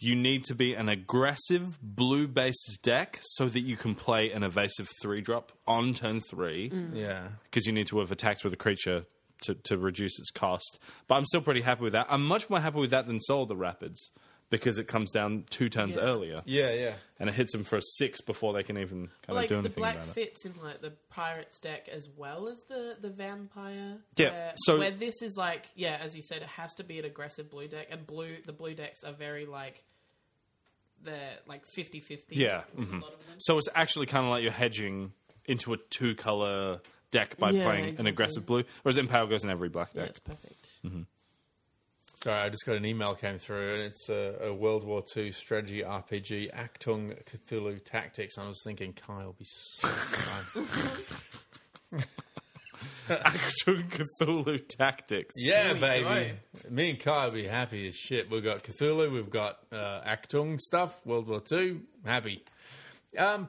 Speaker 2: you need to be an aggressive blue based deck so that you can play an evasive three drop on turn three
Speaker 3: Mm. Hmm.
Speaker 1: Yeah.
Speaker 2: because you need to have attacked with a creature to, to reduce its cost. But I'm still pretty happy with that. I'm much more happy with that than Soul of the Rapids because it comes down two turns
Speaker 3: Yeah.
Speaker 2: earlier
Speaker 1: Yeah, yeah.
Speaker 2: and it hits them for a six before they can even kind
Speaker 3: like
Speaker 2: of do
Speaker 3: the
Speaker 2: anything
Speaker 3: black
Speaker 2: about it.
Speaker 3: fits in like the pirates deck as well as the the vampire.
Speaker 2: Yeah,
Speaker 3: Where,
Speaker 2: so-
Speaker 3: where this is like, yeah, as you said, it has to be an aggressive blue deck, and blue the blue decks are very like. They're like 50 50.
Speaker 2: Yeah, mhm. So it's actually kind of like you're hedging into a two color deck by
Speaker 3: Yeah,
Speaker 2: playing an
Speaker 3: exactly.
Speaker 2: aggressive blue, whereas Empower goes in every black
Speaker 3: Yeah,
Speaker 2: deck.
Speaker 3: it's perfect.
Speaker 1: Sorry, I just got an email came through, and it's a, a World War II strategy RPG, Actung Cthulhu Tactics. And I was thinking, Kyle will be so excited.
Speaker 2: Actual Cthulhu tactics.
Speaker 1: Yeah,
Speaker 3: There we
Speaker 1: baby. Me and Kai will be happy as shit. We've got Cthulhu, we've got uh, Actung stuff, World War II, happy. Um,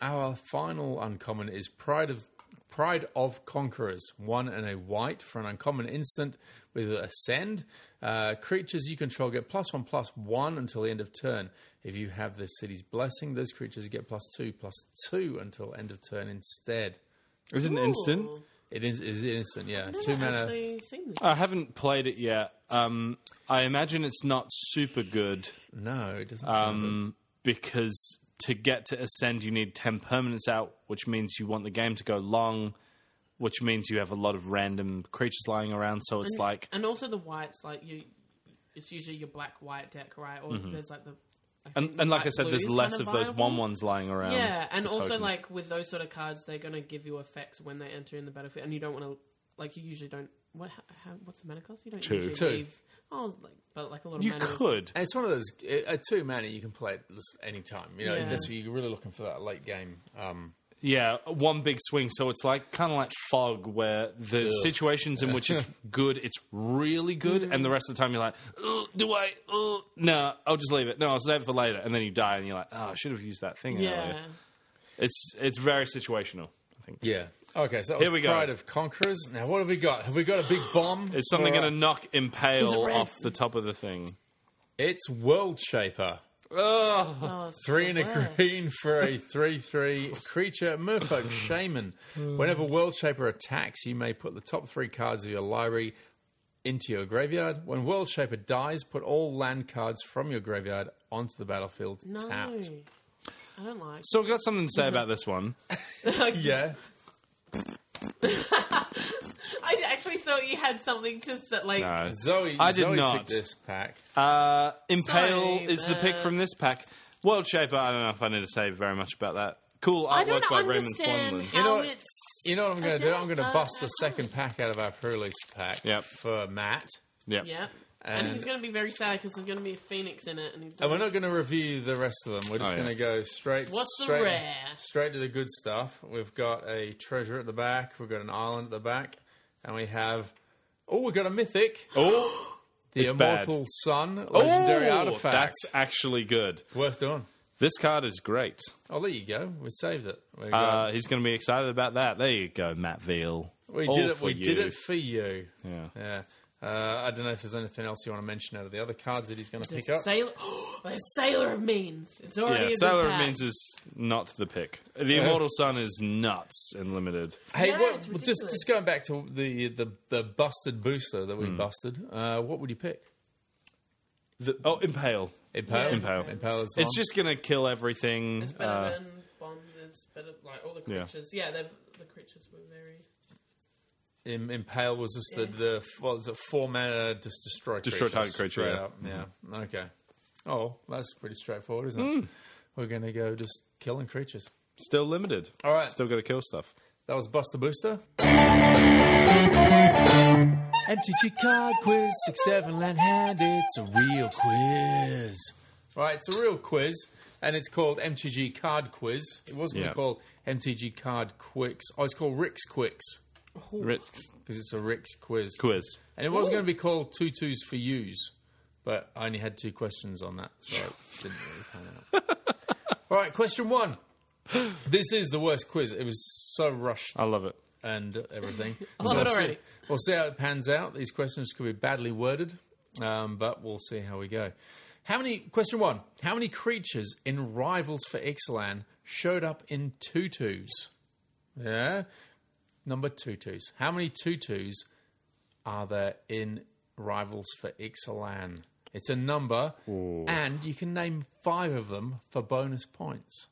Speaker 1: our final uncommon is Pride of Pride of Conquerors, one and a white for an uncommon instant with ascend. Uh, creatures you control get plus one plus one until the end of turn. If you have the city's blessing, those creatures get plus two plus two until end of turn instead.
Speaker 2: Is it an instant?
Speaker 3: Ooh.
Speaker 1: It is, is instant, yeah.
Speaker 3: I've
Speaker 1: Two
Speaker 3: never
Speaker 1: mana.
Speaker 3: actually seen this.
Speaker 2: I haven't played it yet. Um, I imagine it's not super good
Speaker 1: No, it doesn't sound good.
Speaker 2: um, because to get to ascend, you need ten permanents out, which means you want the game to go long, which means you have a lot of random creatures lying around. So it's like
Speaker 3: and also the whites, like you, it's usually your black white deck, right? Or
Speaker 2: Mm-hmm.
Speaker 3: there's like the, I think
Speaker 2: And,
Speaker 3: the
Speaker 2: and like I
Speaker 3: white
Speaker 2: said, there's
Speaker 3: blue's
Speaker 2: less
Speaker 3: kind
Speaker 2: of those
Speaker 3: viable.
Speaker 2: one ones lying around.
Speaker 3: Yeah, and
Speaker 2: for
Speaker 3: also
Speaker 2: Um, tokens.
Speaker 3: like with those sort of cards, they're gonna give you effects when they enter in the battlefield, and you don't want to, like you usually don't. What? How, how, what's the mana cost? You don't
Speaker 2: Two.
Speaker 3: usually
Speaker 1: Two.
Speaker 3: leave. Oh, like, but like a lot of
Speaker 2: you
Speaker 3: mana. is-
Speaker 2: could.
Speaker 1: And it's one of those uh, a two mana you can play at this- any time. You know,
Speaker 3: Yeah.
Speaker 1: that's what you're really looking for that late game. Um,
Speaker 2: Yeah, one big swing. So it's like kind of like fog, where the situations in which it's good, it's really good, and the rest of the time you're like, "Ugh, do I? Ugh, no, I'll just leave it. No, I'll save it for later. And then you die, and you're like, oh, I should have used that thing
Speaker 3: Yeah.
Speaker 2: earlier. It's it's very situational. I think
Speaker 1: yeah. Okay, so that
Speaker 2: Here
Speaker 1: was
Speaker 2: we go.
Speaker 1: Pride of Conquerors. Now, what have we got? Have we got a big bomb?
Speaker 2: is something
Speaker 1: Or a-
Speaker 2: going to knock
Speaker 3: Is it
Speaker 2: impale
Speaker 3: red?
Speaker 2: off the top of the thing.
Speaker 1: It's World Shaper.
Speaker 3: Oh, it's
Speaker 1: Three and a
Speaker 3: where?
Speaker 1: green for a 3 3 creature,
Speaker 3: Hmm.
Speaker 1: Merfolk Shaman. Whenever World Shaper attacks, you may put the top three cards of your library into your graveyard. When World Shaper dies, put all land cards from your graveyard onto the battlefield
Speaker 3: No,
Speaker 1: tapped.
Speaker 3: I don't like.
Speaker 2: So I've got something to say about this one.
Speaker 1: Yeah.
Speaker 3: I actually thought you had something to say. Like,
Speaker 2: No.
Speaker 1: Zoe,
Speaker 2: I did
Speaker 1: Zoe
Speaker 2: not.
Speaker 1: picked this pack.
Speaker 2: Uh, Impale
Speaker 3: Sorry,
Speaker 2: is the pick
Speaker 3: but-
Speaker 2: from this pack. World Shaper, I don't know if I need to say very much about that. Cool
Speaker 3: I
Speaker 2: artwork
Speaker 3: don't
Speaker 2: by Raymond
Speaker 3: understand
Speaker 2: Swanland.
Speaker 3: how
Speaker 1: know what-
Speaker 3: it's.
Speaker 1: You know what I'm going to do?
Speaker 3: don't
Speaker 1: I'm going to
Speaker 3: know
Speaker 1: bust the
Speaker 3: how-
Speaker 1: second pack out of our pre release pack
Speaker 2: Yep.
Speaker 1: for Matt.
Speaker 2: Yep.
Speaker 3: Yeah, and,
Speaker 1: And-
Speaker 3: he's going to be very sad because there's going to be a phoenix in it, and he's.
Speaker 1: And we're not going to review the rest of them. We're just
Speaker 2: Oh, yeah.
Speaker 1: going to go straight.
Speaker 3: What's the
Speaker 1: straight,
Speaker 3: rare?
Speaker 1: Straight to the good stuff. We've got a treasure at the back. We've got an island at the back, and we have. Oh, we've got a mythic.
Speaker 2: Oh,
Speaker 1: the
Speaker 2: it's bad. Oh,
Speaker 1: immortal sun, legendary artifact.
Speaker 2: That's actually good.
Speaker 1: worth doing.
Speaker 2: This card is great.
Speaker 1: Oh, there you go. We saved it. We,
Speaker 2: Uh,
Speaker 1: got-
Speaker 2: he's going to be excited about that. There you go, Matt Veal.
Speaker 1: we
Speaker 2: All
Speaker 1: did it.
Speaker 2: for
Speaker 1: We did
Speaker 2: you.
Speaker 1: it for you.
Speaker 2: Yeah.
Speaker 1: Yeah. Uh, I don't know if there's anything else you want to mention out of the other cards that he's going to pick up.
Speaker 3: Sailor, the Sailor of Means. It's already
Speaker 2: Yeah,
Speaker 3: a good
Speaker 2: Sailor
Speaker 3: pack.
Speaker 2: Means is not the pick. The Immortal Sun is nuts and limited.
Speaker 1: Hey,
Speaker 3: No,
Speaker 1: what,
Speaker 3: it's
Speaker 1: well, just
Speaker 3: ridiculous.
Speaker 1: just going back to the the, the busted booster that we
Speaker 2: Hmm.
Speaker 1: busted. Uh, what would you pick?
Speaker 2: The, oh, Impale.
Speaker 1: Impale.
Speaker 3: Yeah.
Speaker 2: Impale.
Speaker 1: Impale is
Speaker 2: It's
Speaker 1: one.
Speaker 2: just going to kill everything.
Speaker 3: It's better
Speaker 2: uh,
Speaker 3: than bombs. It's better, like all the
Speaker 2: Yeah.
Speaker 3: creatures. Yeah, they're the creatures were very.
Speaker 1: Im- Impale was just the,
Speaker 3: Yeah.
Speaker 1: the f- what is it, four mana just destroy
Speaker 2: Destroy
Speaker 1: creatures,
Speaker 2: target creature,
Speaker 1: straight
Speaker 2: yeah. Hmm.
Speaker 1: up, yeah. Okay. Oh, that's pretty straightforward, isn't it? We're going to go just killing creatures.
Speaker 2: still limited.
Speaker 1: All right.
Speaker 2: Still got to kill stuff.
Speaker 1: That was Buster Booster. MTG card quiz, six, seven, land hand. It's a real quiz. Right, it's a real quiz, and it's called MTG card quiz. It wasn't
Speaker 2: Yeah.
Speaker 1: really called MTG card quicks. Oh, it's called Rick's quicks
Speaker 2: Rick's
Speaker 1: because it's a Rick's quiz.
Speaker 2: quiz.
Speaker 1: And it was going to be called Two Twos for Yous, but I only had two questions on that, so I didn't really plan it out. All right, question one. This is the worst quiz. It was so rushed
Speaker 2: I love it.
Speaker 1: and everything.
Speaker 3: love it
Speaker 1: we'll, see,
Speaker 3: already.
Speaker 1: we'll see how it pans out. These questions could be badly worded, um, but we'll see how we go. How many? Question one. How many creatures in Rivals for Ixalan showed up in tutus? Yeah, number tutus. How many tutus are there in Rivals for Ixalan? It's a number, and you can name five of them for bonus points.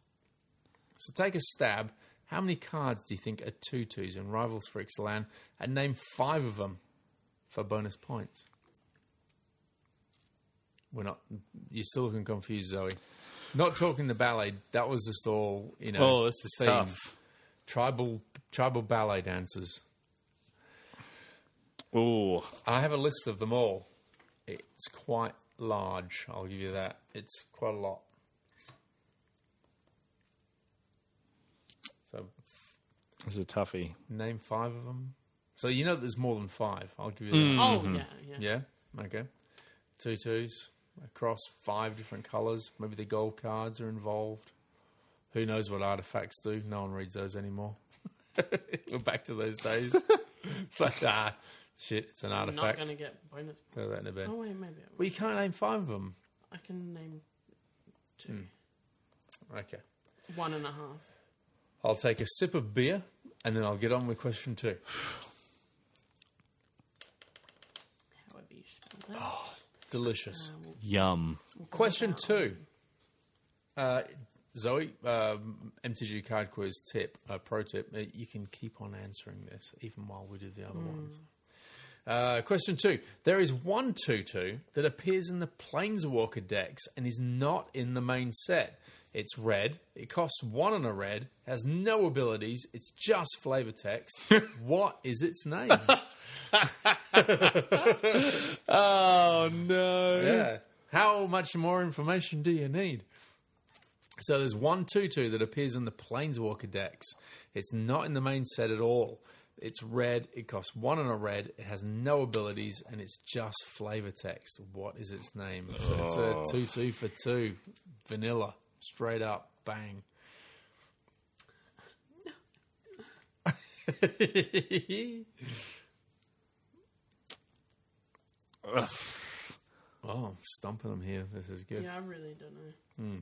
Speaker 1: So take a stab. How many cards do you think are tutus in Rivals for Ixalan? And name five of them for bonus points. We're not. You're still looking confused, Zoe. Not talking the ballet. That was just all you know.
Speaker 2: Oh, this is
Speaker 1: theme.
Speaker 2: tough.
Speaker 1: Tribal tribal ballet dancers.
Speaker 2: Ooh.
Speaker 1: I have a list of them all. It's quite large. I'll give you that. It's quite a lot. So
Speaker 2: This is a toughie.
Speaker 1: Name five of them. So you know that there's more than five. I'll give you that.
Speaker 3: Oh yeah, yeah.
Speaker 1: Yeah. Okay. Two twos across five different colours. Maybe the gold cards are involved. Who knows what artifacts do? No one reads those anymore. We're back to those days. it's like ah, shit. It's an
Speaker 3: I'm not
Speaker 1: artifact.
Speaker 3: going to get bonus.
Speaker 1: Throw that in a bin.
Speaker 3: Oh wait, maybe I, will.
Speaker 1: Well, you can't name five of them.
Speaker 3: I can name two,
Speaker 1: Okay.
Speaker 3: one and a half.
Speaker 1: I'll take a sip of beer and then I'll get on with question two.
Speaker 3: However you spell that.
Speaker 1: Delicious.
Speaker 2: Yum.
Speaker 1: Question two. Uh, Zoe, um, MTG card quiz tip, uh, pro tip. Uh, You can keep on answering this even while we do the other ones. Uh, question two. There is one 2 2 that appears in the Planeswalker decks and is not in the main set. It's red. It costs one and a red, has no abilities, it's just flavor text. what is its name?
Speaker 2: Oh no.
Speaker 1: Yeah. How much more information do you need? So there's one tutu that appears in the Planeswalker decks. It's not in the main set at all. It's red. It costs one and a red. It has no abilities, and it's just flavor text. What is its name? So it's a two-two for two, vanilla, straight up, bang. oh, I'm stumping them here. This is good.
Speaker 3: Yeah, I really don't know.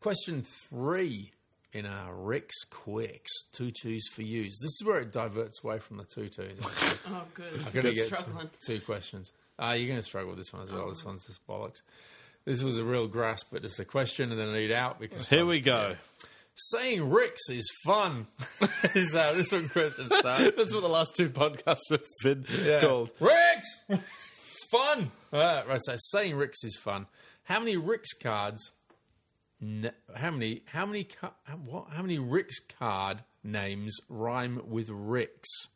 Speaker 1: Question three in our Rick's Quicks two twos for yous. This is where it diverts away from the two twos. I'm
Speaker 3: Oh, good. I'm
Speaker 1: going to get
Speaker 3: struggling.
Speaker 1: two, two questions. Ah, you're going to struggle with this one as well.
Speaker 2: Oh.
Speaker 1: This one's just bollocks. This was a real grasp at just a question and then a lead out because
Speaker 2: Here we go.
Speaker 1: saying Rick's is fun. is how this one question starts.
Speaker 2: That's what the last two podcasts have been called.
Speaker 1: Ricks. it's fun. Alright, right, so saying Ricks is fun. How many Ricks cards? N- how many? How many? Ca- how- what? How many Ricks card names rhyme with Ricks?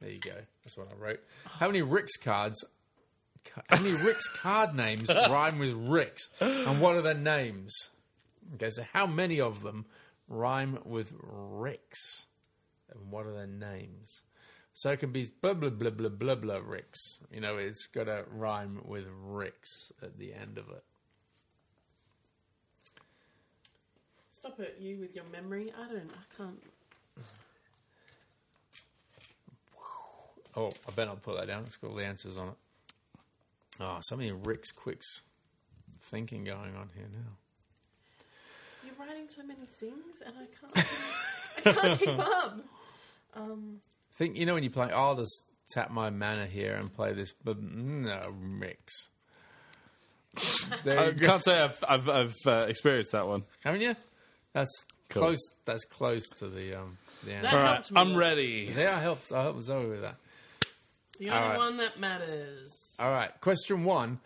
Speaker 1: There you go. That's what I wrote. How many Ricks cards? ca- How many Ricks card names rhyme with Ricks? And what are their names? Okay, so how many of them rhyme with Ricks? And what are their names? So it can be blah blah blah blah blah blah Ricks. You know, it's got to rhyme with Ricks at the end of it.
Speaker 3: Stop it, you with your memory. I don't. I can't.
Speaker 1: Oh, I better not put that down. It's got all the answers on it. Oh, so many Ricks quicks thinking going on here now.
Speaker 3: You're writing so many things, and I can't. I can't keep up.
Speaker 1: Think you know when you play. "Oh, I'll just tap my mana here and play this. But no Ricks. There
Speaker 2: I
Speaker 1: you go.
Speaker 2: can't say I've I've, I've uh, experienced that one.
Speaker 1: Haven't you? That's
Speaker 2: Cool.
Speaker 1: close. That's close to the um. The answer.
Speaker 3: That
Speaker 2: All right,
Speaker 3: helped me.
Speaker 2: I'm ready.
Speaker 1: Yeah, I helped. I helped Zoe with that.
Speaker 3: The only
Speaker 1: right.
Speaker 3: one that matters.
Speaker 1: All right. Question one.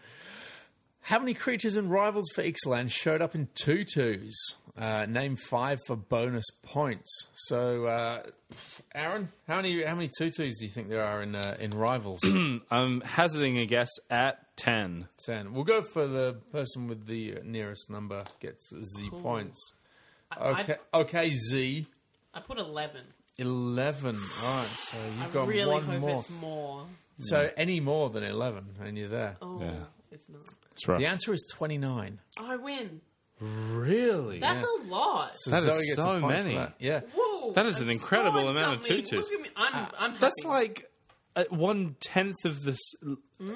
Speaker 1: How many creatures and rivals for Ixalan showed up in tutus? Uh, name five for bonus points. So, uh, Aaron, how many how many tutus do you think there are in uh, in rivals?
Speaker 2: I'm hazarding a guess at ten.
Speaker 1: Ten. We'll go for the person with the nearest number gets Z points. Okay, okay, Z
Speaker 3: I put eleven.
Speaker 1: eleven. All right, so
Speaker 3: I
Speaker 1: you've got
Speaker 3: really
Speaker 1: one
Speaker 3: hope
Speaker 1: more.
Speaker 3: it's more.
Speaker 1: So any more than eleven, and you're there.
Speaker 3: Oh,
Speaker 2: Yeah.
Speaker 3: it's not.
Speaker 2: It's rough.
Speaker 1: The answer is twenty nine.
Speaker 3: I win.
Speaker 2: really?
Speaker 3: That's a lot.
Speaker 2: That
Speaker 1: Zoe
Speaker 2: is
Speaker 1: gets a
Speaker 2: so
Speaker 1: point for
Speaker 2: many.
Speaker 1: that. Yeah.
Speaker 3: Whoa,
Speaker 2: That is
Speaker 3: that's
Speaker 2: an incredible
Speaker 3: so
Speaker 2: amount of
Speaker 3: something.
Speaker 2: tutus.
Speaker 3: Look at me.
Speaker 1: Uh,
Speaker 3: I'm, I'm
Speaker 2: That's
Speaker 3: happy.
Speaker 2: like uh, one tenth of this.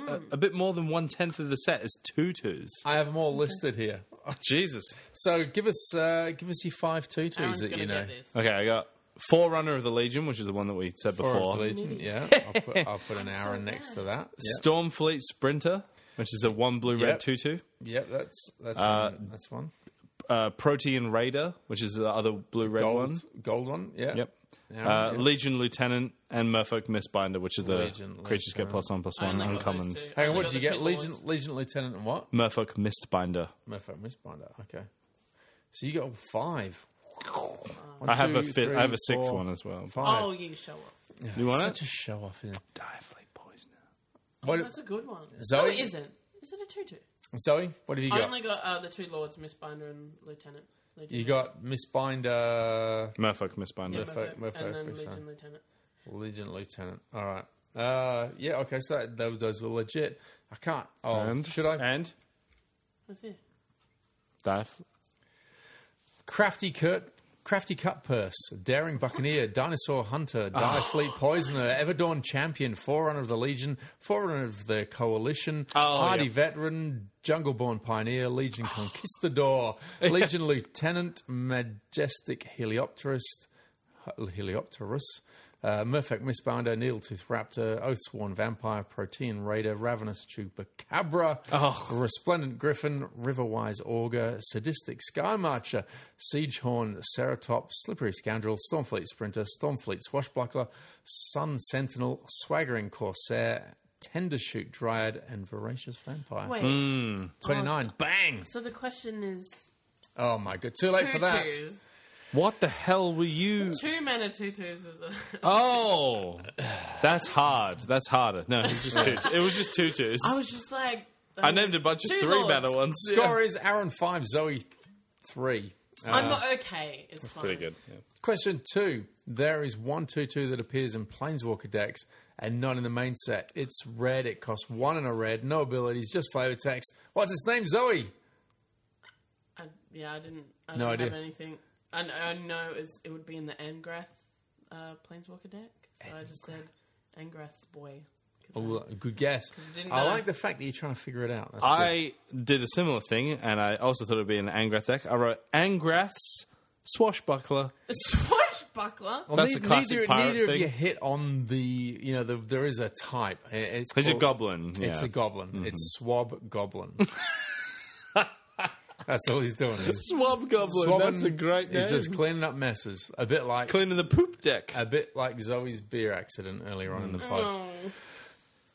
Speaker 2: A, a bit more than one tenth of the set is tutus.
Speaker 1: I have them all listed here.
Speaker 2: Jesus.
Speaker 1: So give us uh, give us your five tutus
Speaker 3: Aaron's
Speaker 1: that
Speaker 3: gonna
Speaker 1: you know. uh,
Speaker 3: get this.
Speaker 2: Okay, I got Forerunner of the Legion, which is the one that we said
Speaker 1: Foreign
Speaker 2: before.
Speaker 1: Legion, yeah. I'll put, I'll put an hour in next to that. Yep,
Speaker 2: Stormfleet Sprinter, which is a one blue red
Speaker 1: Yep.
Speaker 2: tutu.
Speaker 1: yep that's that's um, that's one.
Speaker 2: Uh, Protean Raider, which is the other blue red
Speaker 1: Gold
Speaker 2: one.
Speaker 1: gold one, yeah.
Speaker 2: Yep.
Speaker 1: Aaron,
Speaker 2: Uh,
Speaker 3: Oh,
Speaker 1: yeah.
Speaker 2: Legion Lieutenant and Merfolk Mistbinder, which are the
Speaker 1: Legion
Speaker 2: creatures get
Speaker 1: Lieutenant.
Speaker 2: plus one plus
Speaker 3: I
Speaker 2: one
Speaker 3: only got those
Speaker 2: uncommons.
Speaker 3: two. I
Speaker 1: Hang on,
Speaker 3: only
Speaker 1: what
Speaker 3: got
Speaker 1: did you
Speaker 3: the
Speaker 1: get?
Speaker 3: two
Speaker 1: Legion
Speaker 3: lords.
Speaker 1: Legion Lieutenant and what?
Speaker 2: Merfolk Mistbinder.
Speaker 1: Murphy Mistbinder. Okay. So you got five.
Speaker 2: I have a
Speaker 1: two,
Speaker 2: fifth, I have a
Speaker 1: three,
Speaker 2: sixth
Speaker 1: four,
Speaker 2: one as well.
Speaker 1: Five.
Speaker 3: Oh, you show up.
Speaker 2: You want
Speaker 1: Such
Speaker 2: it?
Speaker 1: a show off, isn't it?
Speaker 2: Direfleet Poisoner.
Speaker 1: What,
Speaker 3: That's a good one.
Speaker 1: Zoe-
Speaker 3: No, it isn't. Is it a tutu?
Speaker 1: Zoe, what have you
Speaker 3: I
Speaker 1: got?
Speaker 3: only got uh, the two lords, Miss Binder and Lieutenant. Legion.
Speaker 1: You got Mistbinder,
Speaker 2: Merfolk Mistbinder.
Speaker 3: Yeah,
Speaker 1: Merfolk-
Speaker 3: Merfolk,
Speaker 1: Merfolk,
Speaker 3: and then
Speaker 1: please,
Speaker 3: Legion
Speaker 1: sorry.
Speaker 3: Lieutenant.
Speaker 1: Legion Lieutenant. All right. Uh, yeah. Okay. So that, those, those were legit. I can't. Oh,
Speaker 2: And
Speaker 1: should I?
Speaker 2: And
Speaker 3: What's it?
Speaker 2: Diref-
Speaker 1: Crafty Kurt, Crafty Cut Purse, Daring Buccaneer, Dinosaur Hunter, Die Fleet Poisoner, Everdawn Champion, Forerunner of the Legion, Forerunner of the Coalition,
Speaker 2: Oh,
Speaker 1: Hardy
Speaker 2: yeah.
Speaker 1: Veteran, Jungle Born Pioneer, Legion Conquistador, Legion Lieutenant, Majestic Heliopterist, Heliopterus, uh, Murfek Mistbound, Needletooth Raptor, Oathsworn Vampire, Protean Raider, Ravenous Chupacabra, Resplendent Griffin, Riverwise Augur, Sadistic Sky Marcher, Siegehorn, Ceratop, Slippery Scoundrel, Stormfleet Sprinter, Stormfleet Swashbuckler, Sun Sentinel, Swaggering Corsair, Tender Shoot Dryad, and Voracious Vampire.
Speaker 3: Wait.
Speaker 1: 29. Bang!
Speaker 3: So the question is
Speaker 1: Oh my god, too late
Speaker 3: two
Speaker 1: for that.
Speaker 3: twos.
Speaker 2: What the hell were you?
Speaker 3: Two men are two twos. Was it?
Speaker 2: Oh, that's hard. That's harder. No, it was just two. It was just two twos.
Speaker 3: I was just like.
Speaker 2: I named a bunch of
Speaker 3: Two
Speaker 2: three
Speaker 3: lords.
Speaker 2: better ones.
Speaker 1: Score is Aaron 5, Zoe 3.
Speaker 3: I'm not okay. It's fine.
Speaker 2: Pretty good.
Speaker 1: Question 2. There is 122 that appears in Planeswalker decks and not in the main set. It's red, it costs 1 and a red, no abilities, just flavor text. What's its name, Zoe?
Speaker 3: I, yeah, I didn't. I
Speaker 1: No
Speaker 3: didn't
Speaker 1: idea.
Speaker 3: have anything. I, kn- I know it's, it would be in the Angrath uh, Planeswalker deck, so I just said Angrath's boy.
Speaker 1: Oh, good guess.
Speaker 3: didn't
Speaker 1: I
Speaker 3: know.
Speaker 1: like the fact that you're trying to figure it out. That's good.
Speaker 2: I did a similar thing, and I also thought it'd be an Angrath deck. I wrote Angrath's swashbuckler.
Speaker 3: Swashbuckler.
Speaker 1: Well,
Speaker 2: That's
Speaker 1: neith-
Speaker 2: a classic
Speaker 1: neither,
Speaker 2: pirate
Speaker 1: neither of
Speaker 2: thing.
Speaker 1: you hit on the, you know, the, there is a type. It- It's
Speaker 2: He's a
Speaker 1: called-
Speaker 2: goblin. Yeah. Mm-hmm.
Speaker 1: It's a goblin. It's Swab Goblin. That's all he's doing. He's
Speaker 2: swab goblin.
Speaker 1: swabbing-
Speaker 2: that's a great name.
Speaker 1: He's just cleaning up messes. A bit like
Speaker 2: cleaning the poop deck.
Speaker 1: a bit like Zoe's beer accident earlier on in the pod.
Speaker 2: Mm.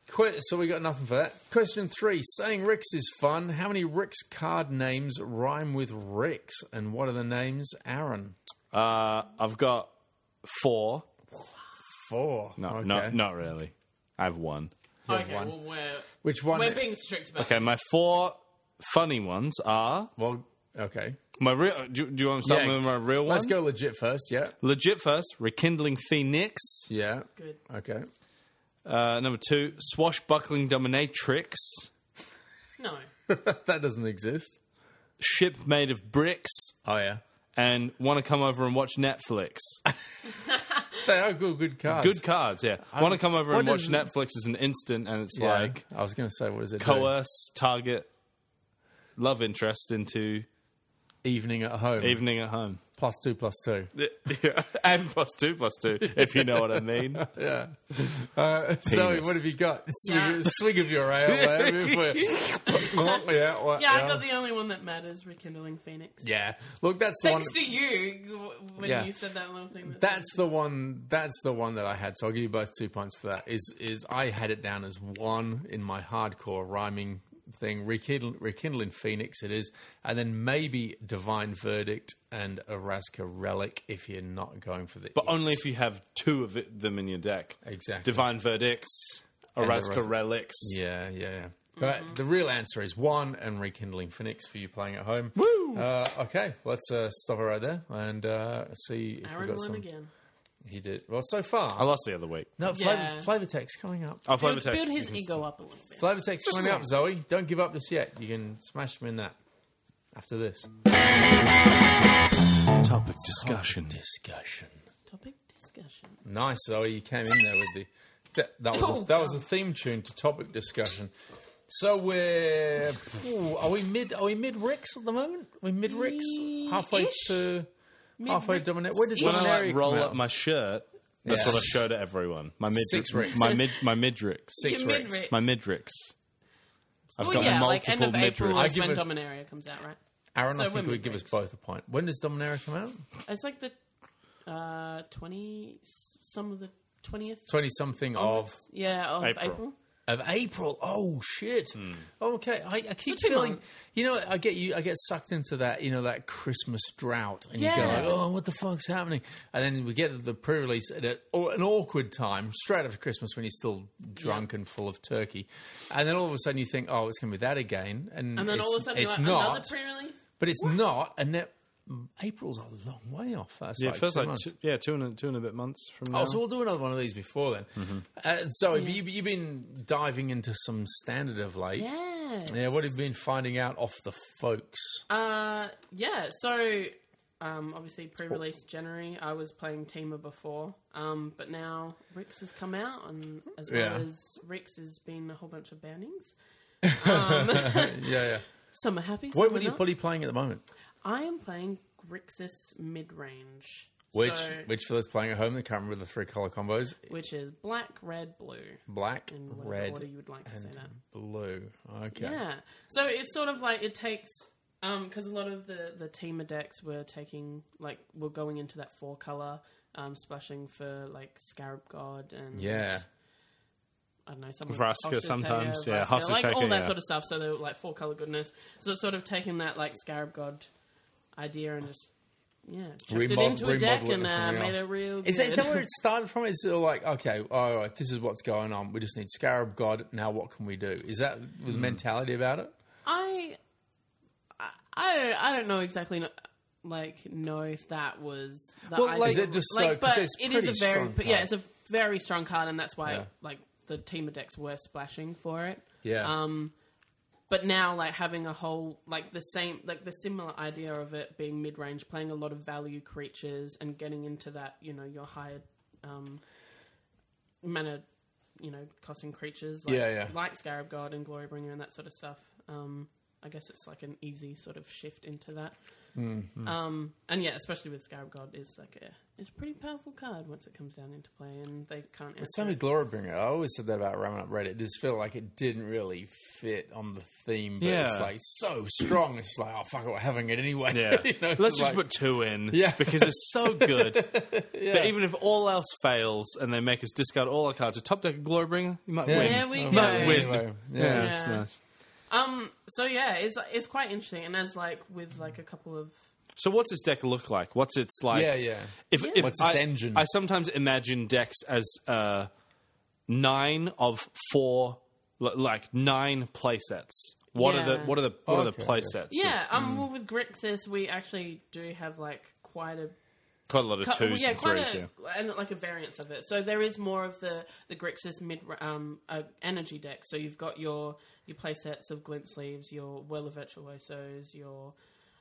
Speaker 1: Qu- so we got nothing for that. Question three: Saying Ricks is fun. How many Ricks card names rhyme with Ricks, and what are the names? Aaron.
Speaker 2: Uh, I've got four.
Speaker 1: Four.
Speaker 2: No,
Speaker 1: okay.
Speaker 2: not not really. I have one.
Speaker 3: Okay,
Speaker 1: one.
Speaker 3: well we're
Speaker 1: Which one?
Speaker 3: we're being strict about.
Speaker 2: Okay, my four funny ones are
Speaker 1: well, okay.
Speaker 2: my real. Do, do you want to start
Speaker 1: Yeah.
Speaker 2: with my real one?
Speaker 1: Let's go legit first. Yeah.
Speaker 2: Legit first, rekindling Phoenix.
Speaker 1: Yeah.
Speaker 3: this. good.
Speaker 1: Okay.
Speaker 2: Uh, number two, swashbuckling dominatrix.
Speaker 3: No,
Speaker 1: that doesn't exist.
Speaker 2: Ship made of bricks.
Speaker 1: Oh yeah.
Speaker 2: and want to come over and watch Netflix.
Speaker 1: They are good, good cards.
Speaker 2: Good cards, yeah. want to come over and
Speaker 1: what
Speaker 2: watch
Speaker 1: is-
Speaker 2: Netflix as an instant, and it's
Speaker 1: Yeah.
Speaker 2: like
Speaker 1: I was going to say, what is it? do?
Speaker 2: coerce, target, love interest into
Speaker 1: Evening at home.
Speaker 2: evening at home.
Speaker 1: Plus two, plus two.
Speaker 2: Yeah. and plus two, plus two, if you know what I mean.
Speaker 1: Yeah. Uh, Zoe, what have you got? Swig,
Speaker 3: Yeah.
Speaker 1: swig of your ale there. yeah, well,
Speaker 3: yeah, I got the only one that matters: rekindling Phoenix.
Speaker 1: Yeah. Look, that's the one.
Speaker 3: Thanks to you w- when
Speaker 1: Yeah.
Speaker 3: you said that little thing. That
Speaker 1: That's the one. That's the one that I had. So I'll give you both two points for that. Is is I had it down as one in my hardcore rhyming thing. Rekindle, rekindling Phoenix, it is, and then maybe Divine Verdict and Erasca Relic if you're not going for the.
Speaker 2: But only if you have two of it, them in your deck.
Speaker 1: Exactly.
Speaker 2: Divine verdicts,
Speaker 1: the
Speaker 2: Erasca
Speaker 1: rest-
Speaker 2: relics.
Speaker 1: Yeah, yeah, yeah. But the real answer is one and rekindling Phoenix for you playing at home.
Speaker 2: Woo!
Speaker 1: Uh, okay, let's uh, stop it right there and uh, see if we
Speaker 3: Aaron
Speaker 1: got
Speaker 3: won
Speaker 1: some.
Speaker 3: again.
Speaker 1: He did well so far.
Speaker 2: I lost the other week.
Speaker 1: no,
Speaker 3: Yeah.
Speaker 1: flavor, flavor text coming up.
Speaker 2: I'll flavor
Speaker 3: Build,
Speaker 2: text.
Speaker 3: build his ego up a little bit.
Speaker 1: Flavor text coming up, Zoe. Don't give up just yet. You can smash them in that after this
Speaker 2: Topic discussion.
Speaker 1: discussion.
Speaker 3: Topic discussion.
Speaker 1: Nice, Zoe. You came in there with the that, that was a, that was a theme tune to topic discussion. So we're ooh, are we mid are we mid Ricks at the moment? Are we mid Ricks halfway
Speaker 3: Ish.
Speaker 1: to halfway to Dominaria. Where does
Speaker 2: when I like
Speaker 1: Dominaria
Speaker 2: roll
Speaker 1: come
Speaker 2: up
Speaker 1: out?
Speaker 2: my shirt, that's
Speaker 1: Yeah.
Speaker 2: what I show to everyone. My mid
Speaker 1: Six ricks.
Speaker 2: my mid my midricks.
Speaker 1: Six
Speaker 3: Your
Speaker 1: Ricks.
Speaker 3: mid-Ricks.
Speaker 2: My midricks. I've
Speaker 3: well,
Speaker 2: got
Speaker 3: Oh, yeah, like end
Speaker 2: multiple
Speaker 3: of April
Speaker 1: I
Speaker 2: midricks.
Speaker 3: is
Speaker 1: give
Speaker 3: when
Speaker 1: it-
Speaker 3: Dominaria comes out, right?
Speaker 1: Aaron,
Speaker 3: So
Speaker 1: I think
Speaker 3: women
Speaker 1: would give us
Speaker 3: Ricks.
Speaker 1: both a point. When does Dominaria come out?
Speaker 3: It's like the uh, twenty, some of the twentieth,
Speaker 1: Twenty something of
Speaker 3: yeah, of
Speaker 2: April.
Speaker 3: April.
Speaker 1: of April. Oh shit!
Speaker 3: Hmm.
Speaker 1: Okay, I, I keep
Speaker 3: So two
Speaker 1: feeling.
Speaker 3: months.
Speaker 1: You know, I get you. I get sucked into that. You know, that Christmas drought, and
Speaker 3: Yeah.
Speaker 1: you go, like, "Oh, what the fuck's happening?" And then we get the pre-release at a, or an awkward time, straight after Christmas, when you're still drunk and full of turkey, and then all of a sudden you think, "Oh, it's going to be that again," and,
Speaker 3: And then
Speaker 1: it's,
Speaker 3: all of a sudden,
Speaker 1: it's
Speaker 3: you're like,
Speaker 1: not.
Speaker 3: another pre-release.
Speaker 1: but it's not, and that April's a long way off. That's
Speaker 2: Yeah,
Speaker 1: like
Speaker 2: it feels
Speaker 1: two
Speaker 2: like
Speaker 1: months.
Speaker 2: two, yeah, two and a, two and a bit months from now.
Speaker 1: Oh, so we'll do another one of these before then. Uh, so you, you've been diving into some standard of late.
Speaker 3: Yeah.
Speaker 1: Yeah, what have you been finding out off the folks?
Speaker 3: Uh, yeah. So, um, obviously pre-release January. I was playing Teamer before, um, but now Rix has come out, and as well
Speaker 1: Yeah.
Speaker 3: as Rix has been a whole bunch of bannings.
Speaker 1: yeah, yeah.
Speaker 3: Some are happy.
Speaker 1: What
Speaker 3: some
Speaker 1: were
Speaker 3: are
Speaker 1: you
Speaker 3: not.
Speaker 1: bloody playing at the moment?
Speaker 3: I am playing Grixis mid range.
Speaker 1: Which,
Speaker 3: So-
Speaker 1: which for those playing at home, they can't remember the three color combos:
Speaker 3: which is black, red, blue,
Speaker 1: black,
Speaker 3: in whatever
Speaker 1: red,
Speaker 3: order you would like to say that.
Speaker 1: blue. Okay.
Speaker 3: Yeah. So it's sort of like it takes because a lot of the the teamer decks were taking like were going into that four color um, splashing for like Scarab God and
Speaker 1: Yeah.
Speaker 3: I don't know something
Speaker 2: Vraska sometimes, yeah, Hostage
Speaker 3: like all
Speaker 2: Taker,
Speaker 3: that
Speaker 2: yeah.
Speaker 3: sort of stuff. So they were like four color goodness. So it's sort of taking that like Scarab God idea and just. Yeah, chucked it
Speaker 1: Remod-
Speaker 3: into a deck
Speaker 1: remodel it
Speaker 3: and
Speaker 1: to
Speaker 3: uh,
Speaker 1: something
Speaker 3: made
Speaker 1: else.
Speaker 3: a real.
Speaker 1: Is that, is that
Speaker 3: good-
Speaker 1: where it started from? Is it like, okay, all right, this is what's going on. We just need Scarab God. Now what can we do? Is that the mentality about it?
Speaker 3: I, I- I, don't- I don't know exactly, kn- like, know if that was the
Speaker 1: Well, like-
Speaker 3: idea.
Speaker 1: Is it just so- 'cause
Speaker 3: but
Speaker 1: it's
Speaker 3: it
Speaker 1: pretty
Speaker 3: is a very,
Speaker 1: strong
Speaker 3: but yeah,
Speaker 1: card.
Speaker 3: it's a very strong card, and that's why
Speaker 1: Yeah.
Speaker 3: like the team of decks were splashing for it.
Speaker 1: Yeah.
Speaker 3: Um, but now like having a whole like the same like the similar idea of it being mid range, playing a lot of value creatures and getting into that you know your higher um, mana, you know, costing creatures like,
Speaker 1: Yeah, yeah.
Speaker 3: like Scarab God and Glorybringer and that sort of stuff. Um, I guess it's like an easy sort of shift into that.
Speaker 1: Mm-hmm.
Speaker 3: Um, and yeah, especially with Scarab God, is like a it's a pretty powerful card once it comes down into play, and they can't.
Speaker 1: It's only Glorybringer. I always said that about Ramming Up Reddit. It just felt like it didn't really fit on the theme, but it's
Speaker 2: Yeah.
Speaker 1: like so strong. It's like, oh, fuck it, we're having it anyway.
Speaker 2: Yeah.
Speaker 1: You know, it's
Speaker 2: Let's just
Speaker 1: like-
Speaker 2: put two in
Speaker 1: Yeah.
Speaker 2: because it's so good that even if all else fails and they make us discard all our cards, a top deck of Glowbringer, you might win.
Speaker 3: There we
Speaker 1: Oh,
Speaker 3: go.
Speaker 2: Might win.
Speaker 1: Anyway, yeah.
Speaker 2: Yeah, it's
Speaker 3: Yeah.
Speaker 2: nice.
Speaker 3: Um, so yeah, it's it's quite interesting, and as like with like a couple of
Speaker 2: So what's its deck look like? What's its like?
Speaker 1: Yeah, yeah.
Speaker 2: If, if
Speaker 1: What's
Speaker 2: I,
Speaker 1: its engine?
Speaker 2: I sometimes imagine decks as uh, nine of four, li- like nine play sets. What are the
Speaker 3: Yeah.
Speaker 2: what are the what are the
Speaker 1: Okay,
Speaker 2: play
Speaker 1: okay.
Speaker 2: sets?
Speaker 3: yeah,
Speaker 1: mm.
Speaker 3: um, well, with Grixis, we actually do have like quite a
Speaker 2: quite a lot of
Speaker 3: Cut-
Speaker 2: twos
Speaker 3: yeah,
Speaker 2: and
Speaker 3: quite
Speaker 2: threes.
Speaker 3: a,
Speaker 2: yeah.
Speaker 3: and like a variance of it. So there is more of the the Grixis mid um uh, energy deck. So you've got your your play sets of glint sleeves, your well of virtuosos, your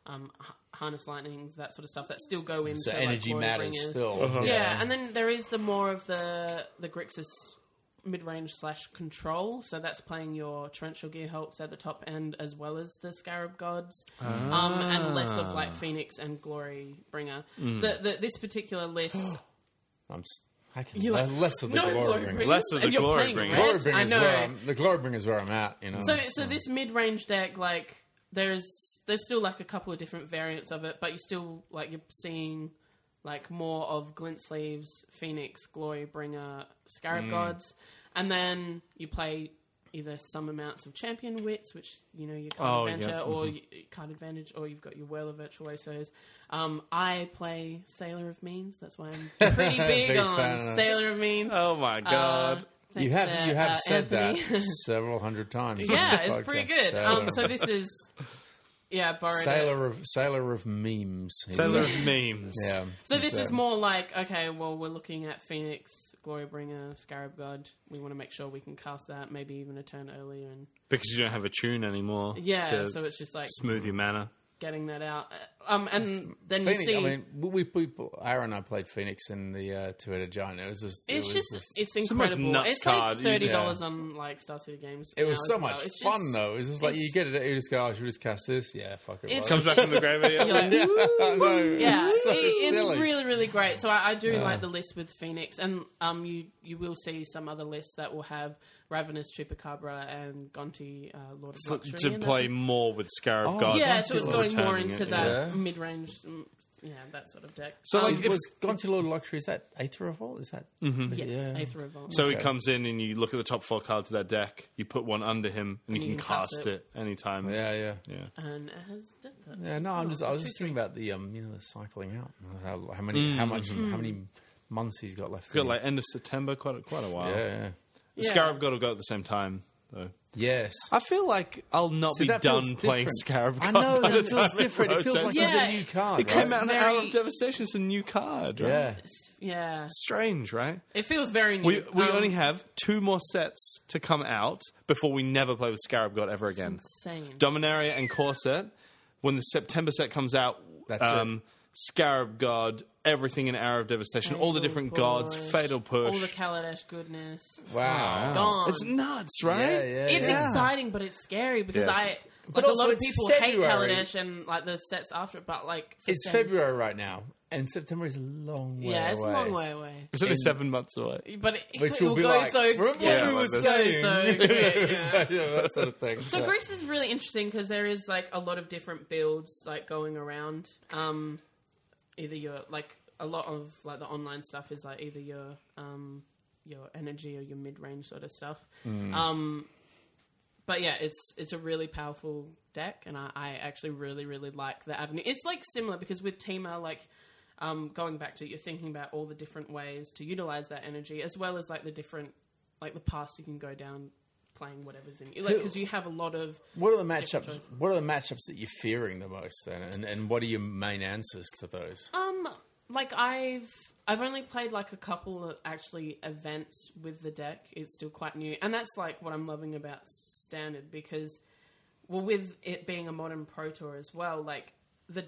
Speaker 3: um Har- harness lightnings, that sort of stuff that still go into
Speaker 1: So
Speaker 3: like,
Speaker 1: energy
Speaker 3: Glory
Speaker 1: matters
Speaker 3: Bringers.
Speaker 1: still.
Speaker 2: Uh-huh.
Speaker 3: Yeah. and then there is the more of the the Grixis mid range slash control. So that's playing your torrential gear hulks at the top end as well as the scarab gods, um, and less of
Speaker 2: Ah.
Speaker 3: like Phoenix and Glory Bringer. The, the, this particular list,
Speaker 1: I'm s- I can,
Speaker 3: You're like,
Speaker 1: less of the
Speaker 3: no
Speaker 1: Glorybringer.
Speaker 3: Glory Bringers,
Speaker 2: Less of the
Speaker 3: and you're
Speaker 2: Glory
Speaker 3: playing
Speaker 2: Bringers.
Speaker 3: red?
Speaker 1: Glory
Speaker 3: I
Speaker 1: Bringer's
Speaker 3: know.
Speaker 1: where I'm, the Glorybringer's where I'm at, you know.
Speaker 3: So, so this mid-range deck, like, there's there's still like a couple of different variants of it, but you still like you're seeing like more of glint sleeves, phoenix, glory bringer,
Speaker 1: Mm.
Speaker 3: scarab gods, and then you play either some amounts of champion wits, which you know your
Speaker 2: Oh,
Speaker 3: card
Speaker 2: yeah.
Speaker 3: adventure, or
Speaker 1: Mm-hmm.
Speaker 3: you, card advantage, or you've got your whirl of virtuosos. Um, I play sailor of means, that's why I'm pretty
Speaker 1: Big
Speaker 3: big,
Speaker 1: fan
Speaker 3: on
Speaker 1: of-
Speaker 3: sailor of means.
Speaker 2: Oh my
Speaker 3: Uh,
Speaker 2: god!
Speaker 1: you
Speaker 3: thanks
Speaker 1: have
Speaker 3: to,
Speaker 1: you have
Speaker 3: uh,
Speaker 1: said
Speaker 3: Anthony.
Speaker 1: that several hundred times. on
Speaker 3: Yeah,
Speaker 1: this
Speaker 3: it's pretty
Speaker 1: podcast.
Speaker 3: good. Um, so this is yeah, borrowed. it.
Speaker 1: Sailor of Sailor of memes. He's
Speaker 2: Sailor
Speaker 1: like-
Speaker 2: of memes.
Speaker 1: Yeah.
Speaker 3: So this
Speaker 1: He's,
Speaker 3: is
Speaker 1: um,
Speaker 3: more like okay, well we're looking at Phoenix, Glorybringer, Scarab God. We want to make sure we can cast that maybe even a turn earlier and
Speaker 2: because you don't have a tune anymore.
Speaker 3: yeah.
Speaker 2: to
Speaker 3: so it's just like
Speaker 2: smooth your manner.
Speaker 3: getting that out. Uh, Um, and then you
Speaker 1: Phoenix.
Speaker 3: see.
Speaker 1: I mean, we, we, we Aaron and I played Phoenix in the uh, Two Headed Giant. It was just. it
Speaker 3: it's
Speaker 1: was
Speaker 3: just it's
Speaker 2: the most
Speaker 3: incredible.
Speaker 2: nuts
Speaker 3: It's
Speaker 2: card.
Speaker 3: like
Speaker 2: You
Speaker 3: thirty
Speaker 2: just-
Speaker 3: dollars on like Star City Games.
Speaker 1: It was
Speaker 3: now
Speaker 1: so
Speaker 3: as well.
Speaker 1: much
Speaker 3: It's
Speaker 1: fun
Speaker 3: just-
Speaker 1: though. It's just like you
Speaker 3: it's-
Speaker 1: get it. You just go, oh, should we just cast this? Yeah, fuck it.
Speaker 3: It's-
Speaker 1: right.
Speaker 2: Comes back from the grave. yeah.
Speaker 3: You're like,
Speaker 1: I know,
Speaker 3: yeah,
Speaker 1: it's so
Speaker 3: it- it's
Speaker 1: silly.
Speaker 3: really really great. So I, I do like the list with Phoenix, and um, you you will see some other lists that will have Ravenous, Chupacabra, and Gonti, uh, Lord of
Speaker 2: F-
Speaker 3: Luxury
Speaker 2: to
Speaker 3: and that
Speaker 2: play
Speaker 3: sort of-
Speaker 2: more with Scarab God.
Speaker 3: yeah, so it's going more
Speaker 2: Returning
Speaker 3: into
Speaker 2: it,
Speaker 3: that
Speaker 2: yeah.
Speaker 1: yeah.
Speaker 3: mid range, yeah, that sort of deck.
Speaker 2: So, like,
Speaker 3: Um,
Speaker 2: if-
Speaker 1: was Gone to Lord of Luxury. Is that Aether Revolt? Is that? is it-
Speaker 3: yes,
Speaker 1: yeah.
Speaker 3: Aether Revolt.
Speaker 2: So he
Speaker 1: Okay.
Speaker 2: comes in and you look at the top four cards of that deck. You put one under him and, you can, cast it, anytime.
Speaker 1: Yeah, yeah, yeah.
Speaker 2: Yeah.
Speaker 3: and it has death touch.
Speaker 1: no, I'm just. I was
Speaker 3: Two,
Speaker 1: just thinking about the um, you know, the cycling out. How, how many? How much? How many months he's got left?
Speaker 2: We've got
Speaker 1: in him.
Speaker 2: like end of September, quite a, quite a while.
Speaker 1: Yeah, yeah.
Speaker 2: The
Speaker 3: Yeah.
Speaker 2: Scarab God will go at the same time though.
Speaker 1: Yes.
Speaker 2: I feel like I'll not
Speaker 1: See,
Speaker 2: be
Speaker 1: that feels
Speaker 2: done playing
Speaker 1: different.
Speaker 2: Scarab
Speaker 1: I
Speaker 2: God.
Speaker 1: know
Speaker 2: by the
Speaker 1: that feels
Speaker 2: time
Speaker 1: different. It feels like
Speaker 2: rotates.
Speaker 3: Yeah.
Speaker 1: it's a new card.
Speaker 2: it came
Speaker 1: right?
Speaker 2: out in
Speaker 3: It's
Speaker 2: Hour
Speaker 3: very-
Speaker 2: of Devastation. It's a new card. Right?
Speaker 1: Yeah.
Speaker 3: Yeah,
Speaker 2: Strange, right?
Speaker 3: it feels very new.
Speaker 2: We we
Speaker 3: Um,
Speaker 2: only have two more sets to come out before we never play with Scarab God ever again.
Speaker 3: insane.
Speaker 2: Dominaria and Corset. When the September set comes out, um,
Speaker 1: That's
Speaker 2: Scarab God, everything in Hour of Devastation, all the
Speaker 3: Fatal
Speaker 2: different gods,
Speaker 3: Push,
Speaker 2: Fatal Push.
Speaker 3: all the Kaladesh goodness.
Speaker 1: Wow.
Speaker 3: Gone.
Speaker 2: it's nuts, right?
Speaker 1: Yeah, yeah,
Speaker 3: It's
Speaker 1: yeah.
Speaker 3: exciting, but it's scary because
Speaker 2: Yes.
Speaker 3: I Like a
Speaker 1: also
Speaker 3: lot of
Speaker 1: it's
Speaker 3: people hate
Speaker 1: February.
Speaker 3: Kaladesh and like the sets after it, but like for
Speaker 1: It's
Speaker 3: Sem-
Speaker 1: February right now, and September is a long way
Speaker 3: Yeah, it's
Speaker 1: away.
Speaker 3: a long way away.
Speaker 2: It's only seven months away.
Speaker 3: But it,
Speaker 1: Which
Speaker 3: it
Speaker 1: will
Speaker 3: will
Speaker 1: be
Speaker 3: go
Speaker 1: like,
Speaker 3: so
Speaker 1: remember
Speaker 3: yeah.
Speaker 1: what we were
Speaker 2: so
Speaker 1: saying?
Speaker 3: quick, yeah.
Speaker 1: Yeah, that sort of thing.
Speaker 3: So Greece is really interesting because there is like a lot of different builds like going around. Um, either your like a lot of like the online stuff is like either your um, your energy or your mid range sort of stuff.
Speaker 1: Mm.
Speaker 3: Um, but yeah, it's it's a really powerful deck, and I, I actually really really like the avenue. It's like similar because with Tima like. Um, going back to it, you're thinking about all the different ways to utilize that energy, as well as like the different, like the paths you can go down playing whatever's in you, like because you have a lot of
Speaker 1: What are the
Speaker 3: Different
Speaker 1: matchups? What are the matchups that you're fearing the most then, and, and what are your main answers to those?
Speaker 3: Um, like I've I've only played like a couple of actually events with the deck. It's still quite new, and that's like what I'm loving about standard because, well, with it being a modern pro tour as well, like the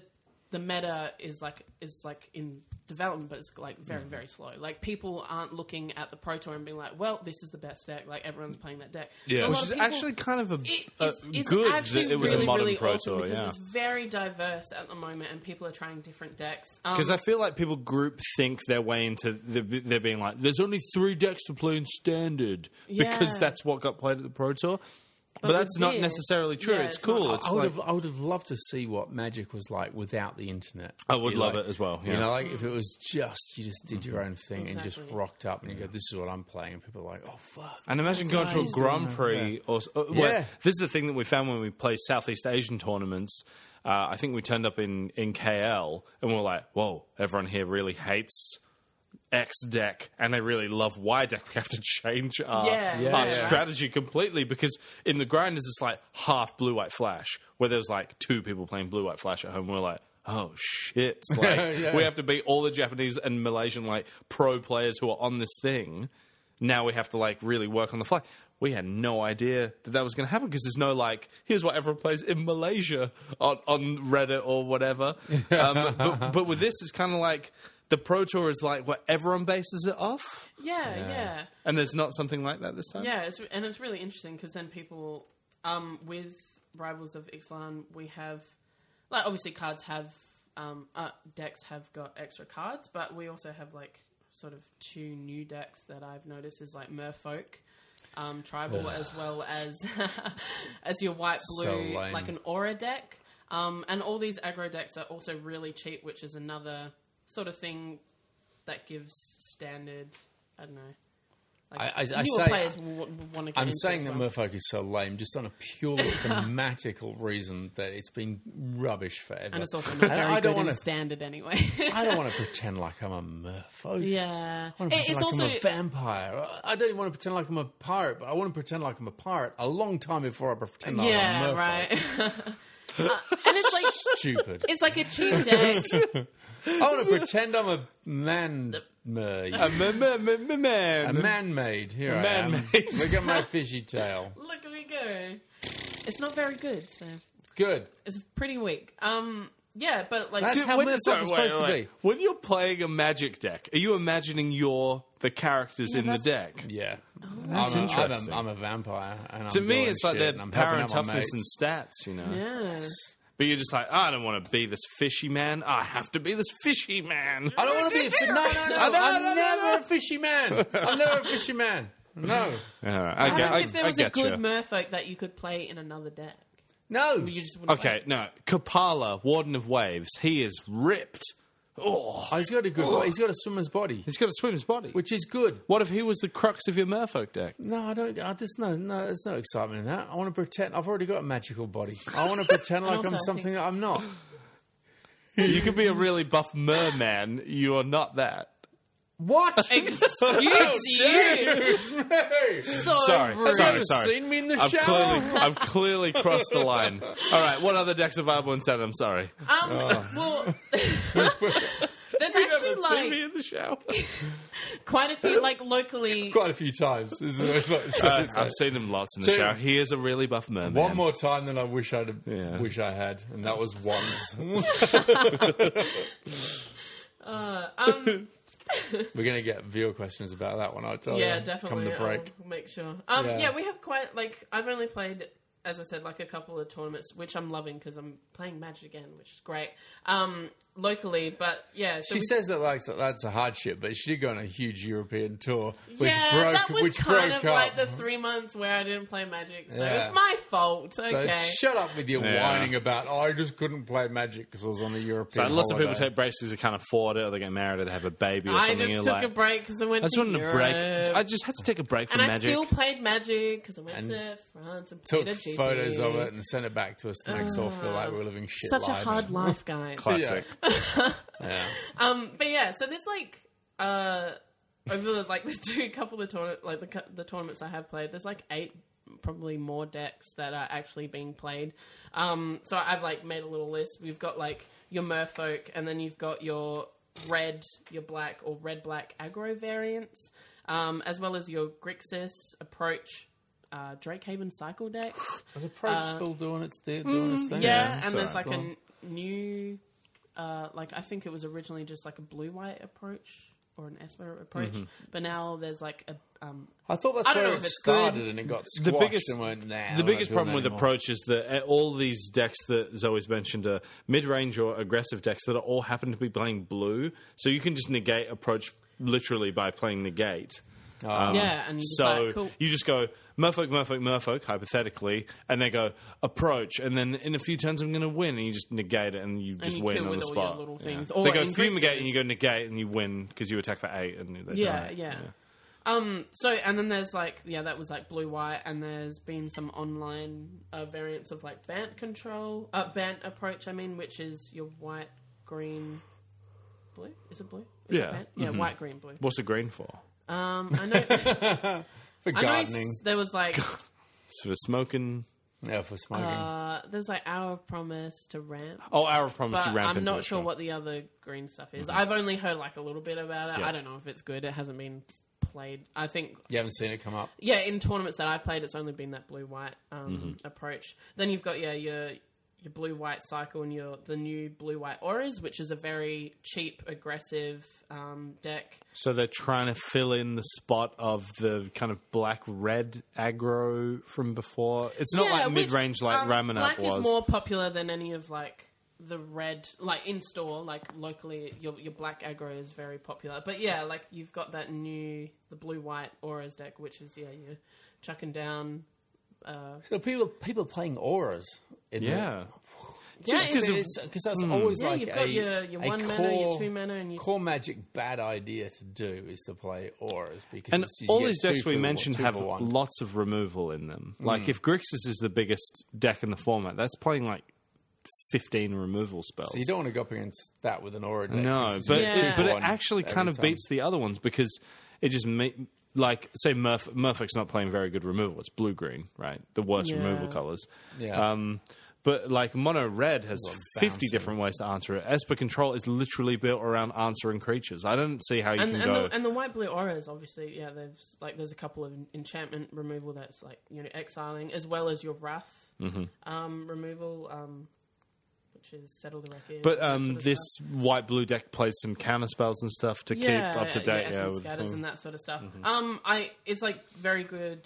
Speaker 3: the meta is like is like in development, but it's like very very slow. Like people aren't looking at the pro tour and being like, well, this is the best deck. Like everyone's playing that deck. So a lot
Speaker 2: Which
Speaker 3: of
Speaker 2: is
Speaker 3: people-
Speaker 2: actually kind of a,
Speaker 3: it-
Speaker 2: a
Speaker 3: it's, it's
Speaker 2: good
Speaker 3: actually
Speaker 2: that Uh, it was
Speaker 3: really,
Speaker 2: a modern
Speaker 3: really
Speaker 2: pro
Speaker 3: awesome
Speaker 2: tour,
Speaker 3: because
Speaker 2: yeah.
Speaker 3: it's very diverse at the moment, and people are trying different decks. Um,
Speaker 2: Because I feel like people group think their way into the, they're being like, there's only three decks to play in standard because
Speaker 3: Yeah.
Speaker 2: that's what got played at the Pro Tour. But,
Speaker 3: with
Speaker 2: that's not
Speaker 3: this-
Speaker 2: necessarily true.
Speaker 3: yeah,
Speaker 2: it's,
Speaker 3: it's
Speaker 2: cool.
Speaker 3: not-
Speaker 2: It's
Speaker 1: I would
Speaker 2: like-
Speaker 1: have, I would have loved to see what Magic was like without the internet.
Speaker 2: I would
Speaker 1: You
Speaker 2: love
Speaker 1: like-
Speaker 2: it as well,
Speaker 1: You
Speaker 2: yeah. Mm-hmm.
Speaker 1: know, like if it was just you just did your own thing and just
Speaker 3: Exactly.
Speaker 1: rocked up and you go, "This is what I'm playing," and people are like, "Oh fuck."
Speaker 2: And imagine going to a
Speaker 1: nice.
Speaker 2: Grand Prix or s- uh, well,
Speaker 1: Yeah.
Speaker 2: this is the thing that we found when we play Southeast Asian tournaments. Uh, I think we turned up in, in KL and we are like, whoa, everyone here really hates X deck and they really love Y deck. We have to change our,
Speaker 3: Yeah. Yeah.
Speaker 2: our
Speaker 3: Yeah.
Speaker 2: strategy completely because in the grinders it's like half blue white flash where there's like two people playing blue white flash at home. We're like, oh shit! Like
Speaker 1: Yeah.
Speaker 2: we have to beat all the Japanese and Malaysian like pro players who are on this thing. Now we have to like really work on the fly. We had no idea that that was going to happen because there's no like here's what everyone plays in Malaysia on, on Reddit or whatever. Um, but, but with this, it's kind of like the pro tour is like what everyone bases it off,
Speaker 3: yeah, yeah.
Speaker 2: and there's not something like that this time.
Speaker 3: Yeah, it's, and it's really interesting because then people, um, with Rivals of Ixalan, we have, like, obviously cards have, um, uh, decks have got extra cards, but we also have, like, sort of two new decks that I've noticed is, like, Merfolk. Um, tribal as well as as your white
Speaker 1: So
Speaker 3: blue
Speaker 1: lame.
Speaker 3: like an aura deck um, and all these aggro decks are also really cheap which is another sort of thing that gives standard i don't know
Speaker 1: I- I- I
Speaker 3: newer
Speaker 1: say-
Speaker 3: players w- want to get
Speaker 1: I'm
Speaker 3: into
Speaker 1: saying
Speaker 3: as
Speaker 1: that
Speaker 3: well.
Speaker 1: Merfolk is so lame just on a pure grammatical reason that it's been rubbish forever.
Speaker 3: and it's also not
Speaker 1: I-
Speaker 3: very
Speaker 1: I don't
Speaker 3: good
Speaker 1: wanna-
Speaker 3: in standard anyway.
Speaker 1: I don't want to pretend like I'm a Merfolk.
Speaker 3: yeah,
Speaker 1: I want to
Speaker 3: It-
Speaker 1: pretend
Speaker 3: it's
Speaker 1: like
Speaker 3: also
Speaker 1: I'm a vampire. I- I don't even want to pretend like I'm a pirate, but I want to pretend like I'm a pirate a long time before I pretend like Oh, I'm a
Speaker 3: yeah,
Speaker 1: merfolk.
Speaker 3: right. Uh, and it's like
Speaker 1: Stupid.
Speaker 3: it's like a cheap deck.
Speaker 1: I want to pretend I'm a man maid.
Speaker 2: A m- m- m- m-
Speaker 1: A
Speaker 2: man.
Speaker 1: man maid. Here I am.
Speaker 2: man-made.
Speaker 1: Look at my fishy tail.
Speaker 3: Look at me go. It's not very good, so
Speaker 1: Good.
Speaker 3: it's pretty weak. Um, yeah, but like
Speaker 1: That's
Speaker 2: Dude,
Speaker 1: how
Speaker 2: when-
Speaker 1: Merfolk
Speaker 2: sorry,
Speaker 1: is
Speaker 2: wait,
Speaker 1: supposed to
Speaker 2: wait.
Speaker 1: be.
Speaker 2: When you're playing a magic deck, are you imagining your the characters in the deck?
Speaker 1: Yeah. That's I'm a,
Speaker 2: interesting.
Speaker 1: I'm a, I'm a vampire. And
Speaker 2: To
Speaker 1: I'm
Speaker 2: me,
Speaker 1: doing
Speaker 2: it's like
Speaker 1: shit
Speaker 2: their
Speaker 1: and I'm
Speaker 2: power
Speaker 1: helping
Speaker 2: and
Speaker 1: out my
Speaker 2: toughness and
Speaker 1: mates.
Speaker 2: stats, you know.
Speaker 3: yeah,
Speaker 2: But you're just like, I don't want to be this fishy man. I have to be this fishy man.
Speaker 1: I don't want to be a fi- no, no, no.
Speaker 2: No, no,
Speaker 1: I'm
Speaker 2: no, no,
Speaker 1: never
Speaker 2: no.
Speaker 1: a fishy man. I'm never a fishy man. No,
Speaker 2: All right, I, get,
Speaker 3: Perhaps
Speaker 2: I,
Speaker 3: if there
Speaker 2: I
Speaker 3: was a
Speaker 2: get
Speaker 3: good
Speaker 2: you.
Speaker 3: merfolk that you could play in another deck,
Speaker 1: no.
Speaker 3: you just wouldn't
Speaker 2: okay, no. Kapala, Warden of Waves, he is ripped. Oh,
Speaker 1: Oh, he's got a good. He's got a swimmer's body,
Speaker 2: he's got to swim his body.
Speaker 1: which is good.
Speaker 2: what if he was the crux of your Merfolk deck?
Speaker 1: No, I don't. I, there's no, no, there's no excitement in that. I want to pretend. I've already got a magical body. I want to pretend like
Speaker 3: also
Speaker 1: I'm
Speaker 3: I
Speaker 1: something
Speaker 3: think-
Speaker 1: that I'm not.
Speaker 2: you could be a really buff merman. You are not that.
Speaker 1: What?
Speaker 3: play. Excuse you. So
Speaker 2: Sorry,
Speaker 3: rude.
Speaker 2: sorry,
Speaker 1: you
Speaker 2: sorry.
Speaker 1: seen me in the
Speaker 2: I've
Speaker 1: shower?
Speaker 2: Clearly, I've clearly crossed the line. All right, what other decks are viable instead? I'm sorry.
Speaker 3: Um,
Speaker 1: Oh.
Speaker 3: well, there's actually
Speaker 2: See me
Speaker 3: like
Speaker 2: in the shower.
Speaker 3: quite a few like locally.
Speaker 1: Quite a few times. It's- it's- it's-
Speaker 2: Uh,
Speaker 1: it's-
Speaker 2: I've seen him lots in the
Speaker 1: Two.
Speaker 2: shower. He is a really buff merman.
Speaker 1: one more time than I wish I'd
Speaker 2: Yeah.
Speaker 1: wish I had, and that was once.
Speaker 3: Um,
Speaker 1: We're gonna get viewer questions about that one. I tell you.
Speaker 3: yeah, definitely.
Speaker 1: Come the break.
Speaker 3: I'll make sure. Um,
Speaker 1: Yeah.
Speaker 3: yeah. we have quite like I've only played as I said, like a couple of tournaments, which I'm loving because I'm playing Magic again, which is great. Um, locally, but yeah, so
Speaker 1: She
Speaker 3: we-
Speaker 1: says that like that's a hardship, but she did go on a huge European tour, which
Speaker 3: yeah,
Speaker 1: broke,
Speaker 3: that was
Speaker 1: which
Speaker 3: kind
Speaker 1: broke
Speaker 3: of
Speaker 1: up.
Speaker 3: like the three months where I didn't play Magic, so it
Speaker 1: Yeah.
Speaker 3: was my fault.
Speaker 1: so
Speaker 3: Okay,
Speaker 1: shut up with your
Speaker 2: Yeah.
Speaker 1: whining about oh, I just couldn't play magic because I was on a
Speaker 2: So
Speaker 1: European.
Speaker 2: lots of people
Speaker 1: holiday."
Speaker 2: take breaks because they can't afford it, or they get married, or they have a baby, or
Speaker 3: I
Speaker 2: something.
Speaker 3: just
Speaker 2: You're
Speaker 3: took
Speaker 2: like,
Speaker 3: a break because I went.
Speaker 2: I just
Speaker 3: to
Speaker 2: wanted a
Speaker 3: Europe.
Speaker 2: break. I just had to take a break from
Speaker 3: and
Speaker 2: magic.
Speaker 3: I still played Magic because I went
Speaker 1: And
Speaker 3: to France and played
Speaker 1: took
Speaker 3: a GP.
Speaker 1: photos of it and sent it back to us to make us all feel like we were living shit
Speaker 3: Such
Speaker 1: lives.
Speaker 3: a hard life, guys.
Speaker 2: Classic.
Speaker 1: Yeah.
Speaker 3: um, but yeah, so there's like uh, over the, like the two couple of tourna- like the cou- the tournaments I have played, there's like eight probably more decks that are actually being played. Um, so I've like made a little list. We've got like your Merfolk, and then you've got your red, your black or red black aggro variants, um, as well as your Grixis approach. Uh, Drakehaven cycle decks.
Speaker 1: Is Approach still doing its doing its thing?
Speaker 3: uh, Mm, Yeah, and
Speaker 2: so-
Speaker 3: there's like a
Speaker 1: Still-
Speaker 3: n- new, uh, like I think it was originally just like a blue white approach or an Esper approach,
Speaker 2: Mm-hmm.
Speaker 3: but now there's like a um,
Speaker 1: I thought
Speaker 3: I
Speaker 1: that's
Speaker 3: don't
Speaker 1: where
Speaker 3: know
Speaker 1: it
Speaker 3: if it's
Speaker 1: started
Speaker 3: good.
Speaker 1: and it got
Speaker 2: the
Speaker 1: squashed
Speaker 2: biggest
Speaker 1: and went, nah,
Speaker 2: the biggest problem with approach is that uh, all these decks that Zoe's mentioned are mid-range or aggressive decks that are all happen to be playing blue, so you can just negate approach literally by playing negate.
Speaker 3: yeah, and you just
Speaker 2: Ah, So
Speaker 3: like, cool.
Speaker 2: you just go merfolk, merfolk, merfolk, hypothetically, and they go approach, and then in a few turns I'm going to win, and you just negate it, and you just
Speaker 3: and you
Speaker 2: win
Speaker 3: kill
Speaker 2: on
Speaker 3: with
Speaker 2: the
Speaker 3: all
Speaker 2: spot.
Speaker 3: your little things. Or
Speaker 2: They go
Speaker 3: in
Speaker 2: fumigate,
Speaker 3: Grixis.
Speaker 2: and you go negate, and you win because you attack for eight, and they
Speaker 3: Yeah,
Speaker 2: die.
Speaker 3: yeah. Um. So and then there's like yeah, that was like blue white, and there's been some online uh, variants of like Bant control, uh, Bant approach. I mean, which is your white, green, blue. Is it blue? Is it
Speaker 2: Yeah. Mm-hmm.
Speaker 3: Bant? yeah, white, green, blue.
Speaker 2: What's the green for?
Speaker 3: Um, I know.
Speaker 1: for
Speaker 3: I
Speaker 1: gardening,
Speaker 3: know s- there was like
Speaker 2: It's for smoking.
Speaker 1: yeah, for smoking.
Speaker 3: uh, there's like hour of promise to ramp,
Speaker 2: Oh, Hour of Promise
Speaker 3: but
Speaker 2: you ramp
Speaker 3: I'm
Speaker 2: into
Speaker 3: not
Speaker 2: it,
Speaker 3: sure what the other green stuff is. I've only heard like a little bit about it.
Speaker 2: Yeah.
Speaker 3: I don't know if it's good. It hasn't been played. I think
Speaker 1: you haven't seen it come up.
Speaker 3: yeah, in tournaments that I've played, it's only been that blue white um,
Speaker 2: Mm-hmm.
Speaker 3: approach. Then you've got yeah your your blue white cycle and your the new blue white auras, which is a very cheap aggressive um, deck.
Speaker 2: So they're trying to fill in the spot of the kind of black red aggro from before. It's not
Speaker 3: Yeah,
Speaker 2: like
Speaker 3: which,
Speaker 2: mid range like
Speaker 3: um,
Speaker 2: Ramen
Speaker 3: Black
Speaker 2: Up was.
Speaker 3: is more popular than any of like the red, like in store, like locally. Your your black aggro is very popular, but yeah, like you've got that new the blue white auras deck, which is yeah, you're chucking down.
Speaker 1: So people people playing auras. In the-
Speaker 2: yeah.
Speaker 1: just
Speaker 3: Yeah,
Speaker 1: because
Speaker 3: it's-
Speaker 1: because that's
Speaker 2: Hmm.
Speaker 1: always
Speaker 3: Yeah,
Speaker 1: like
Speaker 3: you've got
Speaker 1: a,
Speaker 3: your, your
Speaker 1: a
Speaker 3: one
Speaker 1: core,
Speaker 3: mana, your two mana, and your
Speaker 1: core magic bad idea to do is to play auras because
Speaker 2: And
Speaker 1: it's just
Speaker 2: all
Speaker 1: you get
Speaker 2: these decks
Speaker 1: two
Speaker 2: we
Speaker 1: for-
Speaker 2: mentioned
Speaker 1: two
Speaker 2: have
Speaker 1: for one.
Speaker 2: lots of removal in them.
Speaker 1: Mm.
Speaker 2: Like if Grixis is the biggest deck in the format, that's playing like fifteen removal spells.
Speaker 1: So you don't want to go up against that with an aura. Deck.
Speaker 2: No,
Speaker 1: It's just
Speaker 2: but
Speaker 1: you get two
Speaker 3: Yeah.
Speaker 2: it, but
Speaker 1: for
Speaker 2: it
Speaker 1: one
Speaker 2: actually
Speaker 1: every
Speaker 2: kind of
Speaker 1: time.
Speaker 2: beats the other ones because it just ma- like say Murph Murphic's not playing very good removal. It's blue green, right? The worst
Speaker 3: Yeah.
Speaker 2: removal colors.
Speaker 1: Yeah.
Speaker 2: Um, but like mono red has fifty
Speaker 1: bouncing.
Speaker 2: different ways to answer it. Esper control is literally built around answering creatures. I don't see how you
Speaker 3: and
Speaker 2: can
Speaker 3: and
Speaker 2: go.
Speaker 3: the, and the white blue auras, obviously, yeah. There's like there's a couple of enchantment removal that's like you know exiling, as well as your wrath
Speaker 2: Mm-hmm.
Speaker 3: um, removal, um, which is settle the record.
Speaker 2: but
Speaker 3: that
Speaker 2: um,
Speaker 3: sort of
Speaker 2: this
Speaker 3: stuff.
Speaker 2: white blue deck plays some counter spells and stuff to keep up to date. Yeah,
Speaker 3: some
Speaker 2: with the
Speaker 3: scatters
Speaker 2: thing. Mm-hmm.
Speaker 3: and that sort of stuff. Um, I it's like very good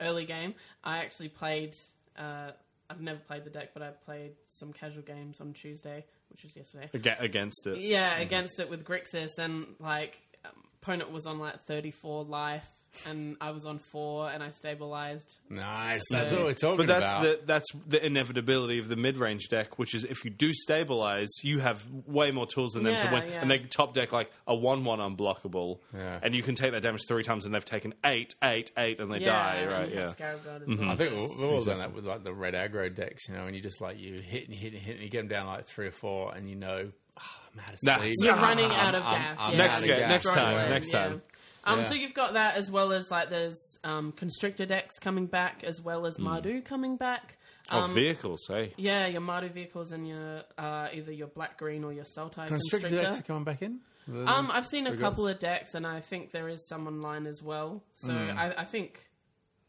Speaker 3: early game. I actually played. Uh, I've never played the deck, but I played some casual games on Tuesday, which was yesterday.
Speaker 2: Aga- against it.
Speaker 3: Yeah, against it with Grixis, and like um, opponent was on like thirty four life, and I was on four, and I stabilized.
Speaker 1: Nice. That's what we're talking
Speaker 2: But that's
Speaker 1: about.
Speaker 2: the that's the inevitability of the mid range deck, which is if you do stabilize, you have way more tools than them to
Speaker 3: Yeah,
Speaker 2: win.
Speaker 3: yeah.
Speaker 2: And they top deck like a one one unblockable,
Speaker 1: Yeah.
Speaker 2: and you can take that damage three times, and they've taken eight, eight, eight, and they die.
Speaker 3: and
Speaker 2: Right?
Speaker 3: you have
Speaker 2: Yeah. Mm-hmm.
Speaker 3: Scarab God as well.
Speaker 1: I think we've all done that with like the red aggro decks, you know, and you just like you hit and hit and hit and you get them down like three or four, and you know, "Ah, I'm out of
Speaker 2: Nah.
Speaker 1: sleep.
Speaker 3: You're
Speaker 2: Ah,
Speaker 3: running out of
Speaker 1: I'm-
Speaker 3: gas.
Speaker 1: I'm
Speaker 3: yeah.
Speaker 2: Next
Speaker 1: out of
Speaker 2: game,
Speaker 1: gas.
Speaker 2: next
Speaker 3: Right
Speaker 2: time,
Speaker 3: away,
Speaker 2: next
Speaker 3: yeah.
Speaker 2: time.
Speaker 3: Um,
Speaker 1: Yeah.
Speaker 3: So you've got that as well as like there's um, Constrictor decks coming back, as well as Mardu coming back.
Speaker 2: Oh,
Speaker 3: Um,
Speaker 2: vehicles, eh?
Speaker 3: yeah, your Mardu vehicles and your uh, either your black green or your Sultai
Speaker 1: Constrictor
Speaker 3: Constrictor.
Speaker 1: decks are coming back in.
Speaker 3: Um, I've seen a
Speaker 1: Regards.
Speaker 3: couple of decks, and I think there is some online as well. So I, I think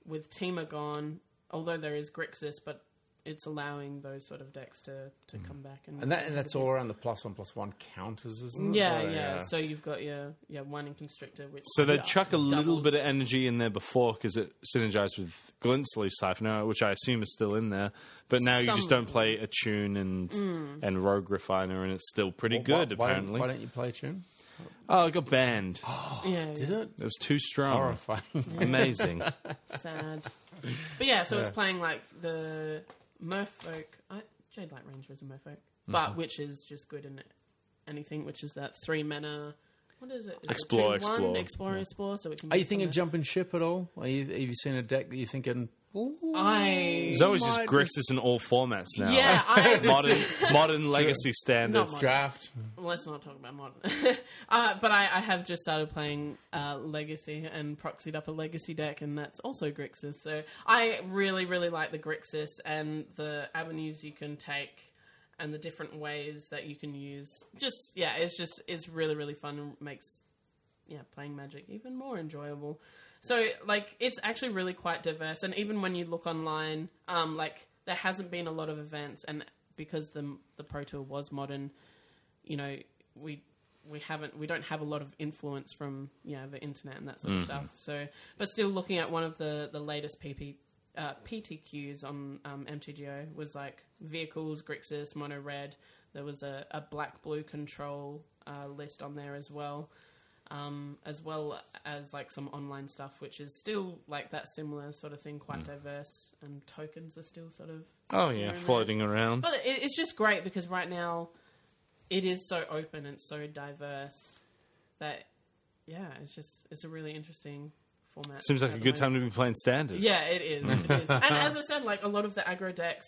Speaker 3: with Teamer gone, although there is Grixis, but it's allowing those sort of decks to, to come back and
Speaker 4: And, that, and that's all around the plus one plus one counters, isn't it? uh,
Speaker 3: Yeah,
Speaker 2: Oh,
Speaker 3: yeah,
Speaker 2: yeah.
Speaker 3: So you've got your yeah one in constrictor, which
Speaker 2: So they chuck a little
Speaker 3: doubles.
Speaker 2: bit of energy in there before because it synergized with Glint's Siphon, which I assume is still in there. But now you just
Speaker 3: Some- Mm.
Speaker 2: don't play a tune and and Rogue Refiner, and it's still pretty good
Speaker 4: Why, don't-
Speaker 2: apparently.
Speaker 4: Why don't you play a tune?
Speaker 2: oh, it got banned.
Speaker 3: yeah,
Speaker 4: Did it?
Speaker 2: It was too strong.
Speaker 4: Horrifying.
Speaker 2: Amazing.
Speaker 3: sad. But yeah, so it's playing like the merfolk. I, Jade Light Ranger is a merfolk, but
Speaker 2: Mm-hmm.
Speaker 3: which is just good in anything, which is that three mana. What is it? Is it
Speaker 2: Explore,
Speaker 3: two, one,
Speaker 2: explore.
Speaker 3: explore, explore. So it can.
Speaker 4: Are
Speaker 3: be
Speaker 4: you thinking
Speaker 3: from
Speaker 4: jumping ship at all? Are you, have you seen a deck that you're thinking?
Speaker 3: the- I
Speaker 2: Zoe's just
Speaker 4: Might-
Speaker 2: Grixis in all formats now.
Speaker 3: yeah. I
Speaker 2: Modern modern legacy
Speaker 3: not
Speaker 2: standards.
Speaker 3: modern.
Speaker 4: Draft.
Speaker 3: Well, let's not talk about modern. uh, but I, I have just started playing uh, Legacy and proxied up a Legacy deck, and that's also Grixis. So I really, really like the Grixis and the avenues you can take and the different ways that you can use. Just, yeah, it's just, it's really, really fun and makes, yeah, playing Magic even more enjoyable. So, like, it's actually really quite diverse. And even when you look online, um, like, there hasn't been a lot of events, and because the, the Pro Tour was modern, you know we we haven't we don't have a lot of influence from you know the internet and that sort of stuff so but still looking at one of the the latest pp uh, PTQs on um, MTGO was like vehicles, Grixis, Mono Red. There was a, a black blue control uh, list on there as well, um, as well as like some online stuff, which is still like that similar sort of thing, quite diverse. And tokens are still sort of
Speaker 2: Oh yeah, floating around.
Speaker 3: but it, it's just great because right now it is so open and so diverse that yeah, it's just it's a really interesting format.
Speaker 2: Seems like
Speaker 3: at
Speaker 2: a
Speaker 3: the
Speaker 2: good time
Speaker 3: moment.
Speaker 2: to be playing standards.
Speaker 3: Yeah, it is. it is. And as I said, like a lot of the aggro decks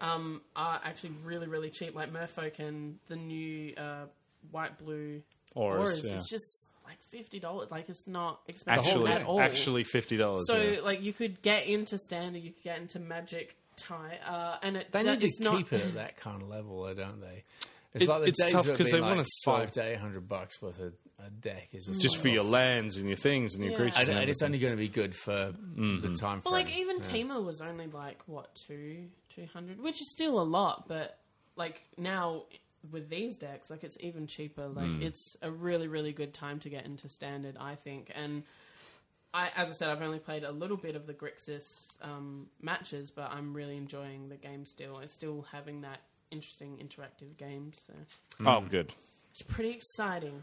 Speaker 3: um, are actually really really cheap. Like Merfolk and the new uh, white blue
Speaker 2: Auras,
Speaker 3: Auras
Speaker 2: yeah.
Speaker 3: is just like fifty dollars. Like it's not expensive
Speaker 2: Actually,
Speaker 3: at all.
Speaker 2: actually fifty dollars.
Speaker 3: So like you could get into standard, you could get into magic tie, uh, and it
Speaker 4: They
Speaker 3: do-
Speaker 4: need to
Speaker 3: it's
Speaker 4: keep
Speaker 3: not,
Speaker 4: it at that kind of level, though, don't they? It's
Speaker 2: It-
Speaker 4: like the
Speaker 2: it's
Speaker 4: days
Speaker 2: tough
Speaker 4: of it
Speaker 2: 'cause
Speaker 4: being
Speaker 2: they wanna
Speaker 4: like
Speaker 2: sell-
Speaker 4: five to eight hundred bucks worth of a deck is just,
Speaker 2: just
Speaker 4: like,
Speaker 2: for your
Speaker 4: oh,
Speaker 2: lands and your things and your
Speaker 3: Yeah.
Speaker 2: creatures.
Speaker 4: And,
Speaker 2: And
Speaker 4: and it's
Speaker 2: everything.
Speaker 4: only going to be good for
Speaker 2: Mm-hmm.
Speaker 4: the time frame.
Speaker 3: But like even Tamer was only like what two two hundred, which is still a lot. But like now with these decks, like it's even cheaper. Like it's a really really good time to get into standard, I think. And I, as I said, I've only played a little bit of the Grixis um, matches, but I'm really enjoying the game still. It's still having that interesting interactive game, so
Speaker 2: Oh, good.
Speaker 3: it's pretty exciting.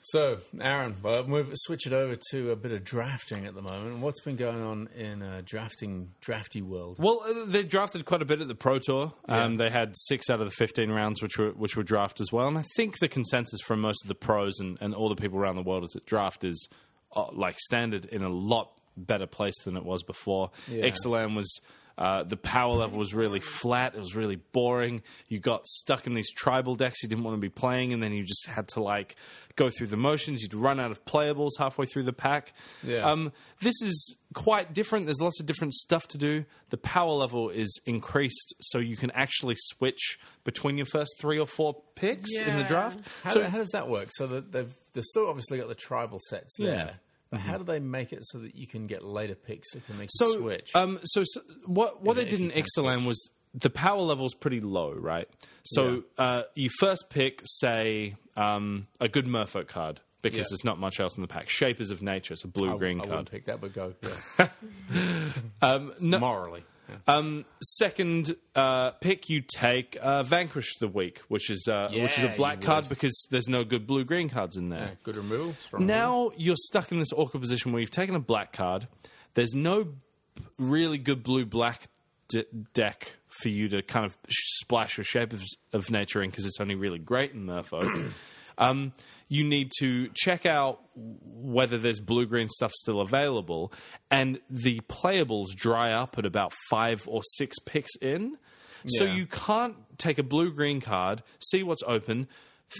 Speaker 4: so, Aaron, well, we'll switch it over to a bit of drafting at the moment. What's been going on in uh, drafting, drafty world?
Speaker 2: Well, uh, they drafted quite a bit at the Pro Tour. Um, They had six out of the fifteen rounds, which were which were draft as well. And I think the consensus from most of the pros and, and all the people around the world is that draft is uh, like standard in a lot better place than it was before. XLM was. Uh, the power level was really flat. It was really boring. You got stuck in these tribal decks you didn't want to be playing, and then you just had to like go through the motions. You'd run out of playables halfway through the pack.
Speaker 4: Yeah.
Speaker 2: Um, this is quite different. There's lots of different stuff to do. The power level is increased, so you can actually switch between your first three or four picks in the
Speaker 3: Yeah.
Speaker 2: draft.
Speaker 4: How,
Speaker 2: so
Speaker 4: do- how does that work? So that they've they've still obviously got the tribal sets there.
Speaker 2: Yeah. Mm-hmm.
Speaker 4: But how do they make it so that you can get later picks that can make
Speaker 2: so
Speaker 4: you switch?
Speaker 2: um, so, s what what they
Speaker 4: if
Speaker 2: did
Speaker 4: you
Speaker 2: in
Speaker 4: can
Speaker 2: Ixalan was the power level's pretty low, right? So uh, you first pick, say, um, a good Merfolk card. Because
Speaker 4: Yeah.
Speaker 2: there's not much else in the pack. Shape is of Nature, it's a blue
Speaker 4: I,
Speaker 2: green
Speaker 4: I
Speaker 2: card.
Speaker 4: wouldn't pick that, but go yeah.
Speaker 2: no-
Speaker 4: morally. Yeah.
Speaker 2: Um, second uh, pick, you take uh, Vanquish the Week, which is uh, which is a
Speaker 4: Yeah,
Speaker 2: black
Speaker 4: you
Speaker 2: card
Speaker 4: would.
Speaker 2: because there's no good blue green cards in there.
Speaker 4: Good removal. Strong removal.
Speaker 2: Now you're stuck in this awkward position where you've taken a black card. There's no b- really good blue black d- deck for you to kind of sh- splash your shape of, of nature in because it's only really great in Merfolk. um, you need to check out whether there's blue green stuff still available, and the playables dry up at about five or six picks in. So
Speaker 4: Yeah.
Speaker 2: you can't take a blue green card, see what's open,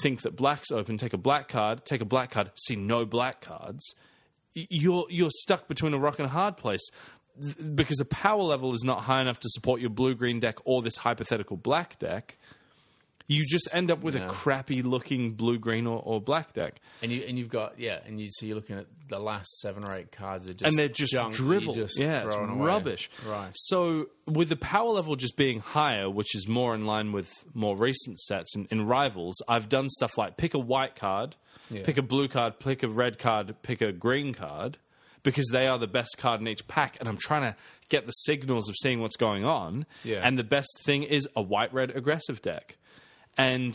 Speaker 2: think that black's open, take a black card, take a black card, see no black cards. Y- You're you're stuck between a rock and a hard place th- because the power level is not high enough to support your blue green deck or this hypothetical black deck. You just end up with a crappy looking blue, green, or, or black deck.
Speaker 1: And you and you've got yeah, and you so you're looking at the last seven or eight cards are just
Speaker 2: and they're just
Speaker 1: junk that you
Speaker 2: drivel.
Speaker 1: just
Speaker 2: yeah, it's
Speaker 1: throwing away.
Speaker 2: rubbish.
Speaker 1: Right.
Speaker 2: So with the power level just being higher, which is more in line with more recent sets and in rivals, I've done stuff like pick a white card, pick a blue card, pick a red card, pick a green card, because they are the best card in each pack, and I'm trying to get the signals of seeing what's going on.
Speaker 1: Yeah.
Speaker 2: And the best thing is a white red aggressive deck. And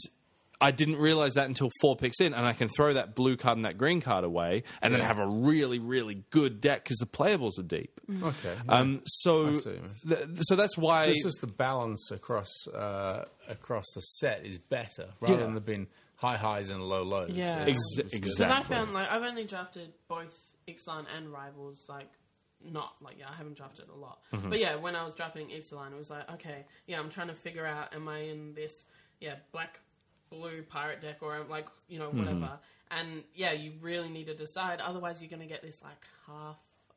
Speaker 2: I didn't realize that until four picks in, and I can throw that blue card and that green card away, and then have a really, really good deck because the playables are deep.
Speaker 1: Okay.
Speaker 2: Um, so,
Speaker 1: see, man.
Speaker 2: th- so that's why.
Speaker 1: So it's just the balance across uh, across the set is better rather
Speaker 2: Yeah.
Speaker 1: than there being high highs and low lows.
Speaker 3: Yeah.
Speaker 1: It's-
Speaker 2: Ex-
Speaker 1: it's good.
Speaker 2: exactly.
Speaker 3: I found like I've only drafted both Ixalan and Rivals, like not like yeah, I haven't drafted a lot.
Speaker 2: Mm-hmm.
Speaker 3: But yeah, when I was drafting Ixalan, it was like, okay, yeah, I'm trying to figure out am I in this yeah, black blue pirate deck or um, like, you
Speaker 2: Mm-hmm.
Speaker 3: know, whatever. And yeah, you really need to decide, otherwise you're gonna get this like half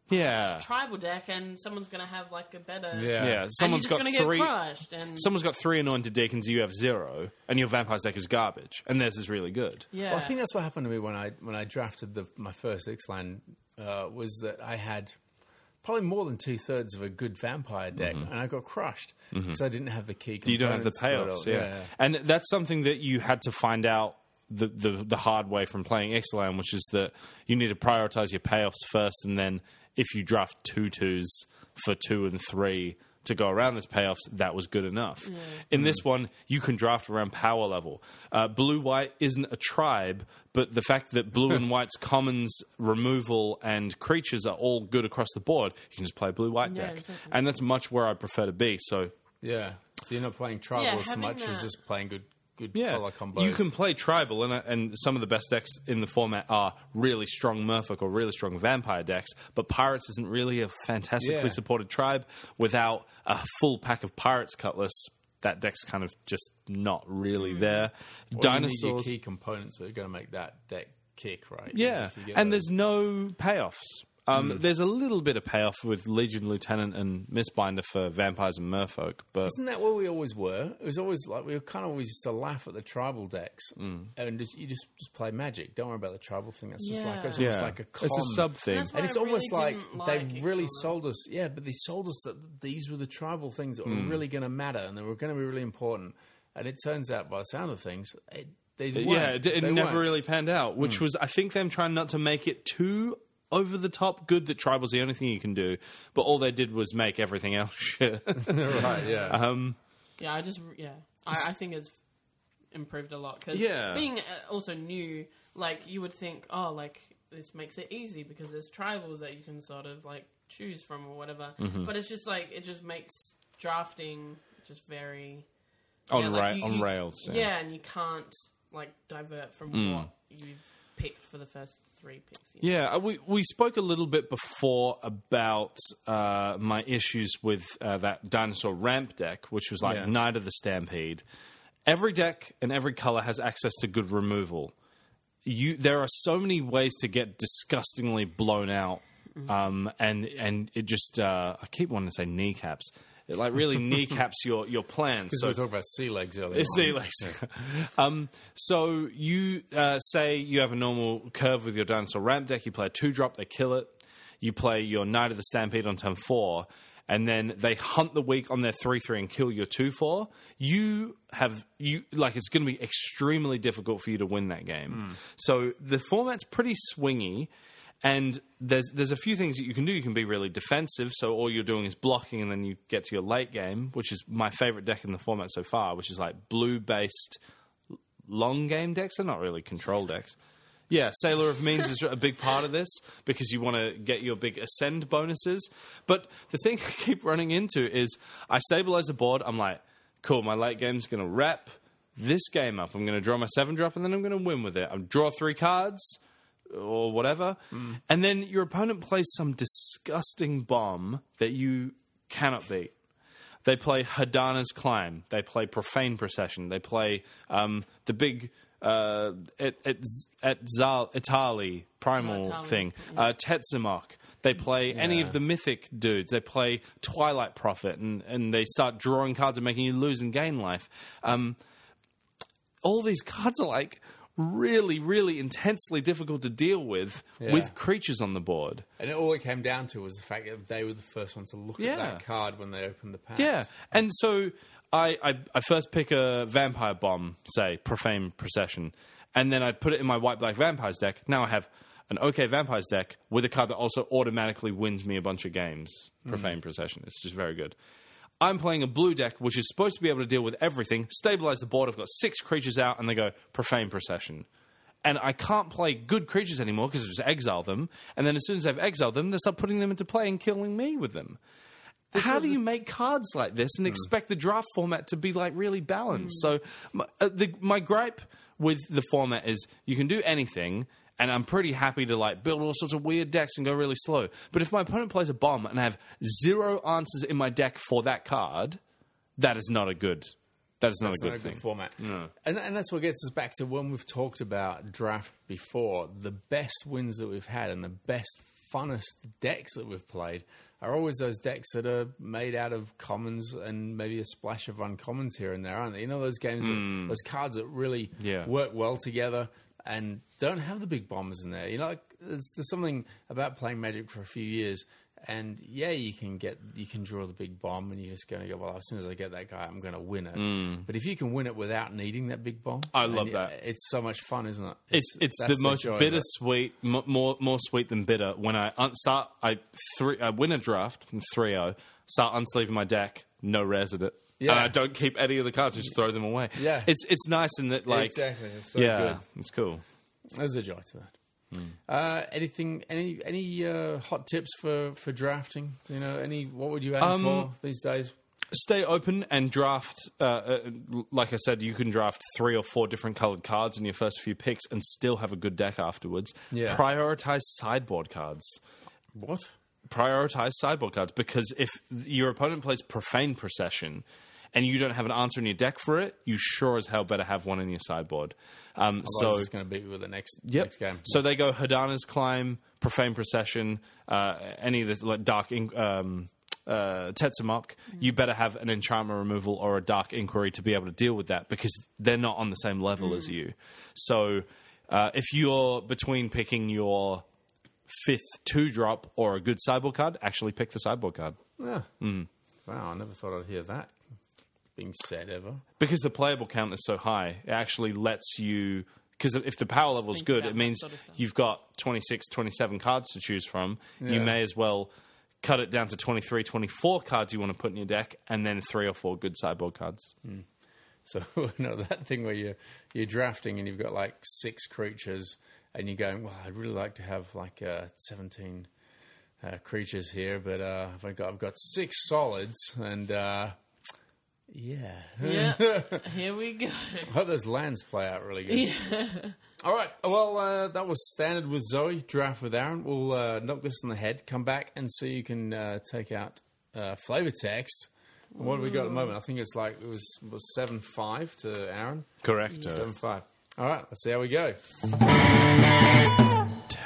Speaker 2: yeah,
Speaker 3: tribal deck and someone's gonna have like a better
Speaker 1: Yeah.
Speaker 2: yeah. Someone's
Speaker 3: and
Speaker 2: got
Speaker 3: you're just gonna
Speaker 2: three.
Speaker 3: get crushed and
Speaker 2: Someone's got three anointed deacons. You have zero, and your vampire's deck is garbage, and theirs is really good.
Speaker 3: yeah.
Speaker 1: Well, I think that's what happened to me when I when I drafted the, my first Ixalan uh, was that I had probably more than two thirds of a good vampire deck, and I got crushed because I didn't have the key.
Speaker 2: Mm-hmm. you don't have the
Speaker 1: components
Speaker 2: payoffs.
Speaker 1: to
Speaker 2: Yeah.
Speaker 1: it all.
Speaker 2: and that's something that you had to find out the the, the hard way from playing Ixalan, which is that you need to prioritize your payoffs first, and then if you draft two twos for two and three to go around those payoffs, that was good enough. In this one, you can draft around power level. Uh, blue white isn't a tribe, but the fact that blue and white's commons, removal, and creatures are all good across the board, you can just play a blue white
Speaker 3: Yeah,
Speaker 2: deck,
Speaker 3: exactly.
Speaker 2: and that's much where I prefer to be. So
Speaker 1: Yeah. So you're not playing tribal
Speaker 3: Yeah,
Speaker 1: as
Speaker 3: having
Speaker 1: much as
Speaker 3: that-
Speaker 1: just playing good good
Speaker 2: Yeah,
Speaker 1: color combos.
Speaker 2: you can play tribal, and and some of the best decks in the format are really strong Murfolk or really strong Vampire decks. But Pirates isn't really a fantastically
Speaker 1: Yeah.
Speaker 2: supported tribe without a full pack of Pirates Cutlass. That deck's kind of just not really there.
Speaker 1: Mm. Well, you need your
Speaker 2: Dinosaurs,
Speaker 1: key components that are going to make that deck kick, right?
Speaker 2: yeah,
Speaker 1: If you get
Speaker 2: and
Speaker 1: those.
Speaker 2: there's
Speaker 1: Mm.
Speaker 2: no payoffs. Um, There's a little bit of payoff with Legion Lieutenant and Mistbinder for vampires and Murfolk, but
Speaker 1: Isn't that where we always were? It was always like we were kind of always used to laugh at the tribal decks,
Speaker 2: Mm.
Speaker 1: and just, you just just play magic. Don't worry about the tribal thing. That's just like it's
Speaker 3: Yeah.
Speaker 1: almost like a con.
Speaker 2: it's a sub thing.
Speaker 3: That's why
Speaker 1: And it's
Speaker 3: I really
Speaker 1: almost like,
Speaker 3: didn't
Speaker 1: they
Speaker 3: like
Speaker 1: really
Speaker 3: Ixalan.
Speaker 1: sold us, yeah. But they sold us that these were the tribal things that
Speaker 2: Mm.
Speaker 1: were really going to matter and they were going to be really important. And it turns out, by the sound of things, it, they weren't.
Speaker 2: Yeah, it, it
Speaker 1: They
Speaker 2: never
Speaker 1: weren't.
Speaker 2: really panned out, which was, I think, them trying not to make it too over the top good that tribal's the only thing you can do, but all they did was make everything else shit.
Speaker 1: right. Yeah,
Speaker 3: Yeah, I just yeah, I, I think it's improved a lot because
Speaker 2: Yeah.
Speaker 3: being uh, also new, like you would think, oh, like this makes it easy because there's tribals that you can sort of like choose from or whatever.
Speaker 2: Mm-hmm.
Speaker 3: But it's just like it just makes drafting just very
Speaker 2: on
Speaker 3: yeah, like,
Speaker 2: ra-
Speaker 3: you-
Speaker 2: on
Speaker 3: you-
Speaker 2: rails. Mm.
Speaker 3: Yeah. and you can't like divert from what you've picked for the first three picks. you know?
Speaker 2: Yeah, uh, we we spoke a little bit before about uh, my issues with uh, that dinosaur ramp deck, which was like
Speaker 1: Yeah.
Speaker 2: Knight of the Stampede. Every deck and every color has access to good removal. You there are so many ways to get disgustingly blown out, um, and and it just uh, I keep wanting to say kneecaps. It like really kneecaps your your plans.
Speaker 1: So
Speaker 2: So
Speaker 1: we talked about sea legs earlier.
Speaker 2: it's sea legs. um, so you uh, say you have a normal curve with your dinosaur ramp deck. You play a two drop, they kill it. You play your Knight of the Stampede on turn four, and then they hunt the weak on their three three and kill your two four. You have you like it's going to be extremely difficult for you to win that game. So the format's pretty swingy. And there's there's a few things that you can do. You can be really defensive, so all you're doing is blocking, and then you get to your late game, which is my favorite deck in the format so far, which is like blue based long game decks. They're not really control decks. Yeah, Sailor of Means is a big part of this because you want to get your big ascend bonuses. But the thing I keep running into is I stabilize the board. I'm like, cool, my late game's going to wrap this game up. I'm going to draw my seven drop and then I'm going to win with it. I draw three cards or whatever. And then your opponent plays some disgusting bomb that you cannot beat. They play Hadana's Climb. They play Profane Procession. They play um, the big uh, at, at, at Zal, Itali primal
Speaker 3: Itali,
Speaker 2: thing, uh, Tetsumock. They play any of the mythic dudes. They play Twilight Prophet, and, and they start drawing cards and making you lose and gain life. Um, all these cards are like really, really intensely difficult to deal with with creatures on the board.
Speaker 1: And all it came down to was the fact that they were the first one to look
Speaker 2: Yeah.
Speaker 1: at that card when they opened the pack.
Speaker 2: Yeah, and so I, I I first pick a vampire bomb, say profane procession, and then I put it in my white black vampires deck. Now I have an okay vampires deck with a card that also automatically wins me a bunch of games. Profane procession, it's just very good. I'm playing a blue deck which is supposed to be able to deal with everything, stabilize the board. I've got six creatures out, and they go profane procession. And I can't play good creatures anymore because I just exile them. And then as soon as I've exiled them, they start putting them into play and killing me with them how do you make cards like this and expect the draft format to be like really balanced? So my, uh, the, my gripe with the format is you can do anything. And I'm pretty happy to like build all sorts of weird decks and go really slow. But if my opponent plays a bomb and I have zero answers in my deck for that card, that is not a good. That is not
Speaker 1: It's
Speaker 2: a good
Speaker 1: not a
Speaker 2: thing.
Speaker 1: good format. And, and that's what gets us back to when we've talked about draft before. The best wins that we've had and the best, funnest decks that we've played are always those decks that are made out of commons and maybe a splash of uncommons here and there, aren't they? You know, those games, that, those cards that really
Speaker 2: Hmm. Yeah.
Speaker 1: work well together and don't have the big bombs in there. You know, like, there's, there's something about playing Magic for a few years. And yeah, you can get you can draw the big bomb, and you're just going to go. Well, as soon as I get that guy, I'm going to win it. But if you can win it without needing that big bomb,
Speaker 2: Mm. I
Speaker 1: and
Speaker 2: love
Speaker 1: y-
Speaker 2: that.
Speaker 1: It's so much fun, isn't it?
Speaker 2: It's it's the
Speaker 1: that's
Speaker 2: most
Speaker 1: joy of it.
Speaker 2: bittersweet, m- more more sweet than bitter. When I un- start, I three, I win a draft 3-0, start unsleeving my deck, no resident.
Speaker 1: Yeah.
Speaker 2: And I don't keep any of the cards; I just throw them away.
Speaker 1: Yeah.
Speaker 2: it's it's nice in that like
Speaker 1: Exactly, it's so
Speaker 2: yeah, Mm.
Speaker 1: good.
Speaker 2: it's cool.
Speaker 1: There's a joy to that. Uh, anything? Any any uh, hot tips for for drafting? You know, any what would you aim
Speaker 2: Um,
Speaker 1: for these days?
Speaker 2: Stay open and draft. Uh, uh, like I said, you can draft three or four different colored cards in your first few picks, and still have a good deck afterwards.
Speaker 1: Yeah.
Speaker 2: Prioritize sideboard cards.
Speaker 1: What?
Speaker 2: prioritize sideboard cards because if your opponent plays profane procession and you don't have an answer in your deck for it, you sure as hell better have one in your sideboard. Um,
Speaker 1: So
Speaker 2: so
Speaker 1: it's going to beat you with the next
Speaker 2: Yep.
Speaker 1: next game.
Speaker 2: So they go Hadana's Climb, Profane Procession, uh, any of the like Dark in- um, uh, Tetsamok. You better have an enchantment removal or a Dark Inquiry to be able to deal with that because they're not on the same level as you. So uh, if you're between picking your fifth two drop or a good sideboard card, actually pick the sideboard card.
Speaker 1: Yeah. Wow, I never thought I'd hear that being said ever.
Speaker 2: because the playable count is so high, it actually lets you. Because if the power level's
Speaker 3: Think
Speaker 2: good,
Speaker 3: about
Speaker 2: it
Speaker 3: that
Speaker 2: means
Speaker 3: sort of stuff.
Speaker 2: you've got 26, 27 cards to choose from. You may as well cut it down to 23, 24 cards you want to put in your deck, and then three or four good sideboard cards.
Speaker 1: So no, that thing where you're you're drafting and you've got like six creatures and you're going, well, I'd really like to have like uh, seventeen uh, creatures here, but uh, I've got I've got six solids and uh, yeah,
Speaker 3: Yeah, here we go.
Speaker 1: I hope those lands play out really good. All right, well uh, that was standard with Zoe, draft with Aaron. We'll uh, knock this on the head. Come back and see you can uh, take out uh, flavor text. And What have we got at the moment? I think it's like it was was seven five to Aaron.
Speaker 2: Correct.
Speaker 1: Seven five. All right, let's see how we go.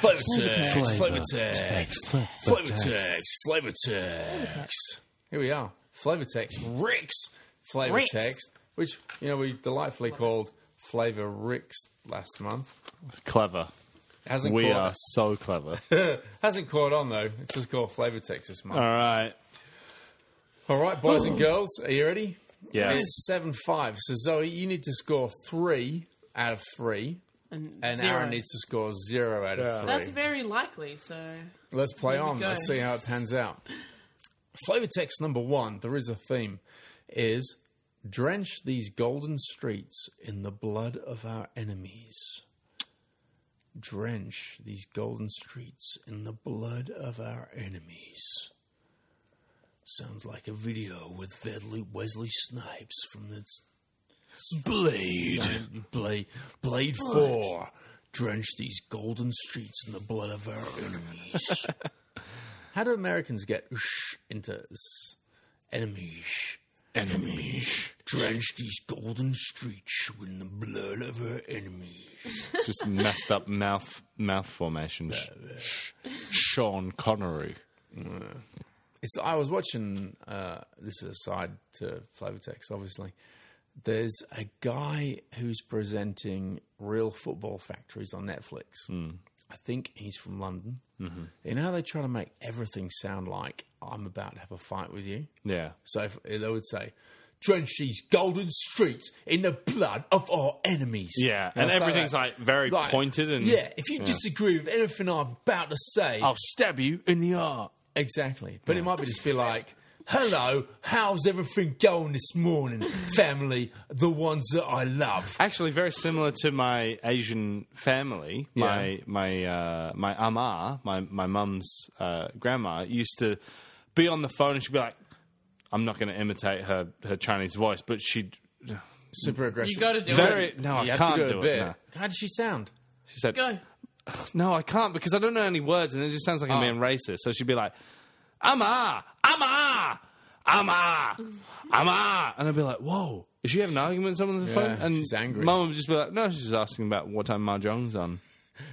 Speaker 4: Flavor text, flavor text, flavor text, flavor text.
Speaker 1: Here we are. Flavor text. Rick's flavor
Speaker 3: Rick's.
Speaker 1: text, which you know we delightfully called Flavor Rick's last month.
Speaker 2: Clever.
Speaker 1: Hasn't
Speaker 2: We
Speaker 1: caught,
Speaker 2: are so clever.
Speaker 1: hasn't caught on though. It's just called Flavor text this month.
Speaker 2: All right.
Speaker 1: All right, boys and girls, are you ready?
Speaker 2: Yes.
Speaker 1: It's seven five. So Zoe, you need to score three out of three,
Speaker 3: And,
Speaker 1: and
Speaker 3: zero.
Speaker 1: Aaron needs to score zero out of three.
Speaker 3: That's very likely. So
Speaker 1: Let's play on.
Speaker 3: go.
Speaker 1: Let's see how it pans out. Flavor text number one, there is a theme, is drench these golden streets in the blood of our enemies. Drench these golden streets in the blood of our enemies. Sounds like a video with Vedley Wesley Snipes from the s- Blade. Blade, Blade 4. Drench these golden streets in the blood of our enemies. How do Americans get sh into s- enemies? Enemies. Drench these golden streets in the blood of our enemies.
Speaker 2: It's just messed up mouth mouth formation. Sh- sh- Sean Connery.
Speaker 1: It's, I was watching, uh, this is aside to Flavor Text, obviously. There's a guy who's presenting Real Football Factories on Netflix. I think he's from London. Hmm. Mm-hmm. You know how they try to make everything sound like I'm about to have a fight with you?
Speaker 2: Yeah.
Speaker 1: So if, they would say, drench these golden streets in the blood of our enemies.
Speaker 2: Yeah,
Speaker 1: They'll
Speaker 2: and
Speaker 1: say
Speaker 2: everything's,
Speaker 1: that.
Speaker 2: like, very pointed and- Oh.
Speaker 1: yeah. If you disagree with anything I'm about to say,
Speaker 2: stab you in the art.
Speaker 1: exactly. But it might be just be like. Hello, how's everything going this morning, family? The ones that I love.
Speaker 2: Actually, very similar to my Asian family. My my uh, my ama, my my mum's uh, grandma, used to be on the phone and she'd be like, "I'm not going to imitate her her Chinese voice, but she'd
Speaker 1: Super aggressive.
Speaker 3: You gotta do
Speaker 2: very
Speaker 3: it.
Speaker 2: no,
Speaker 1: You
Speaker 2: I
Speaker 1: have
Speaker 2: can't
Speaker 1: to go
Speaker 2: do
Speaker 1: to
Speaker 2: it."
Speaker 1: bed.
Speaker 2: no.
Speaker 1: How does she sound?
Speaker 2: She said,
Speaker 3: Go.
Speaker 2: "No, I can't because I don't know any words, and it just sounds like I'm
Speaker 1: Ah.
Speaker 2: being racist." So she'd be like, "Ama, ama, ama, ama," and I'd be like, "Whoa." Is she having an argument with someone on the phone? And
Speaker 1: she's angry.
Speaker 2: Mum would just be like, "No, she's just asking about what time mahjong's on."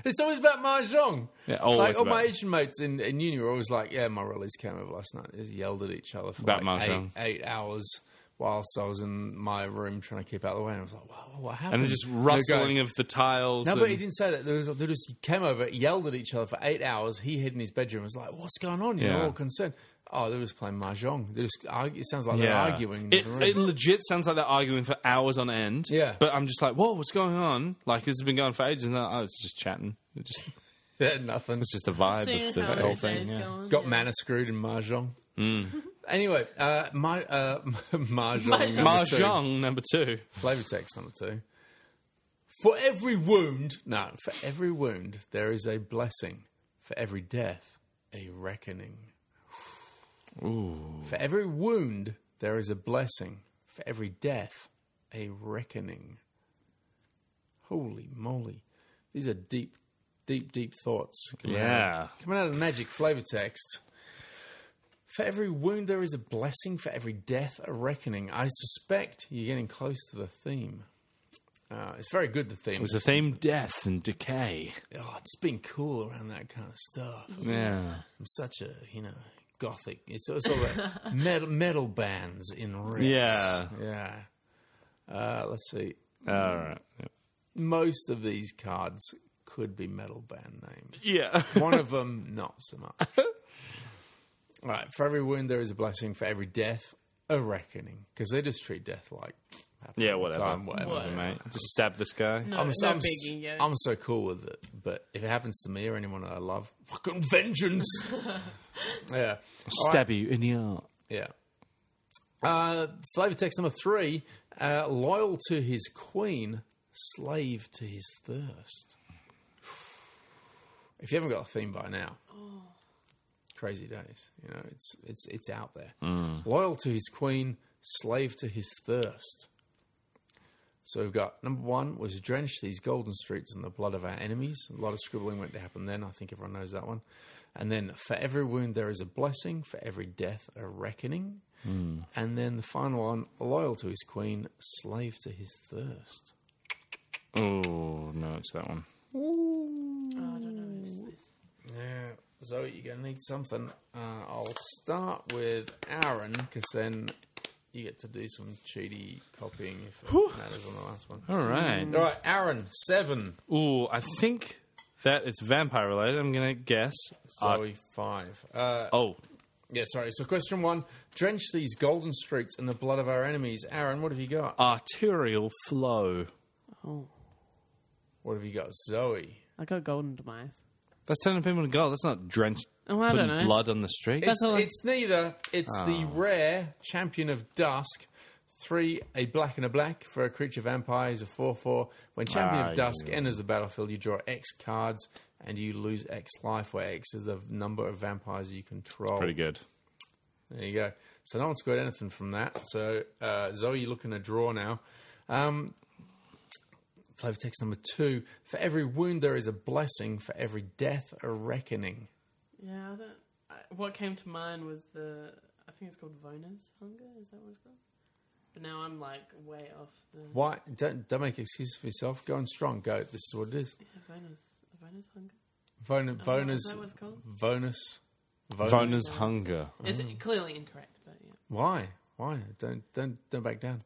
Speaker 1: It's always about mahjong.
Speaker 2: Yeah, always
Speaker 1: like all
Speaker 2: about-
Speaker 1: my Asian mates in, in uni were always like, "Yeah, my release came over last night." They Just yelled at each other for
Speaker 2: About
Speaker 1: like eight,
Speaker 2: mahjong.
Speaker 1: eight hours whilst I was in my room trying to keep out of the way. And I was like, "Wow, what happened?"
Speaker 2: and just
Speaker 1: They're
Speaker 2: rustling
Speaker 1: going-
Speaker 2: of the tiles.
Speaker 1: No, but he
Speaker 2: and-
Speaker 1: didn't say that. There was, they just he came over, yelled at each other for eight hours. He hid in his bedroom. Was like, "What's going on?" You
Speaker 2: Yeah.
Speaker 1: know, all concerned. Oh, they were just playing mahjong. They just argue. It sounds like
Speaker 2: Yeah.
Speaker 1: they're arguing. in
Speaker 2: It,
Speaker 1: the room.
Speaker 2: it legit sounds like they're arguing for hours on end.
Speaker 1: Yeah.
Speaker 2: But I'm just like, whoa, what's going on? Like this has been going for ages, and I was just chatting. It just,
Speaker 1: Yeah, nothing.
Speaker 2: it's just the vibe
Speaker 3: Seeing
Speaker 2: of the
Speaker 3: how
Speaker 2: whole
Speaker 3: the
Speaker 2: thing.
Speaker 3: day's
Speaker 2: yeah.
Speaker 3: going,
Speaker 1: Got
Speaker 3: yeah.
Speaker 1: mana screwed in mahjong.
Speaker 2: Mm.
Speaker 1: Anyway, uh, my uh, mahjong.
Speaker 3: Mahjong.
Speaker 1: number two.
Speaker 2: Mahjong number two.
Speaker 1: Flavor text number two. For every wound, no, for every wound there is a blessing. For every death, a reckoning. For every wound there is a blessing. For every death, a reckoning. Holy moly! These are deep, deep, deep thoughts. coming out of-
Speaker 2: Yeah.
Speaker 1: coming out of the magic flavor text. For every wound, there is a blessing. For every death, a reckoning. I suspect you're getting close to the theme. Uh, it's very good, the theme.
Speaker 2: It was the theme death and decay.
Speaker 1: Oh, it's been cool around that kind of stuff.
Speaker 2: Yeah.
Speaker 1: I'm such a, you know, gothic. It's all sort of metal, metal bands in riffs.
Speaker 2: Yeah.
Speaker 1: Yeah. Uh, let's see.
Speaker 2: All right.
Speaker 1: Most of these cards could be metal band names.
Speaker 2: Yeah.
Speaker 1: One of them, not so much. All right. For every wound, there is a blessing. For every death, a reckoning. Because they just treat death like happens
Speaker 2: Yeah.
Speaker 1: all the
Speaker 2: Whatever.
Speaker 1: time, whatever.
Speaker 3: What?
Speaker 2: Mate, just stab this guy.
Speaker 3: No,
Speaker 1: I'm,
Speaker 3: no
Speaker 1: so, I'm, s-
Speaker 3: biggie. Yeah.
Speaker 1: I'm so cool with it. But if it happens to me or anyone that I love, fucking vengeance. yeah.
Speaker 2: Stab you in the art.
Speaker 1: Yeah. Uh, flavor text number three uh, loyal to his queen, slave to his thirst. If you haven't got a theme by now, crazy days. You know, it's it's it's out there. Loyal to his queen, slave to his thirst. So we've got number one was drench these golden streets in the blood of our enemies. A lot of scribbling went to happen then. I think everyone knows that one. And then for every wound there is a blessing, for every death a reckoning.
Speaker 2: Hmm.
Speaker 1: And then the final one, loyal to his queen, slave to his thirst.
Speaker 2: Oh no, it's that one.
Speaker 3: Oh, I don't know. This, this.
Speaker 1: Yeah, Zoe, you're gonna need something. Uh, I'll start with Aaron because then you get to do some cheaty copying if it matters on the last one.
Speaker 2: All right.
Speaker 3: Mm.
Speaker 1: All right, Aaron, seven,
Speaker 2: Ooh, I think that it's vampire related. I'm gonna guess. Uh,
Speaker 1: Zoe, five. Uh,
Speaker 2: oh,
Speaker 1: yeah, sorry. So question one: drench these golden streets in the blood of our enemies. Aaron, what have you got?
Speaker 2: arterial flow.
Speaker 1: What have you got, Zoe?
Speaker 3: I got golden demise.
Speaker 2: That's turning people to gold. That's not drenched
Speaker 3: Oh, I
Speaker 2: putting
Speaker 3: don't know.
Speaker 2: blood on the street.
Speaker 1: It's,
Speaker 3: all I-
Speaker 1: it's neither. It's the rare champion of dusk. Three, a black and a black for a creature vampire is a 4 4. When champion
Speaker 2: Ah,
Speaker 1: of dusk enters the battlefield, you draw X cards and you lose X life, where X is the number of vampires you control.
Speaker 2: Pretty good.
Speaker 1: There you go. So no one's got anything from that. So uh, Zoe, you're looking to draw now. Um, flavor text number two For every wound, there is a blessing. For every death, a reckoning.
Speaker 3: Yeah, I don't. I, what came to mind was the. I think it's called Vona's Hunger. Is that what it's called? But now I'm like way off the
Speaker 1: Why don't don't make excuses for yourself? Go on strong. Go. This is what it is.
Speaker 3: Vona's Vona's Hunger.
Speaker 1: Von,
Speaker 3: Oh, is
Speaker 1: Vonus.
Speaker 3: that what it's called?
Speaker 1: Vonus. Vonus.
Speaker 2: Vona's hunger.
Speaker 3: It's clearly incorrect, but yeah.
Speaker 1: Why? Why? Don't don't don't back down.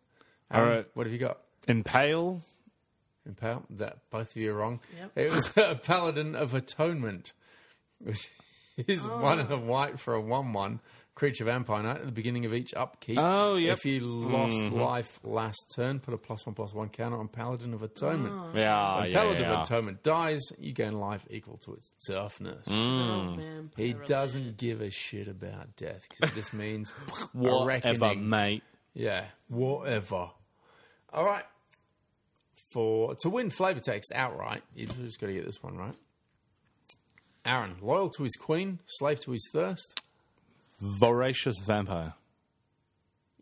Speaker 2: All right.
Speaker 1: What have you got?
Speaker 2: Impale.
Speaker 1: Impale? That both of you are wrong.
Speaker 3: Yep.
Speaker 1: It was a Paladin of Atonement, which is one and a white for a one-one creature vampire knight at the beginning of each upkeep.
Speaker 2: Oh, yep. Mm-hmm.
Speaker 1: If you lost life last turn, put a plus one plus one counter on Paladin of Atonement.
Speaker 2: Oh. Yeah,
Speaker 1: When
Speaker 2: Ah, yeah,
Speaker 1: Paladin
Speaker 2: yeah.
Speaker 1: of Atonement dies, you gain life equal to its toughness.
Speaker 2: Mm.
Speaker 3: Oh, man.
Speaker 1: He
Speaker 3: Pyro.
Speaker 1: doesn't give a shit about death because it just means a
Speaker 2: Whatever,
Speaker 1: reckoning.
Speaker 2: mate.
Speaker 1: Yeah, whatever. All right. For to win flavor text outright, you just got to get this one right. Aaron, loyal to his queen, slave to his thirst.
Speaker 2: Voracious vampire.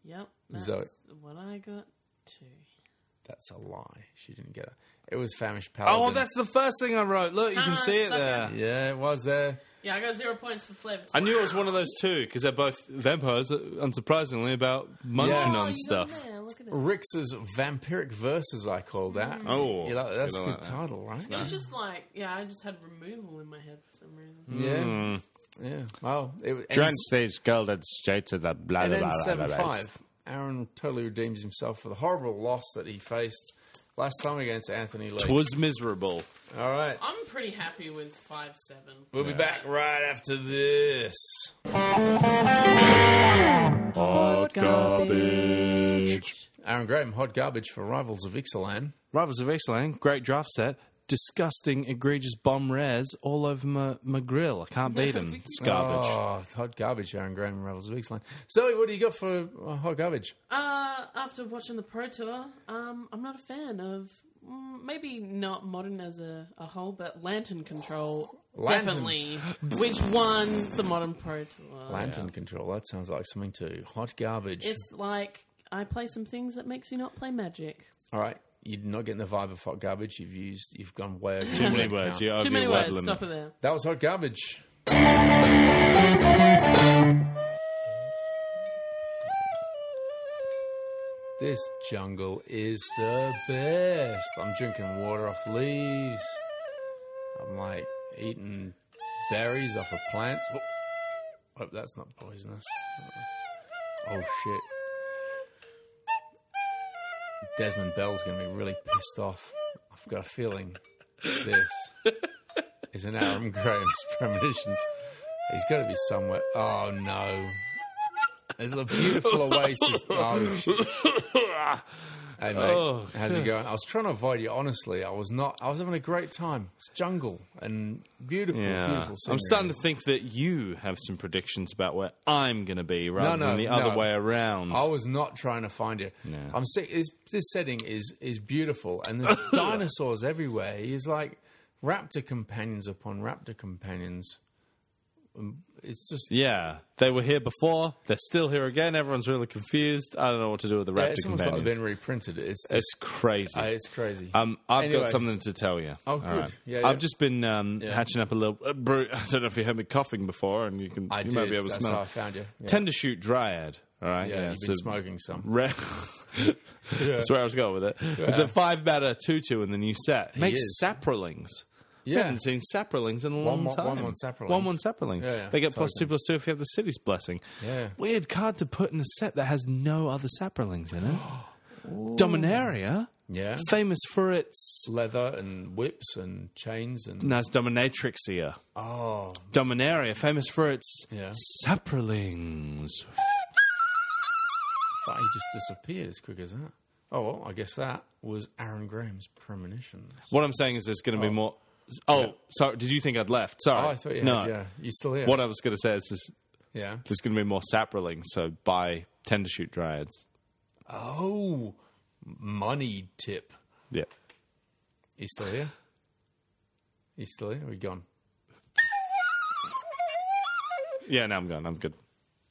Speaker 3: Yep. That's
Speaker 1: Zoe.
Speaker 3: what I got too.
Speaker 1: That's a lie. She didn't get it. It was famished
Speaker 2: Oh,
Speaker 1: paladin.
Speaker 2: the first thing I wrote. Look, you
Speaker 3: Ah, sucker.
Speaker 1: yeah. It was there.
Speaker 3: Yeah, I got zero points for flavor.
Speaker 2: I knew it was one of those two because they're both vampires, uh, unsurprisingly, about munching
Speaker 1: Yeah.
Speaker 3: oh,
Speaker 2: on
Speaker 3: you
Speaker 2: stuff.
Speaker 3: Got it there. Look at it.
Speaker 1: Rix's vampiric verses. I call that.
Speaker 2: Oh,
Speaker 1: Yeah, that-
Speaker 2: it's
Speaker 1: that's a
Speaker 2: good, I
Speaker 1: good
Speaker 2: like that.
Speaker 1: title, right?
Speaker 3: It was just like, yeah, I just had removal in my head for some
Speaker 2: Mm.
Speaker 3: reason.
Speaker 1: Yeah. Yeah. Well, it was.
Speaker 2: these golden straight to the blood
Speaker 1: And then seven five. Aaron totally redeems himself for the horrible loss that he faced last time against Anthony Lee.
Speaker 2: Was miserable.
Speaker 1: All right,
Speaker 3: I'm pretty happy with five seven.
Speaker 1: we'll be back right after this.
Speaker 2: Hot garbage.
Speaker 1: Aaron Graham, hot garbage for rivals of Ixalan. Oh,
Speaker 2: Rivals of Excellent, great draft set. Disgusting, egregious bomb rares all over my, my grill. I can't beat them. It's garbage.
Speaker 1: Oh, hot garbage, Aaron Graham, rivals of Ixalan. Zoe, what do you got for uh, hot garbage?
Speaker 3: Uh, after watching the Pro Tour, um, I'm not a fan of mm, maybe not modern as a, a whole, but Lantern Control
Speaker 1: Lantern.
Speaker 3: definitely, which won the modern Pro Tour.
Speaker 1: Lantern control. That sounds like something too hot garbage.
Speaker 3: It's like I play some things that makes you not play Magic.
Speaker 1: All right, you're not getting the vibe of hot garbage. You've used. You've gone way over
Speaker 2: Too
Speaker 1: your
Speaker 2: many
Speaker 1: word
Speaker 2: words.
Speaker 1: count.
Speaker 2: You're over
Speaker 3: Too many
Speaker 2: your word
Speaker 3: words.
Speaker 2: limit.
Speaker 3: Stop it there.
Speaker 1: That was hot garbage. This jungle is the best. I'm drinking water off leaves. I'm like eating berries off of plants. Oh, hope that's not poisonous. Oh shit. Desmond Bell's gonna be really pissed off. I've got a feeling this is an Aaron Graham's premonitions. He's got to be somewhere. Oh no! There's a beautiful oasis. Oh, shit. hey mate,
Speaker 2: Oh,
Speaker 1: how's it going? I was trying to avoid you. Honestly, I was not. I was having a great time. It's jungle and beautiful,
Speaker 2: Yeah.
Speaker 1: beautiful.
Speaker 2: I'm
Speaker 1: scenery.
Speaker 2: starting to think that you have some predictions about where I'm going to be rather
Speaker 1: no,
Speaker 2: than the other
Speaker 1: no.
Speaker 2: way around.
Speaker 1: I was not trying to find you. I'm sick. This, this setting is is beautiful, and there's dinosaurs everywhere. He's like raptor companions upon raptor companions. Um, It's just
Speaker 2: Yeah, they were here before. They're still here again. Everyone's really confused. I don't know what to do with the
Speaker 1: Yeah,
Speaker 2: Raptor
Speaker 1: it's almost like
Speaker 2: companions.
Speaker 1: they've been reprinted. It's just,
Speaker 2: it's crazy.
Speaker 1: uh, it's crazy.
Speaker 2: um, I've
Speaker 1: anyway.
Speaker 2: got something to tell you.
Speaker 1: Oh,
Speaker 2: All
Speaker 1: good.
Speaker 2: right.
Speaker 1: Yeah, yeah.
Speaker 2: I've just been um, hatching up a little. Uh, brew. I don't know if you heard me coughing before, and you can.
Speaker 1: I
Speaker 2: you
Speaker 1: did.
Speaker 2: might be able to
Speaker 1: That's
Speaker 2: smell.
Speaker 1: how I
Speaker 2: it.
Speaker 1: found you. Yeah,
Speaker 2: Tender shoot dryad. All right.
Speaker 1: yeah, you've
Speaker 2: so
Speaker 1: been smoking some.
Speaker 2: Re- That's where I was going with it. It's a five batter tutu in the new set. Makes
Speaker 1: is.
Speaker 2: saprolings.
Speaker 1: Yeah.
Speaker 2: We haven't seen saprolings in a long
Speaker 1: one-
Speaker 2: time.
Speaker 1: one- one saprolings.
Speaker 2: One one saprolings.
Speaker 1: Yeah, yeah.
Speaker 2: They get plus two
Speaker 1: Tokens.
Speaker 2: plus two if you have the city's blessing.
Speaker 1: Yeah.
Speaker 2: Weird card to put in a set that has no other saprolings in it. Dominaria,
Speaker 1: Yeah,
Speaker 2: famous for its
Speaker 1: leather and whips and chains and
Speaker 2: no, it's Dominatrixia.
Speaker 1: oh,
Speaker 2: Dominaria, famous for its
Speaker 1: Yeah.
Speaker 2: saprolings.
Speaker 1: but he just disappeared as quick as that. Oh well, I guess that was Aaron Graham's premonitions.
Speaker 2: What I'm saying is, there's going to be more. Oh, sorry. Did you think I'd left? Sorry.
Speaker 1: Oh, I thought you
Speaker 2: no.
Speaker 1: had. Yeah, you still here?
Speaker 2: What I was going to say is this,
Speaker 1: Yeah.
Speaker 2: there's going to be more saprolings, so buy tender shoot dryads.
Speaker 1: Oh, money tip.
Speaker 2: Yeah.
Speaker 1: He's still here. He's still here. Are we gone?
Speaker 2: Yeah, now I'm gone. I'm good.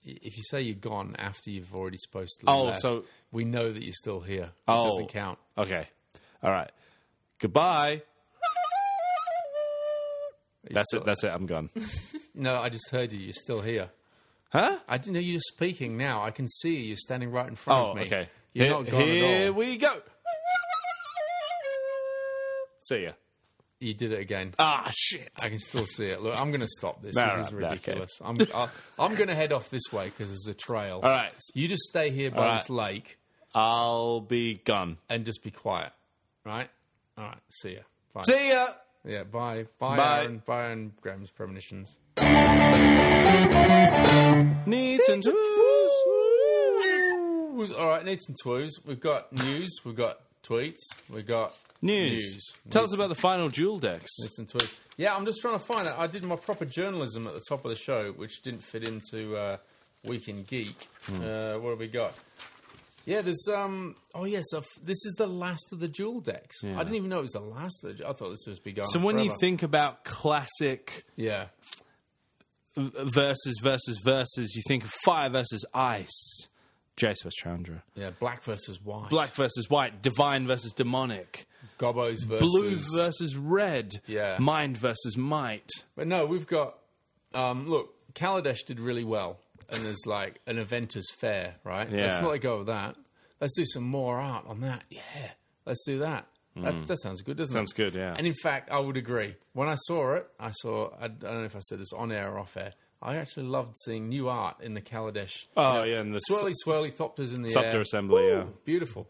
Speaker 1: if you say you're gone after you've already supposed to
Speaker 2: Oh,
Speaker 1: left,
Speaker 2: so-
Speaker 1: we know that you're still here. It
Speaker 2: Oh.
Speaker 1: doesn't count.
Speaker 2: Okay. All right. Goodbye.
Speaker 1: It's
Speaker 2: That's
Speaker 1: still-
Speaker 2: it. That's it. I'm gone.
Speaker 1: No, I just heard you. You're still here.
Speaker 2: Huh?
Speaker 1: I didn't know you're just speaking now. I can see you. You're standing right in front
Speaker 2: Oh,
Speaker 1: of me.
Speaker 2: okay.
Speaker 1: You're
Speaker 2: Here-
Speaker 1: not gone
Speaker 2: Here
Speaker 1: at all.
Speaker 2: we go. See ya.
Speaker 1: You did it again.
Speaker 2: Ah, shit.
Speaker 1: I can still see it. Look, I'm going to stop this.
Speaker 2: All
Speaker 1: this
Speaker 2: right,
Speaker 1: is
Speaker 2: okay.
Speaker 1: ridiculous. I'm I, I'm going to head off this way because there's a trail.
Speaker 2: All right.
Speaker 1: You just stay here by
Speaker 2: All right.
Speaker 1: this lake.
Speaker 2: I'll be gone.
Speaker 1: and just be quiet, right? All right, see ya. Bye.
Speaker 2: See ya.
Speaker 1: yeah, bye. Bye,
Speaker 2: Bye.
Speaker 1: Aaron. Bye, Aaron Graham's premonitions.
Speaker 2: Needs and twos.
Speaker 1: Who's- All right, needs some twos. We've got news. We've got tweets. We've got
Speaker 2: News.
Speaker 1: news.
Speaker 2: Tell us about the final duel decks.
Speaker 1: Listen to it. Yeah, I'm just trying to find it. I did my proper journalism at the top of the show, which didn't fit into uh, Week in Geek. Uh, what have we got? Yeah, there's um. Oh yes, uh, f- this is the last of the jewel decks. I didn't even know it was the last. Of the, I thought this was be gone.
Speaker 2: So when you
Speaker 1: forever.
Speaker 2: think about classic
Speaker 1: yeah,
Speaker 2: versus versus versus, you think of fire versus ice. Jace versus Chandra.
Speaker 1: yeah, black versus white,
Speaker 2: Black versus white. Divine versus demonic.
Speaker 1: gobos versus
Speaker 2: Blue versus red.
Speaker 1: Yeah.
Speaker 2: Mind versus might.
Speaker 1: But no, we've got. Um, look, Kaladesh did really well, and there's like an Avengers fair, right? Let's
Speaker 2: Yeah.
Speaker 1: not let go of that. Let's do some more art on that. Yeah, let's do that. That, that sounds good, doesn't
Speaker 2: Hmm. Sounds
Speaker 1: it?
Speaker 2: good, yeah.
Speaker 1: And in fact, I would agree. When I saw it, I saw. I don't know if I said this on air or off air. I actually loved seeing new art in the Kaladesh.
Speaker 2: Oh, yeah, and the
Speaker 1: swirly, swirly thopters in the
Speaker 2: Thopter
Speaker 1: air.
Speaker 2: assembly, yeah.
Speaker 1: beautiful.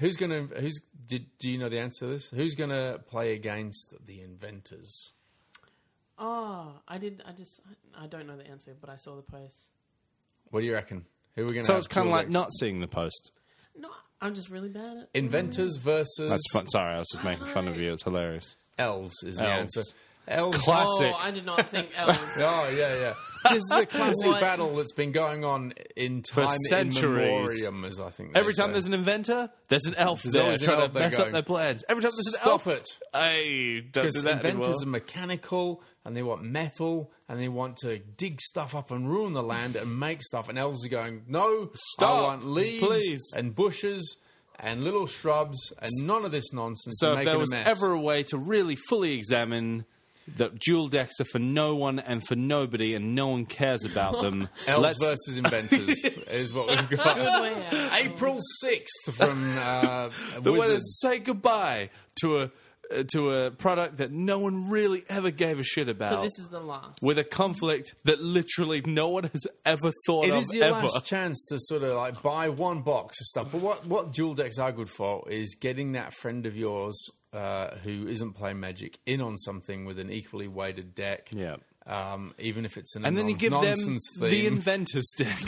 Speaker 1: Who's gonna? Who's did? Do you know the answer to this? Who's gonna play against the inventors?
Speaker 3: Oh, I did. I just. I don't know the answer, but I saw the post.
Speaker 1: What do you reckon? Who are we going to?
Speaker 2: So it's kind of like not seeing the post.
Speaker 3: No, I'm just really bad at.
Speaker 1: inventors versus
Speaker 2: That's fun. Sorry, I was just making fun of you. It's hilarious.
Speaker 1: elves is the
Speaker 2: Elves.
Speaker 1: answer. Elves.
Speaker 2: Classic.
Speaker 3: Oh, I did not think elves.
Speaker 1: Oh yeah, yeah. This is a classic
Speaker 3: What?
Speaker 1: battle that's been going on in time
Speaker 2: centuries.
Speaker 1: in memoriam, as I think. they
Speaker 2: Every time
Speaker 1: say.
Speaker 2: there's an inventor, there's an elf
Speaker 1: there's
Speaker 2: there
Speaker 1: always an
Speaker 2: trying
Speaker 1: elf
Speaker 2: to
Speaker 1: there
Speaker 2: mess
Speaker 1: going,
Speaker 2: up their plans. Every time there's an elf,
Speaker 1: Stop it.
Speaker 2: Hey, don't do
Speaker 1: because
Speaker 2: that
Speaker 1: inventors
Speaker 2: anymore.
Speaker 1: are mechanical and they want metal and they want to dig stuff up and ruin the land and make stuff. And elves are going, no,
Speaker 2: Stop,
Speaker 1: I want leaves
Speaker 2: please."
Speaker 1: and bushes and little shrubs and none of this nonsense.
Speaker 2: So
Speaker 1: and
Speaker 2: if
Speaker 1: making
Speaker 2: there was
Speaker 1: a mess.
Speaker 2: ever a way to really fully examine that dual decks are for no one and for nobody, and no one cares about them.
Speaker 1: Elves
Speaker 2: let's
Speaker 1: versus inventors is what we've got.
Speaker 3: Good way out.
Speaker 1: April sixth from uh,
Speaker 2: the way to
Speaker 1: Wizards.
Speaker 2: say goodbye to a uh, to a product that no one really ever gave a shit about.
Speaker 3: So this is the last.
Speaker 2: with a conflict that literally no one has ever thought
Speaker 1: It
Speaker 2: of
Speaker 1: is your
Speaker 2: ever.
Speaker 1: last chance to sort of like buy one box of stuff. But what what dual decks are good for is getting that friend of yours uh, who isn't playing Magic in on something with an equally weighted deck.
Speaker 2: Yeah.
Speaker 1: Um, even if it's an
Speaker 2: and then you give them
Speaker 1: nonsense
Speaker 2: the
Speaker 1: theme.
Speaker 2: inventor's deck.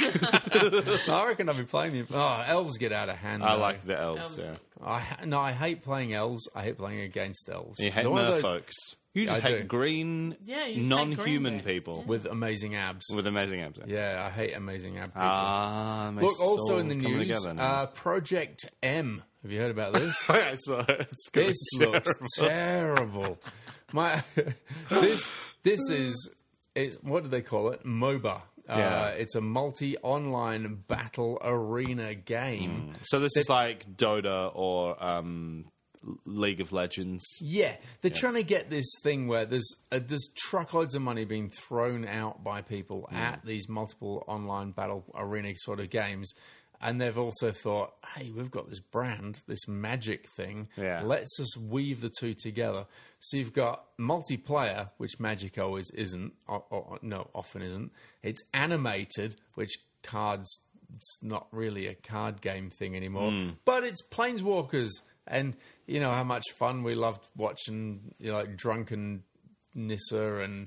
Speaker 1: I reckon I've been playing the oh elves get out of hand.
Speaker 2: I
Speaker 1: though.
Speaker 2: like the elves.
Speaker 3: Elves.
Speaker 2: Yeah.
Speaker 1: I ha- no, I hate playing elves. I hate playing against elves.
Speaker 2: You hate
Speaker 1: They're one of those
Speaker 2: merfolks. You just
Speaker 1: I
Speaker 2: hate
Speaker 1: do.
Speaker 2: green,
Speaker 3: Yeah, you just hate
Speaker 2: non-human
Speaker 3: green bits,
Speaker 2: people
Speaker 1: with amazing abs.
Speaker 2: with amazing abs.
Speaker 1: yeah, I hate amazing ab people.
Speaker 2: Ah, my
Speaker 1: Look, also
Speaker 2: soul's
Speaker 1: in the
Speaker 2: coming
Speaker 1: news,
Speaker 2: together now.
Speaker 1: uh, Project M. Have you heard about this?
Speaker 2: I saw it. It's gonna be
Speaker 1: this looks
Speaker 2: terrible.
Speaker 1: terrible. My this this is it's what do they call it? MOBA.
Speaker 2: Yeah.
Speaker 1: Uh, it's a multi-online battle arena game.
Speaker 2: So this is like Dota or um, League of Legends.
Speaker 1: Yeah, they're trying to get this thing where there's uh, there's truckloads of money being thrown out by people at these multiple online battle arena sort of games, and they've also thought, hey, we've got this brand, this magic thing.
Speaker 2: Yeah.
Speaker 1: let's just weave the two together. So you've got multiplayer, which Magic always isn't, or, or, no, often isn't. It's animated, which cards. It's not really a card game thing anymore, but it's Planeswalkers and you know how much fun we loved watching you know, like drunken Nissa and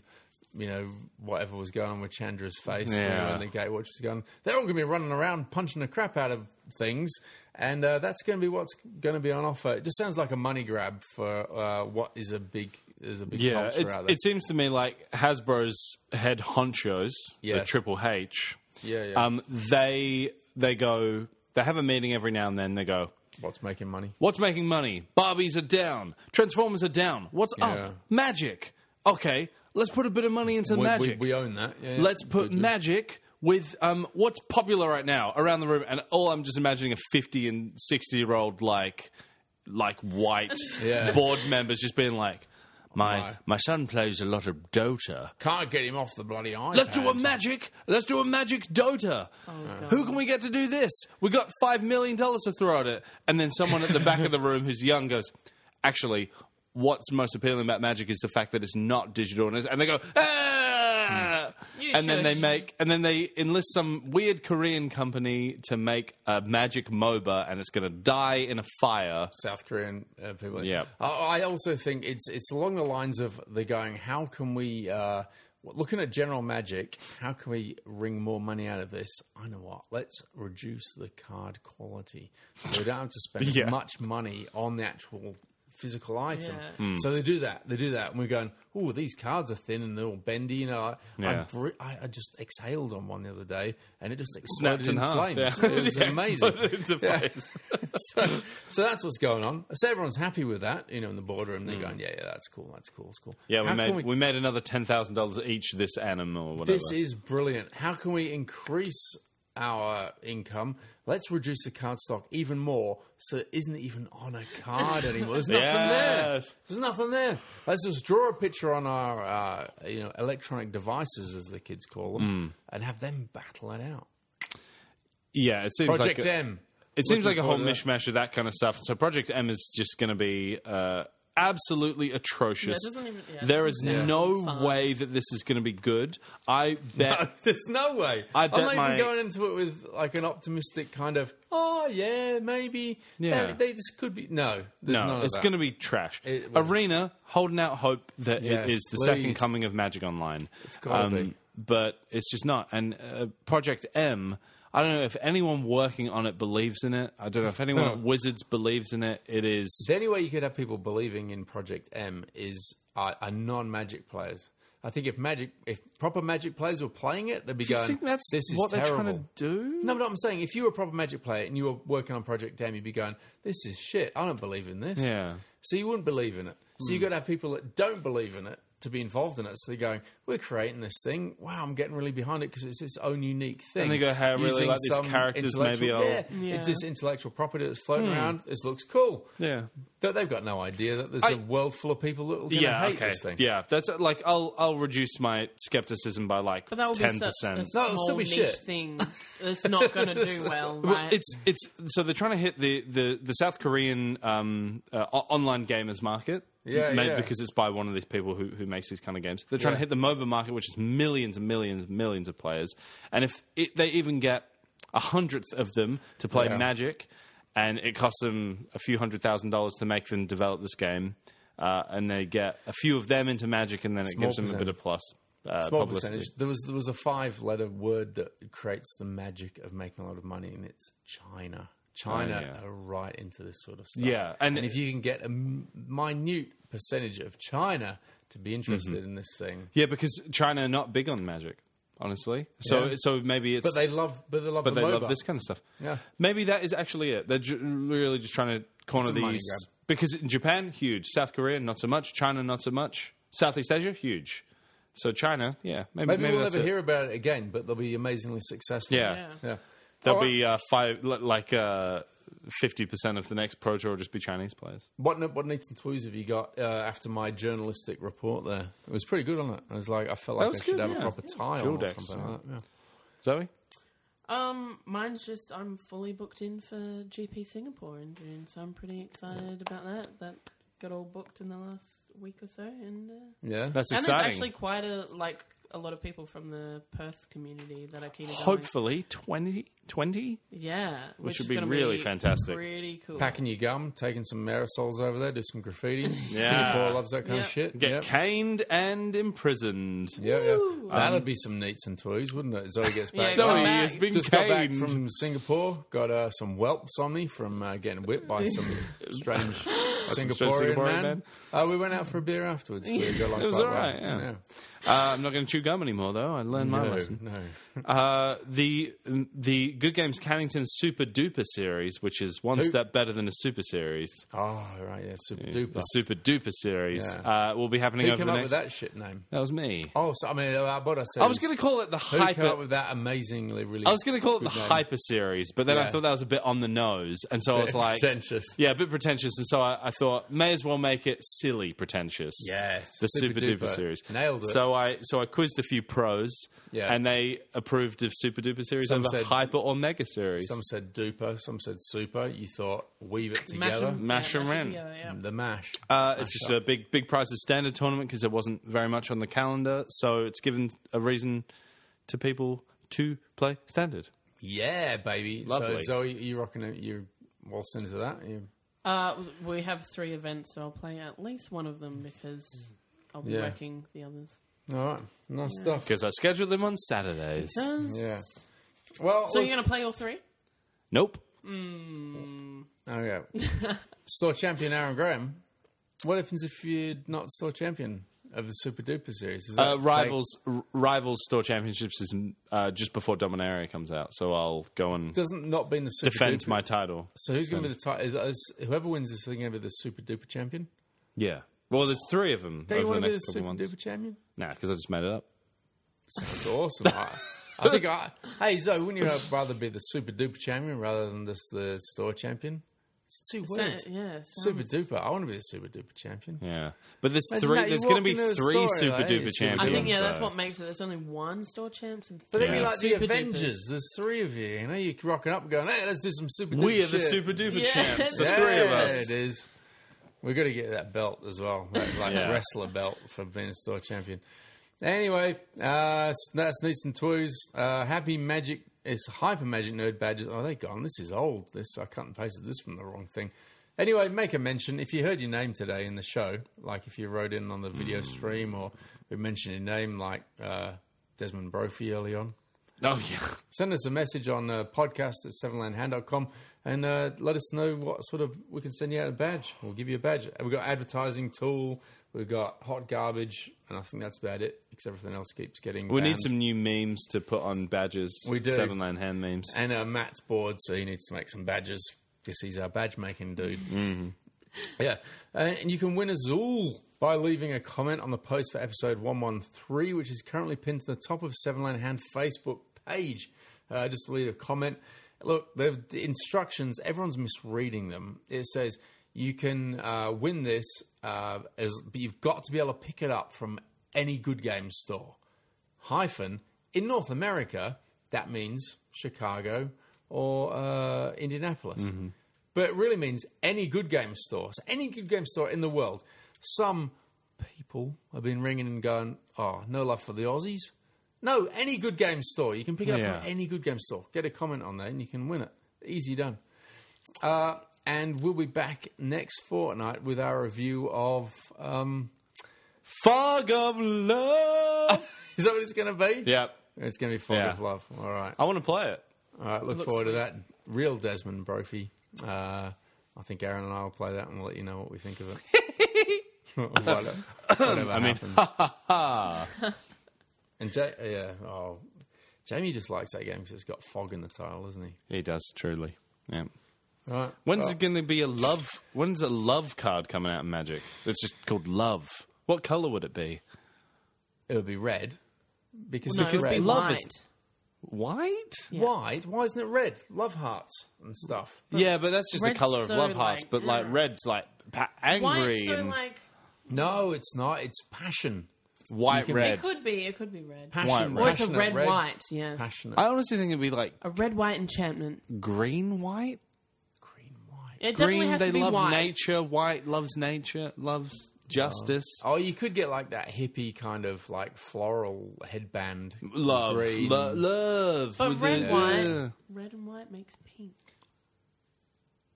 Speaker 1: you know whatever was going on with Chandra's face
Speaker 2: Yeah.
Speaker 1: when the Gatewatch was going. They're all going to be running around punching the crap out of things, and uh, that's going to be what's going to be on offer. It just sounds like a money grab for uh, what is a big is a big
Speaker 2: Yeah,
Speaker 1: culture
Speaker 2: it's,
Speaker 1: out there.
Speaker 2: it seems to me like Hasbro's head honchos, the
Speaker 1: Yes.
Speaker 2: Triple H.
Speaker 1: Yeah, yeah.
Speaker 2: Um, they they go. They have a meeting every now and then. They go.
Speaker 1: what's making money.
Speaker 2: What's making money? Barbies are down. Transformers are down. What's
Speaker 1: Yeah.
Speaker 2: up? Magic. Okay, let's put a bit of money into
Speaker 1: We, we,
Speaker 2: magic.
Speaker 1: we own that. Yeah, yeah.
Speaker 2: let's put
Speaker 1: We do.
Speaker 2: magic with um, what's popular right now around the room. And all I'm just imagining a 50 and 60 year old like like white
Speaker 1: Yeah.
Speaker 2: board members just being like, my
Speaker 1: my.
Speaker 2: my son plays a lot of Dota.
Speaker 1: Can't get him off the bloody iPad.
Speaker 2: Let's do a magic. Let's do a magic Dota.
Speaker 3: Oh, God.
Speaker 2: Who can we get to do this? We got five million dollars to throw at it, and then someone at the back of the room who's young goes, "Actually, what's most appealing about magic is the fact that it's not digital." And, it's, and they go, "Ah!"
Speaker 3: Hmm. You
Speaker 2: and then they
Speaker 3: shush.
Speaker 2: make and then they enlist some weird Korean company to make a magic MOBA and it's going to die in a fire.
Speaker 1: South Korean uh, people.
Speaker 2: Yeah.
Speaker 1: I, I also think it's it's along the lines of they're going, how can we, uh, looking at general magic, how can we wring more money out of this? I know what. Let's reduce the card quality so we don't have to spend
Speaker 2: Yeah.
Speaker 1: much money on the actual physical item.
Speaker 3: Yeah.
Speaker 2: Hmm.
Speaker 1: So they do that. They do that, and we're going, oh, these cards are thin and they're all bendy. You know, I,
Speaker 2: Yeah.
Speaker 1: I, br- I, I just exhaled on one the other day, and it just exploded
Speaker 2: Snapped in
Speaker 1: in,
Speaker 2: half,
Speaker 1: flames.
Speaker 2: yeah.
Speaker 1: It was
Speaker 2: Yeah,
Speaker 1: amazing.
Speaker 2: exploded into
Speaker 1: Yeah.
Speaker 2: flames.
Speaker 1: so, so that's what's going on. So everyone's happy with that, you know, in the boardroom. They're going, yeah, yeah, that's cool, that's cool, that's cool.
Speaker 2: Hmm. Yeah, we
Speaker 1: How
Speaker 2: made
Speaker 1: can
Speaker 2: we, made another ten thousand dollars each this annum or whatever.
Speaker 1: this is brilliant. How can we increase our income? Let's reduce the card stock even more so it isn't even on a card anymore. There's nothing there.
Speaker 2: Yes.
Speaker 1: There's nothing there. Let's just draw a picture on our uh, you know electronic devices, as the kids call them,
Speaker 2: Hmm.
Speaker 1: and have them battle it out.
Speaker 2: yeah, it seems
Speaker 1: Project
Speaker 2: like a-
Speaker 1: M.
Speaker 2: It seems like a whole
Speaker 1: forward to
Speaker 2: mishmash of that kind of stuff. So Project M is just going to be uh, absolutely atrocious.
Speaker 3: Yeah, it doesn't even- yeah, it
Speaker 2: there is
Speaker 3: doesn't sound
Speaker 2: no
Speaker 3: fun.
Speaker 2: way that this is going to be good. I bet.
Speaker 1: Oh, There's no way.
Speaker 2: I bet
Speaker 1: am not
Speaker 2: my-
Speaker 1: even going into it with like an optimistic kind of, oh yeah, maybe.
Speaker 2: Yeah.
Speaker 1: Yeah, they, this could be. No, there's
Speaker 2: no,
Speaker 1: none of
Speaker 2: it's
Speaker 1: that.
Speaker 2: going to be trash.
Speaker 1: It will.
Speaker 2: Arena holding out hope that
Speaker 1: Yes,
Speaker 2: it is the
Speaker 1: please.
Speaker 2: second coming of Magic Online. It's
Speaker 1: gotta be.
Speaker 2: but it's just not. And uh, Project M, I don't know if anyone working on it believes in it. I don't know if anyone at Wizards believes in it. It is
Speaker 1: The only way you could have people believing in Project M is uh, are non-magic players. I think if magic, if proper magic players were playing it, they'd be
Speaker 2: you
Speaker 1: going.
Speaker 2: think that's
Speaker 1: this is
Speaker 2: what they're
Speaker 1: terrible.
Speaker 2: trying to do?
Speaker 1: No, but I'm saying if you were a proper magic player and you were working on Project M, you'd be going, "This is shit. I don't believe in this."
Speaker 2: Yeah.
Speaker 1: So you wouldn't believe in it. So you got to have people that don't believe in it to be involved in it. So they're going, "We're creating this thing. Wow, I'm getting really behind it because it's its own unique thing."
Speaker 2: And they go, "Hey, I really
Speaker 1: Using
Speaker 2: like these
Speaker 1: some
Speaker 2: characters, maybe
Speaker 1: intellectual-
Speaker 2: I'll- Hmm.
Speaker 1: Yeah,
Speaker 3: Yeah.
Speaker 1: it's this intellectual property that's floating around. This looks cool.
Speaker 2: Yeah.
Speaker 1: But they've got no idea that there's a world full of people that will
Speaker 2: yeah,
Speaker 1: hate
Speaker 2: okay.
Speaker 1: this thing.
Speaker 2: Yeah, that's uh, like I'll I'll reduce my skepticism by like
Speaker 3: But that would
Speaker 2: ten
Speaker 3: be such a
Speaker 2: percent.
Speaker 1: No,
Speaker 3: small
Speaker 1: it'll still be
Speaker 3: niche
Speaker 1: shit.
Speaker 3: thing. It's not going to do well, right?
Speaker 2: Well, it's it's so they're trying to hit the the, the South Korean um, uh, o- online gamers market.
Speaker 1: Yeah,
Speaker 2: maybe
Speaker 1: yeah.
Speaker 2: because it's by one of these people who, who makes these kind of games. They're trying to hit the MOBA market, which is millions and millions and millions of players. And if it, they even get a hundredth of them to play
Speaker 1: Yeah.
Speaker 2: Magic, and it costs them a few hundred thousand dollars to make them develop this game, uh, and they get a few of them into Magic, and then it
Speaker 1: Small
Speaker 2: gives them a bit
Speaker 1: percentage.
Speaker 2: of plus uh,
Speaker 1: Small
Speaker 2: publicity.
Speaker 1: percentage. There was there was a five letter word that creates the magic of making a lot of money, and it's China. China
Speaker 2: Oh, yeah.
Speaker 1: are right into this sort of stuff.
Speaker 2: Yeah, and-
Speaker 1: and, if you can get a m- minute percentage of China to be interested
Speaker 2: Mm-hmm.
Speaker 1: in this thing,
Speaker 2: Yeah, because China are not big on Magic, honestly. So
Speaker 1: Yeah.
Speaker 2: so maybe it's
Speaker 1: but they love, but they love,
Speaker 2: but
Speaker 1: the
Speaker 2: they love
Speaker 1: MOBA.
Speaker 2: this kind of stuff.
Speaker 1: Yeah.
Speaker 2: Maybe that is actually it. They're ju- really just trying to corner
Speaker 1: It's a money
Speaker 2: these
Speaker 1: grab.
Speaker 2: because in Japan huge, South Korea not so much, China not so much, Southeast Asia huge. So China, yeah, maybe
Speaker 1: Maybe, we'll
Speaker 2: that's
Speaker 1: never
Speaker 2: it.
Speaker 1: hear about it again, but they'll be amazingly successful.
Speaker 2: Yeah.
Speaker 3: Yeah.
Speaker 1: yeah.
Speaker 2: There'll
Speaker 1: All right.
Speaker 2: be uh, five li- like uh, fifty percent of the next pro tour will just be Chinese players.
Speaker 1: What n- what needs and tweets have you got uh, after my journalistic report? There, it was pretty good on it. I was like, I felt like I
Speaker 2: was
Speaker 1: should
Speaker 2: good,
Speaker 1: have
Speaker 2: yeah.
Speaker 1: a proper tie
Speaker 2: Field
Speaker 1: on or
Speaker 2: decks,
Speaker 1: something. Like that. yeah.
Speaker 2: Zoe,
Speaker 3: um, mine's just I'm fully booked in for GP Singapore in June, so I'm pretty excited about that. That got all booked in the last week or so, and uh,
Speaker 2: that's
Speaker 1: Yeah,
Speaker 3: and there's
Speaker 2: exciting.
Speaker 3: actually quite a like a lot of people from the Perth community that are keen. to go.
Speaker 2: Hopefully, 20, 20?
Speaker 3: yeah, which,
Speaker 2: would
Speaker 3: is
Speaker 2: be
Speaker 3: gonna
Speaker 2: really fantastic.
Speaker 3: Pretty cool.
Speaker 1: packing your gum, taking some aerosols over there, do some graffiti.
Speaker 2: Yeah.
Speaker 1: Singapore loves that kind
Speaker 3: Yep.
Speaker 1: of shit.
Speaker 2: get
Speaker 1: Yep.
Speaker 2: caned and imprisoned.
Speaker 1: yeah, yeah.
Speaker 2: Um,
Speaker 1: That'd be some neats and twees, wouldn't it? Zoe gets back.
Speaker 3: Zoe
Speaker 1: Uh,
Speaker 3: has
Speaker 2: been
Speaker 1: just got back
Speaker 2: caned.
Speaker 1: from Singapore. Got uh, some whelps on me from uh, getting whipped by some strange Singaporean,
Speaker 2: Singaporean
Speaker 1: man.
Speaker 2: man.
Speaker 1: Uh, we went out for a beer afterwards. We got along
Speaker 2: It was
Speaker 1: quite
Speaker 2: all right.
Speaker 1: well.
Speaker 2: Yeah. Uh, I'm not going to chew gum anymore, though. I learned my
Speaker 1: No,
Speaker 2: lesson.
Speaker 1: no.
Speaker 2: Uh, the the Good Games Cannington Super Duper series, which is one step better than a Super series,
Speaker 1: Oh, right, yeah, super
Speaker 2: the
Speaker 1: duper.
Speaker 2: Super Duper series,
Speaker 1: Yeah.
Speaker 2: uh, will be happening
Speaker 1: Who
Speaker 2: over
Speaker 1: came
Speaker 2: the
Speaker 1: up
Speaker 2: next.
Speaker 1: with that shit name?
Speaker 2: That was me.
Speaker 1: Oh, so, I mean, uh, what I said.
Speaker 2: I was
Speaker 1: is-
Speaker 2: going to call it the
Speaker 1: Who came up
Speaker 2: hyper.
Speaker 1: with that amazingly really?
Speaker 2: I was going to call it the
Speaker 1: good name?
Speaker 2: hyper series, but then I
Speaker 1: Yeah.
Speaker 2: thought that was a bit on the nose, and so I was like,
Speaker 1: pretentious.
Speaker 2: Yeah, a bit pretentious, and so I, I thought may as well make it silly pretentious.
Speaker 1: Yes,
Speaker 2: the Super, Duper, series
Speaker 1: Nailed it.
Speaker 2: So so I so I quizzed a few pros,
Speaker 1: Yeah.
Speaker 2: and they approved of Super Duper Series
Speaker 1: Some
Speaker 2: over
Speaker 1: said-
Speaker 2: Hyper or Mega Series.
Speaker 1: Some said duper, some said super. You thought weave it
Speaker 3: Mash
Speaker 1: together.
Speaker 3: 'em-
Speaker 2: Mash
Speaker 3: yeah,
Speaker 2: 'em
Speaker 3: mash 'em
Speaker 2: in.
Speaker 3: together, yeah.
Speaker 1: The mash.
Speaker 2: Uh, it's just a big big prize of standard tournament because there wasn't very much on the calendar, so it's given a reason to people to play standard.
Speaker 1: yeah, baby.
Speaker 2: Lovely.
Speaker 1: So Zoe, you rocking it? You waltz into that? You,
Speaker 3: Uh, we have three events, so I'll play at least one of them because I'll be
Speaker 1: Yeah.
Speaker 3: working the others.
Speaker 1: all right, nice stuff.
Speaker 2: Because I scheduled them on Saturdays.
Speaker 1: Yeah. Well,
Speaker 3: So
Speaker 1: look-
Speaker 3: you're going to play all three?
Speaker 2: Nope.
Speaker 1: Okay. oh, store champion Aaron Graham. What happens if you're not store champion of the Super Duper series? Is
Speaker 2: Uh,
Speaker 1: that
Speaker 2: Rivals R- Rivals Store Championships is uh, just before Dominaria comes out, so I'll go and
Speaker 1: take- doesn't not being the Super
Speaker 2: defend
Speaker 1: Duper.
Speaker 2: my title.
Speaker 1: So who's going to be the title? Is, is, whoever wins this thing going to be the Super Duper champion?
Speaker 2: Yeah. Well, there's three of them
Speaker 1: Do you
Speaker 2: over the
Speaker 1: want to be the
Speaker 2: next
Speaker 1: Super
Speaker 2: couple of months.
Speaker 1: Duper champion?
Speaker 2: Nah, because I just made it up.
Speaker 1: That's awesome. I, I think I. Hey Zoe, wouldn't you rather be the Super Duper champion rather than just the store champion? It's two
Speaker 3: So,
Speaker 1: words.
Speaker 3: yeah.
Speaker 1: Super
Speaker 3: sounds-
Speaker 1: Duper. I want to be the Super Duper champion.
Speaker 2: Yeah, but there's
Speaker 1: Imagine
Speaker 2: three.
Speaker 1: that, you
Speaker 2: There's going to
Speaker 1: walk
Speaker 2: be
Speaker 1: into a
Speaker 2: three
Speaker 1: store,
Speaker 2: super
Speaker 1: like,
Speaker 2: duper
Speaker 1: hey, Super
Speaker 2: champions.
Speaker 3: I think, yeah, that's
Speaker 2: so-
Speaker 3: what makes it. There's only one store champs and
Speaker 1: But
Speaker 3: three.
Speaker 1: then
Speaker 2: Yeah.
Speaker 1: you're like the
Speaker 3: Super Dupers.
Speaker 1: Avengers. There's three of you. You know, you're rocking up, going, "Hey, let's do some Super Duper."
Speaker 2: We are the
Speaker 1: shit."
Speaker 2: super duper
Speaker 3: Yeah.
Speaker 2: champs. The
Speaker 3: Yeah.
Speaker 2: three of
Speaker 1: There
Speaker 2: us.
Speaker 1: It is. We're going to get that belt as well, that, like
Speaker 2: Yeah.
Speaker 1: wrestler belt for being a store champion. Anyway, uh, s- that's Neats and Toys. Uh, Happy Magic. It's Hyper Magic Nerd badges. Oh, they're gone. This is old. This I cut and pasted this from the wrong thing. Anyway, make a mention if you heard your name today in the show, like if you wrote in on the video
Speaker 2: Hmm.
Speaker 1: stream or we mentioned your name, like uh, Desmond Brophy early on
Speaker 2: Oh yeah.
Speaker 1: send us a message on uh, podcast at sevenlandhand.com and uh, let us know what sort of we can send you out a badge. We'll give you a badge. We've got advertising tool, we've got hot garbage, and I think that's about it. Because everything else keeps getting.
Speaker 2: We need
Speaker 1: banned.
Speaker 2: some new memes to put on badges.
Speaker 1: We do.
Speaker 2: seven land hand memes.
Speaker 1: And uh, Matt's bored, so he needs to make some badges. Guess he's our badge making dude. Yeah, Uh, and and you can win a Zool by leaving a comment on the post for episode 113, which is currently pinned to the top of Seven Land Hand Facebook page. Uh, just leave a comment. Look, the the instructions, everyone's misreading them. It says you can uh, win this, uh, as, but you've got to be able to pick it up from any good game store hyphen in North America, that means Chicago or uh, Indianapolis.
Speaker 2: Mm-hmm.
Speaker 1: But it really means any good game store. So any good game store in the world. Some people have been ringing and going, oh, no love for the Aussies. No, any good game store. You can pick it up
Speaker 2: Yeah.
Speaker 1: from any good game store. Get a comment on there and you can win it. Easy done. Uh, and we'll be back next fortnight with our review of. Um,
Speaker 2: Fog of love.
Speaker 1: is that what it's going to be?
Speaker 2: yep.
Speaker 1: It's going to be Fog
Speaker 2: Yeah.
Speaker 1: of Love. All right.
Speaker 2: I want to play it.
Speaker 1: All right, look forward to that. Real Desmond Brophy. Uh, I think Aaron and I will play that and we'll let you know what we think of it. whatever whatever happens. and ja- yeah, oh, Jamie just likes that game because it's got fog in the title, doesn't he?
Speaker 2: He does truly. Yeah.
Speaker 1: All right.
Speaker 2: When's it going to be a love? When's a love card coming out in Magic? It's just called love. What color would it be?
Speaker 1: It would be red because
Speaker 3: No, it
Speaker 1: it's
Speaker 3: would
Speaker 1: red.
Speaker 3: be
Speaker 2: love
Speaker 3: white.
Speaker 2: is- White.
Speaker 1: Wide? Why isn't it red? Love hearts and stuff.
Speaker 2: Yeah, but that's just the
Speaker 3: Red's
Speaker 2: color of
Speaker 3: so,
Speaker 2: love hearts.
Speaker 3: like,
Speaker 2: but like
Speaker 3: ugh.
Speaker 2: red's like pa-
Speaker 3: White,
Speaker 2: angry
Speaker 3: so
Speaker 2: and
Speaker 3: like,
Speaker 1: No, it's not. It's passion.
Speaker 2: white
Speaker 1: can-
Speaker 2: red.
Speaker 3: it could be, it could be red.
Speaker 1: Passion.
Speaker 2: Or
Speaker 3: Or it's a
Speaker 1: passionate
Speaker 3: red, white, yeah.
Speaker 1: Passionate.
Speaker 2: I honestly think it'd be like
Speaker 3: A red white enchantment.
Speaker 2: green white.
Speaker 1: Green white.
Speaker 3: It definitely
Speaker 2: Green,
Speaker 3: has
Speaker 2: they
Speaker 3: to be
Speaker 2: love
Speaker 3: white.
Speaker 2: nature. White loves nature. Loves justice.
Speaker 1: Oh, you could get like that hippie kind of like floral headband.
Speaker 2: Love,
Speaker 1: green.
Speaker 2: lo- love.
Speaker 3: But
Speaker 2: with
Speaker 3: red
Speaker 2: the-
Speaker 3: white,
Speaker 2: Yeah.
Speaker 3: red and white makes pink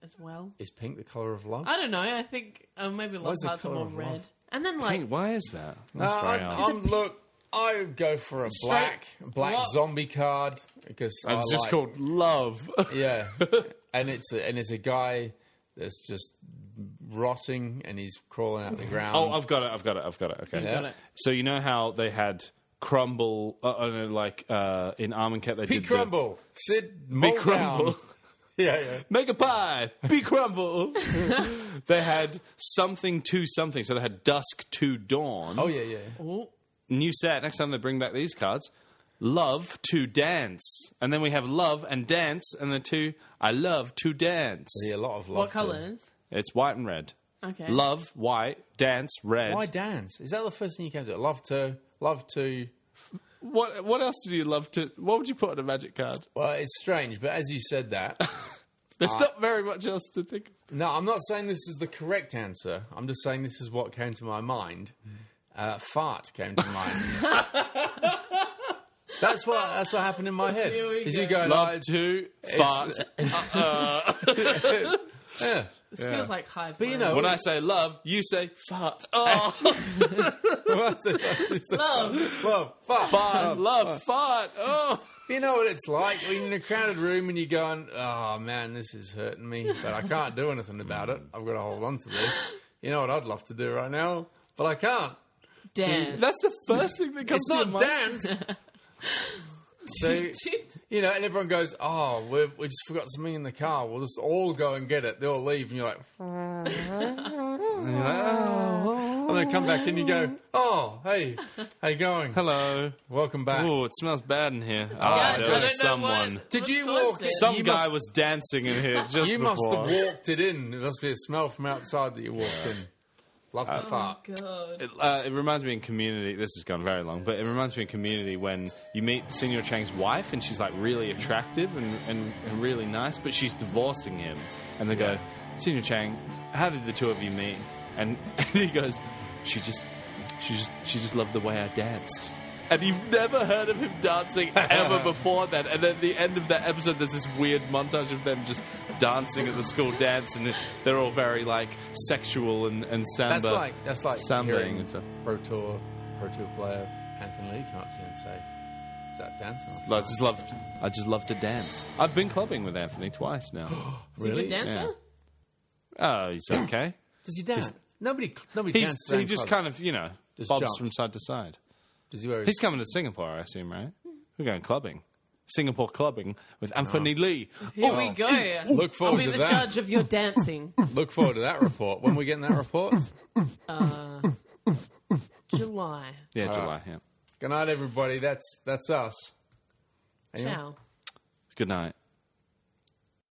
Speaker 3: as well.
Speaker 1: Is pink the color of love?
Speaker 3: I don't know. I think uh, maybe love
Speaker 1: is the
Speaker 3: hearts are
Speaker 1: colour
Speaker 3: more
Speaker 1: of
Speaker 3: red.
Speaker 1: love?
Speaker 3: And then like
Speaker 2: Hey, why is that? That's
Speaker 1: Uh,
Speaker 2: very
Speaker 1: I'm-
Speaker 2: odd.
Speaker 1: I'm- look, I would go for a black black
Speaker 3: What?
Speaker 1: zombie card because I
Speaker 2: It's just
Speaker 1: like-
Speaker 2: called love.
Speaker 1: yeah, and it's a, and it's a guy that's just rotting and he's crawling out the ground.
Speaker 2: oh, I've got it. I've got it. I've got it. Okay.
Speaker 3: got it.
Speaker 2: So you know how they had crumble, uh, uh, no, like uh, in Arm and Cat, they
Speaker 1: Pete
Speaker 2: did
Speaker 1: Crumble, Sid
Speaker 2: the,
Speaker 1: Muldown.
Speaker 2: big crumble.
Speaker 1: Yeah, yeah.
Speaker 2: Make a pie, be crumble. they had something to something. So they had dusk to dawn.
Speaker 1: Oh yeah, yeah.
Speaker 3: oh,
Speaker 2: new set next time they bring back these cards love to dance and then we have love and dance and the two i love to dance
Speaker 1: Yeah, a lot of love.
Speaker 3: what
Speaker 1: there.
Speaker 3: colours?
Speaker 2: it's white and red
Speaker 3: Okay.
Speaker 2: love white dance red
Speaker 1: Why dance? Is that the first thing you came to? Love to Love to.
Speaker 2: What What else do you love to? What would you put on a magic card?
Speaker 1: Well, it's strange, but as you said that,
Speaker 2: There's not very much else to think. of.
Speaker 1: no, I'm not saying this is the correct answer. I'm just saying this is what came to my mind. Uh, fart came to mind. that's what that's what happened in my head.
Speaker 3: Here we
Speaker 1: Is
Speaker 3: go.
Speaker 1: you going
Speaker 2: Love to fart.
Speaker 3: This feels like hive.
Speaker 1: But you
Speaker 3: mind.
Speaker 1: know-
Speaker 2: When I say love, you say fart. Oh,
Speaker 3: love.
Speaker 1: Well, fart.
Speaker 2: fart, love, fart. Oh,
Speaker 1: You know what it's like when you're in a crowded room and you're going, oh man, this is hurting me, but I can't do anything about it. I've got to hold on to this. You know what I'd love to do right now, but I can't.
Speaker 3: Dance.
Speaker 2: that's the first thing that comes
Speaker 1: It's
Speaker 2: to
Speaker 1: not
Speaker 2: mind.
Speaker 1: dance. so, you know, and everyone goes, oh, we've, we just forgot something in the car. We'll just all go and get it. They all leave, and you're like, and, you're like, "Oh." and they come back and you go, oh, hey, how you going?
Speaker 2: Hello.
Speaker 1: Welcome back.
Speaker 2: Oh, it smells bad in here.
Speaker 3: Yeah,
Speaker 2: Ah,
Speaker 3: I
Speaker 2: there
Speaker 3: don't know
Speaker 2: was someone.
Speaker 3: What,
Speaker 1: Did
Speaker 3: what
Speaker 1: you
Speaker 3: caused
Speaker 1: walk
Speaker 3: it. Oh
Speaker 1: in-
Speaker 2: Some
Speaker 1: You
Speaker 2: guy
Speaker 1: must-
Speaker 2: was dancing in here just
Speaker 1: You must
Speaker 2: before.
Speaker 1: have walked it in. It must be a smell from outside that you walked in. Love
Speaker 2: Um,
Speaker 1: to fart.
Speaker 3: God.
Speaker 2: It, uh, it reminds me in community. This has gone very long, but it reminds me in community when you meet Senior Chang's wife, and she's like really attractive and, and, and really nice, but she's divorcing him. And they go, Senior Chang, how did the two of you meet? And, and he goes, she just, she just, she just loved the way I danced. And you've never heard of him dancing ever before that. And at the end of that episode, there's this weird montage of them just dancing at the school dance, and they're all very like sexual and, and uh, samba.
Speaker 1: That's like that's like
Speaker 2: Sambaing
Speaker 1: hearing
Speaker 2: and stuff.
Speaker 1: Pro Tour, Pro Tour player Anthony Lee come up to you and say, "Is that dancing?"
Speaker 2: I just love, I just love to dance. I've been clubbing with Anthony twice now.
Speaker 3: Is he a good dancer?
Speaker 2: Oh, he's okay.
Speaker 1: Does he dance? Nobody, nobody
Speaker 2: He's,
Speaker 1: dances.
Speaker 2: he just kind of, you know,
Speaker 1: Just
Speaker 2: bobs
Speaker 1: jumps.
Speaker 2: from side to side.
Speaker 1: Does he wear his,
Speaker 2: He's coming to Singapore, I assume, right? We're going clubbing, Singapore clubbing with Anthony Lee. Oh.
Speaker 3: Here we go.
Speaker 1: Oh. Look
Speaker 3: I'll
Speaker 1: forward
Speaker 3: be
Speaker 1: to
Speaker 3: the
Speaker 1: that.
Speaker 3: judge of your dancing.
Speaker 1: Look forward to that report. When we getting that report?
Speaker 3: July.
Speaker 2: Yeah, July. Yeah.
Speaker 1: Good night, everybody. That's that's us.
Speaker 3: Ciao.
Speaker 2: Good night.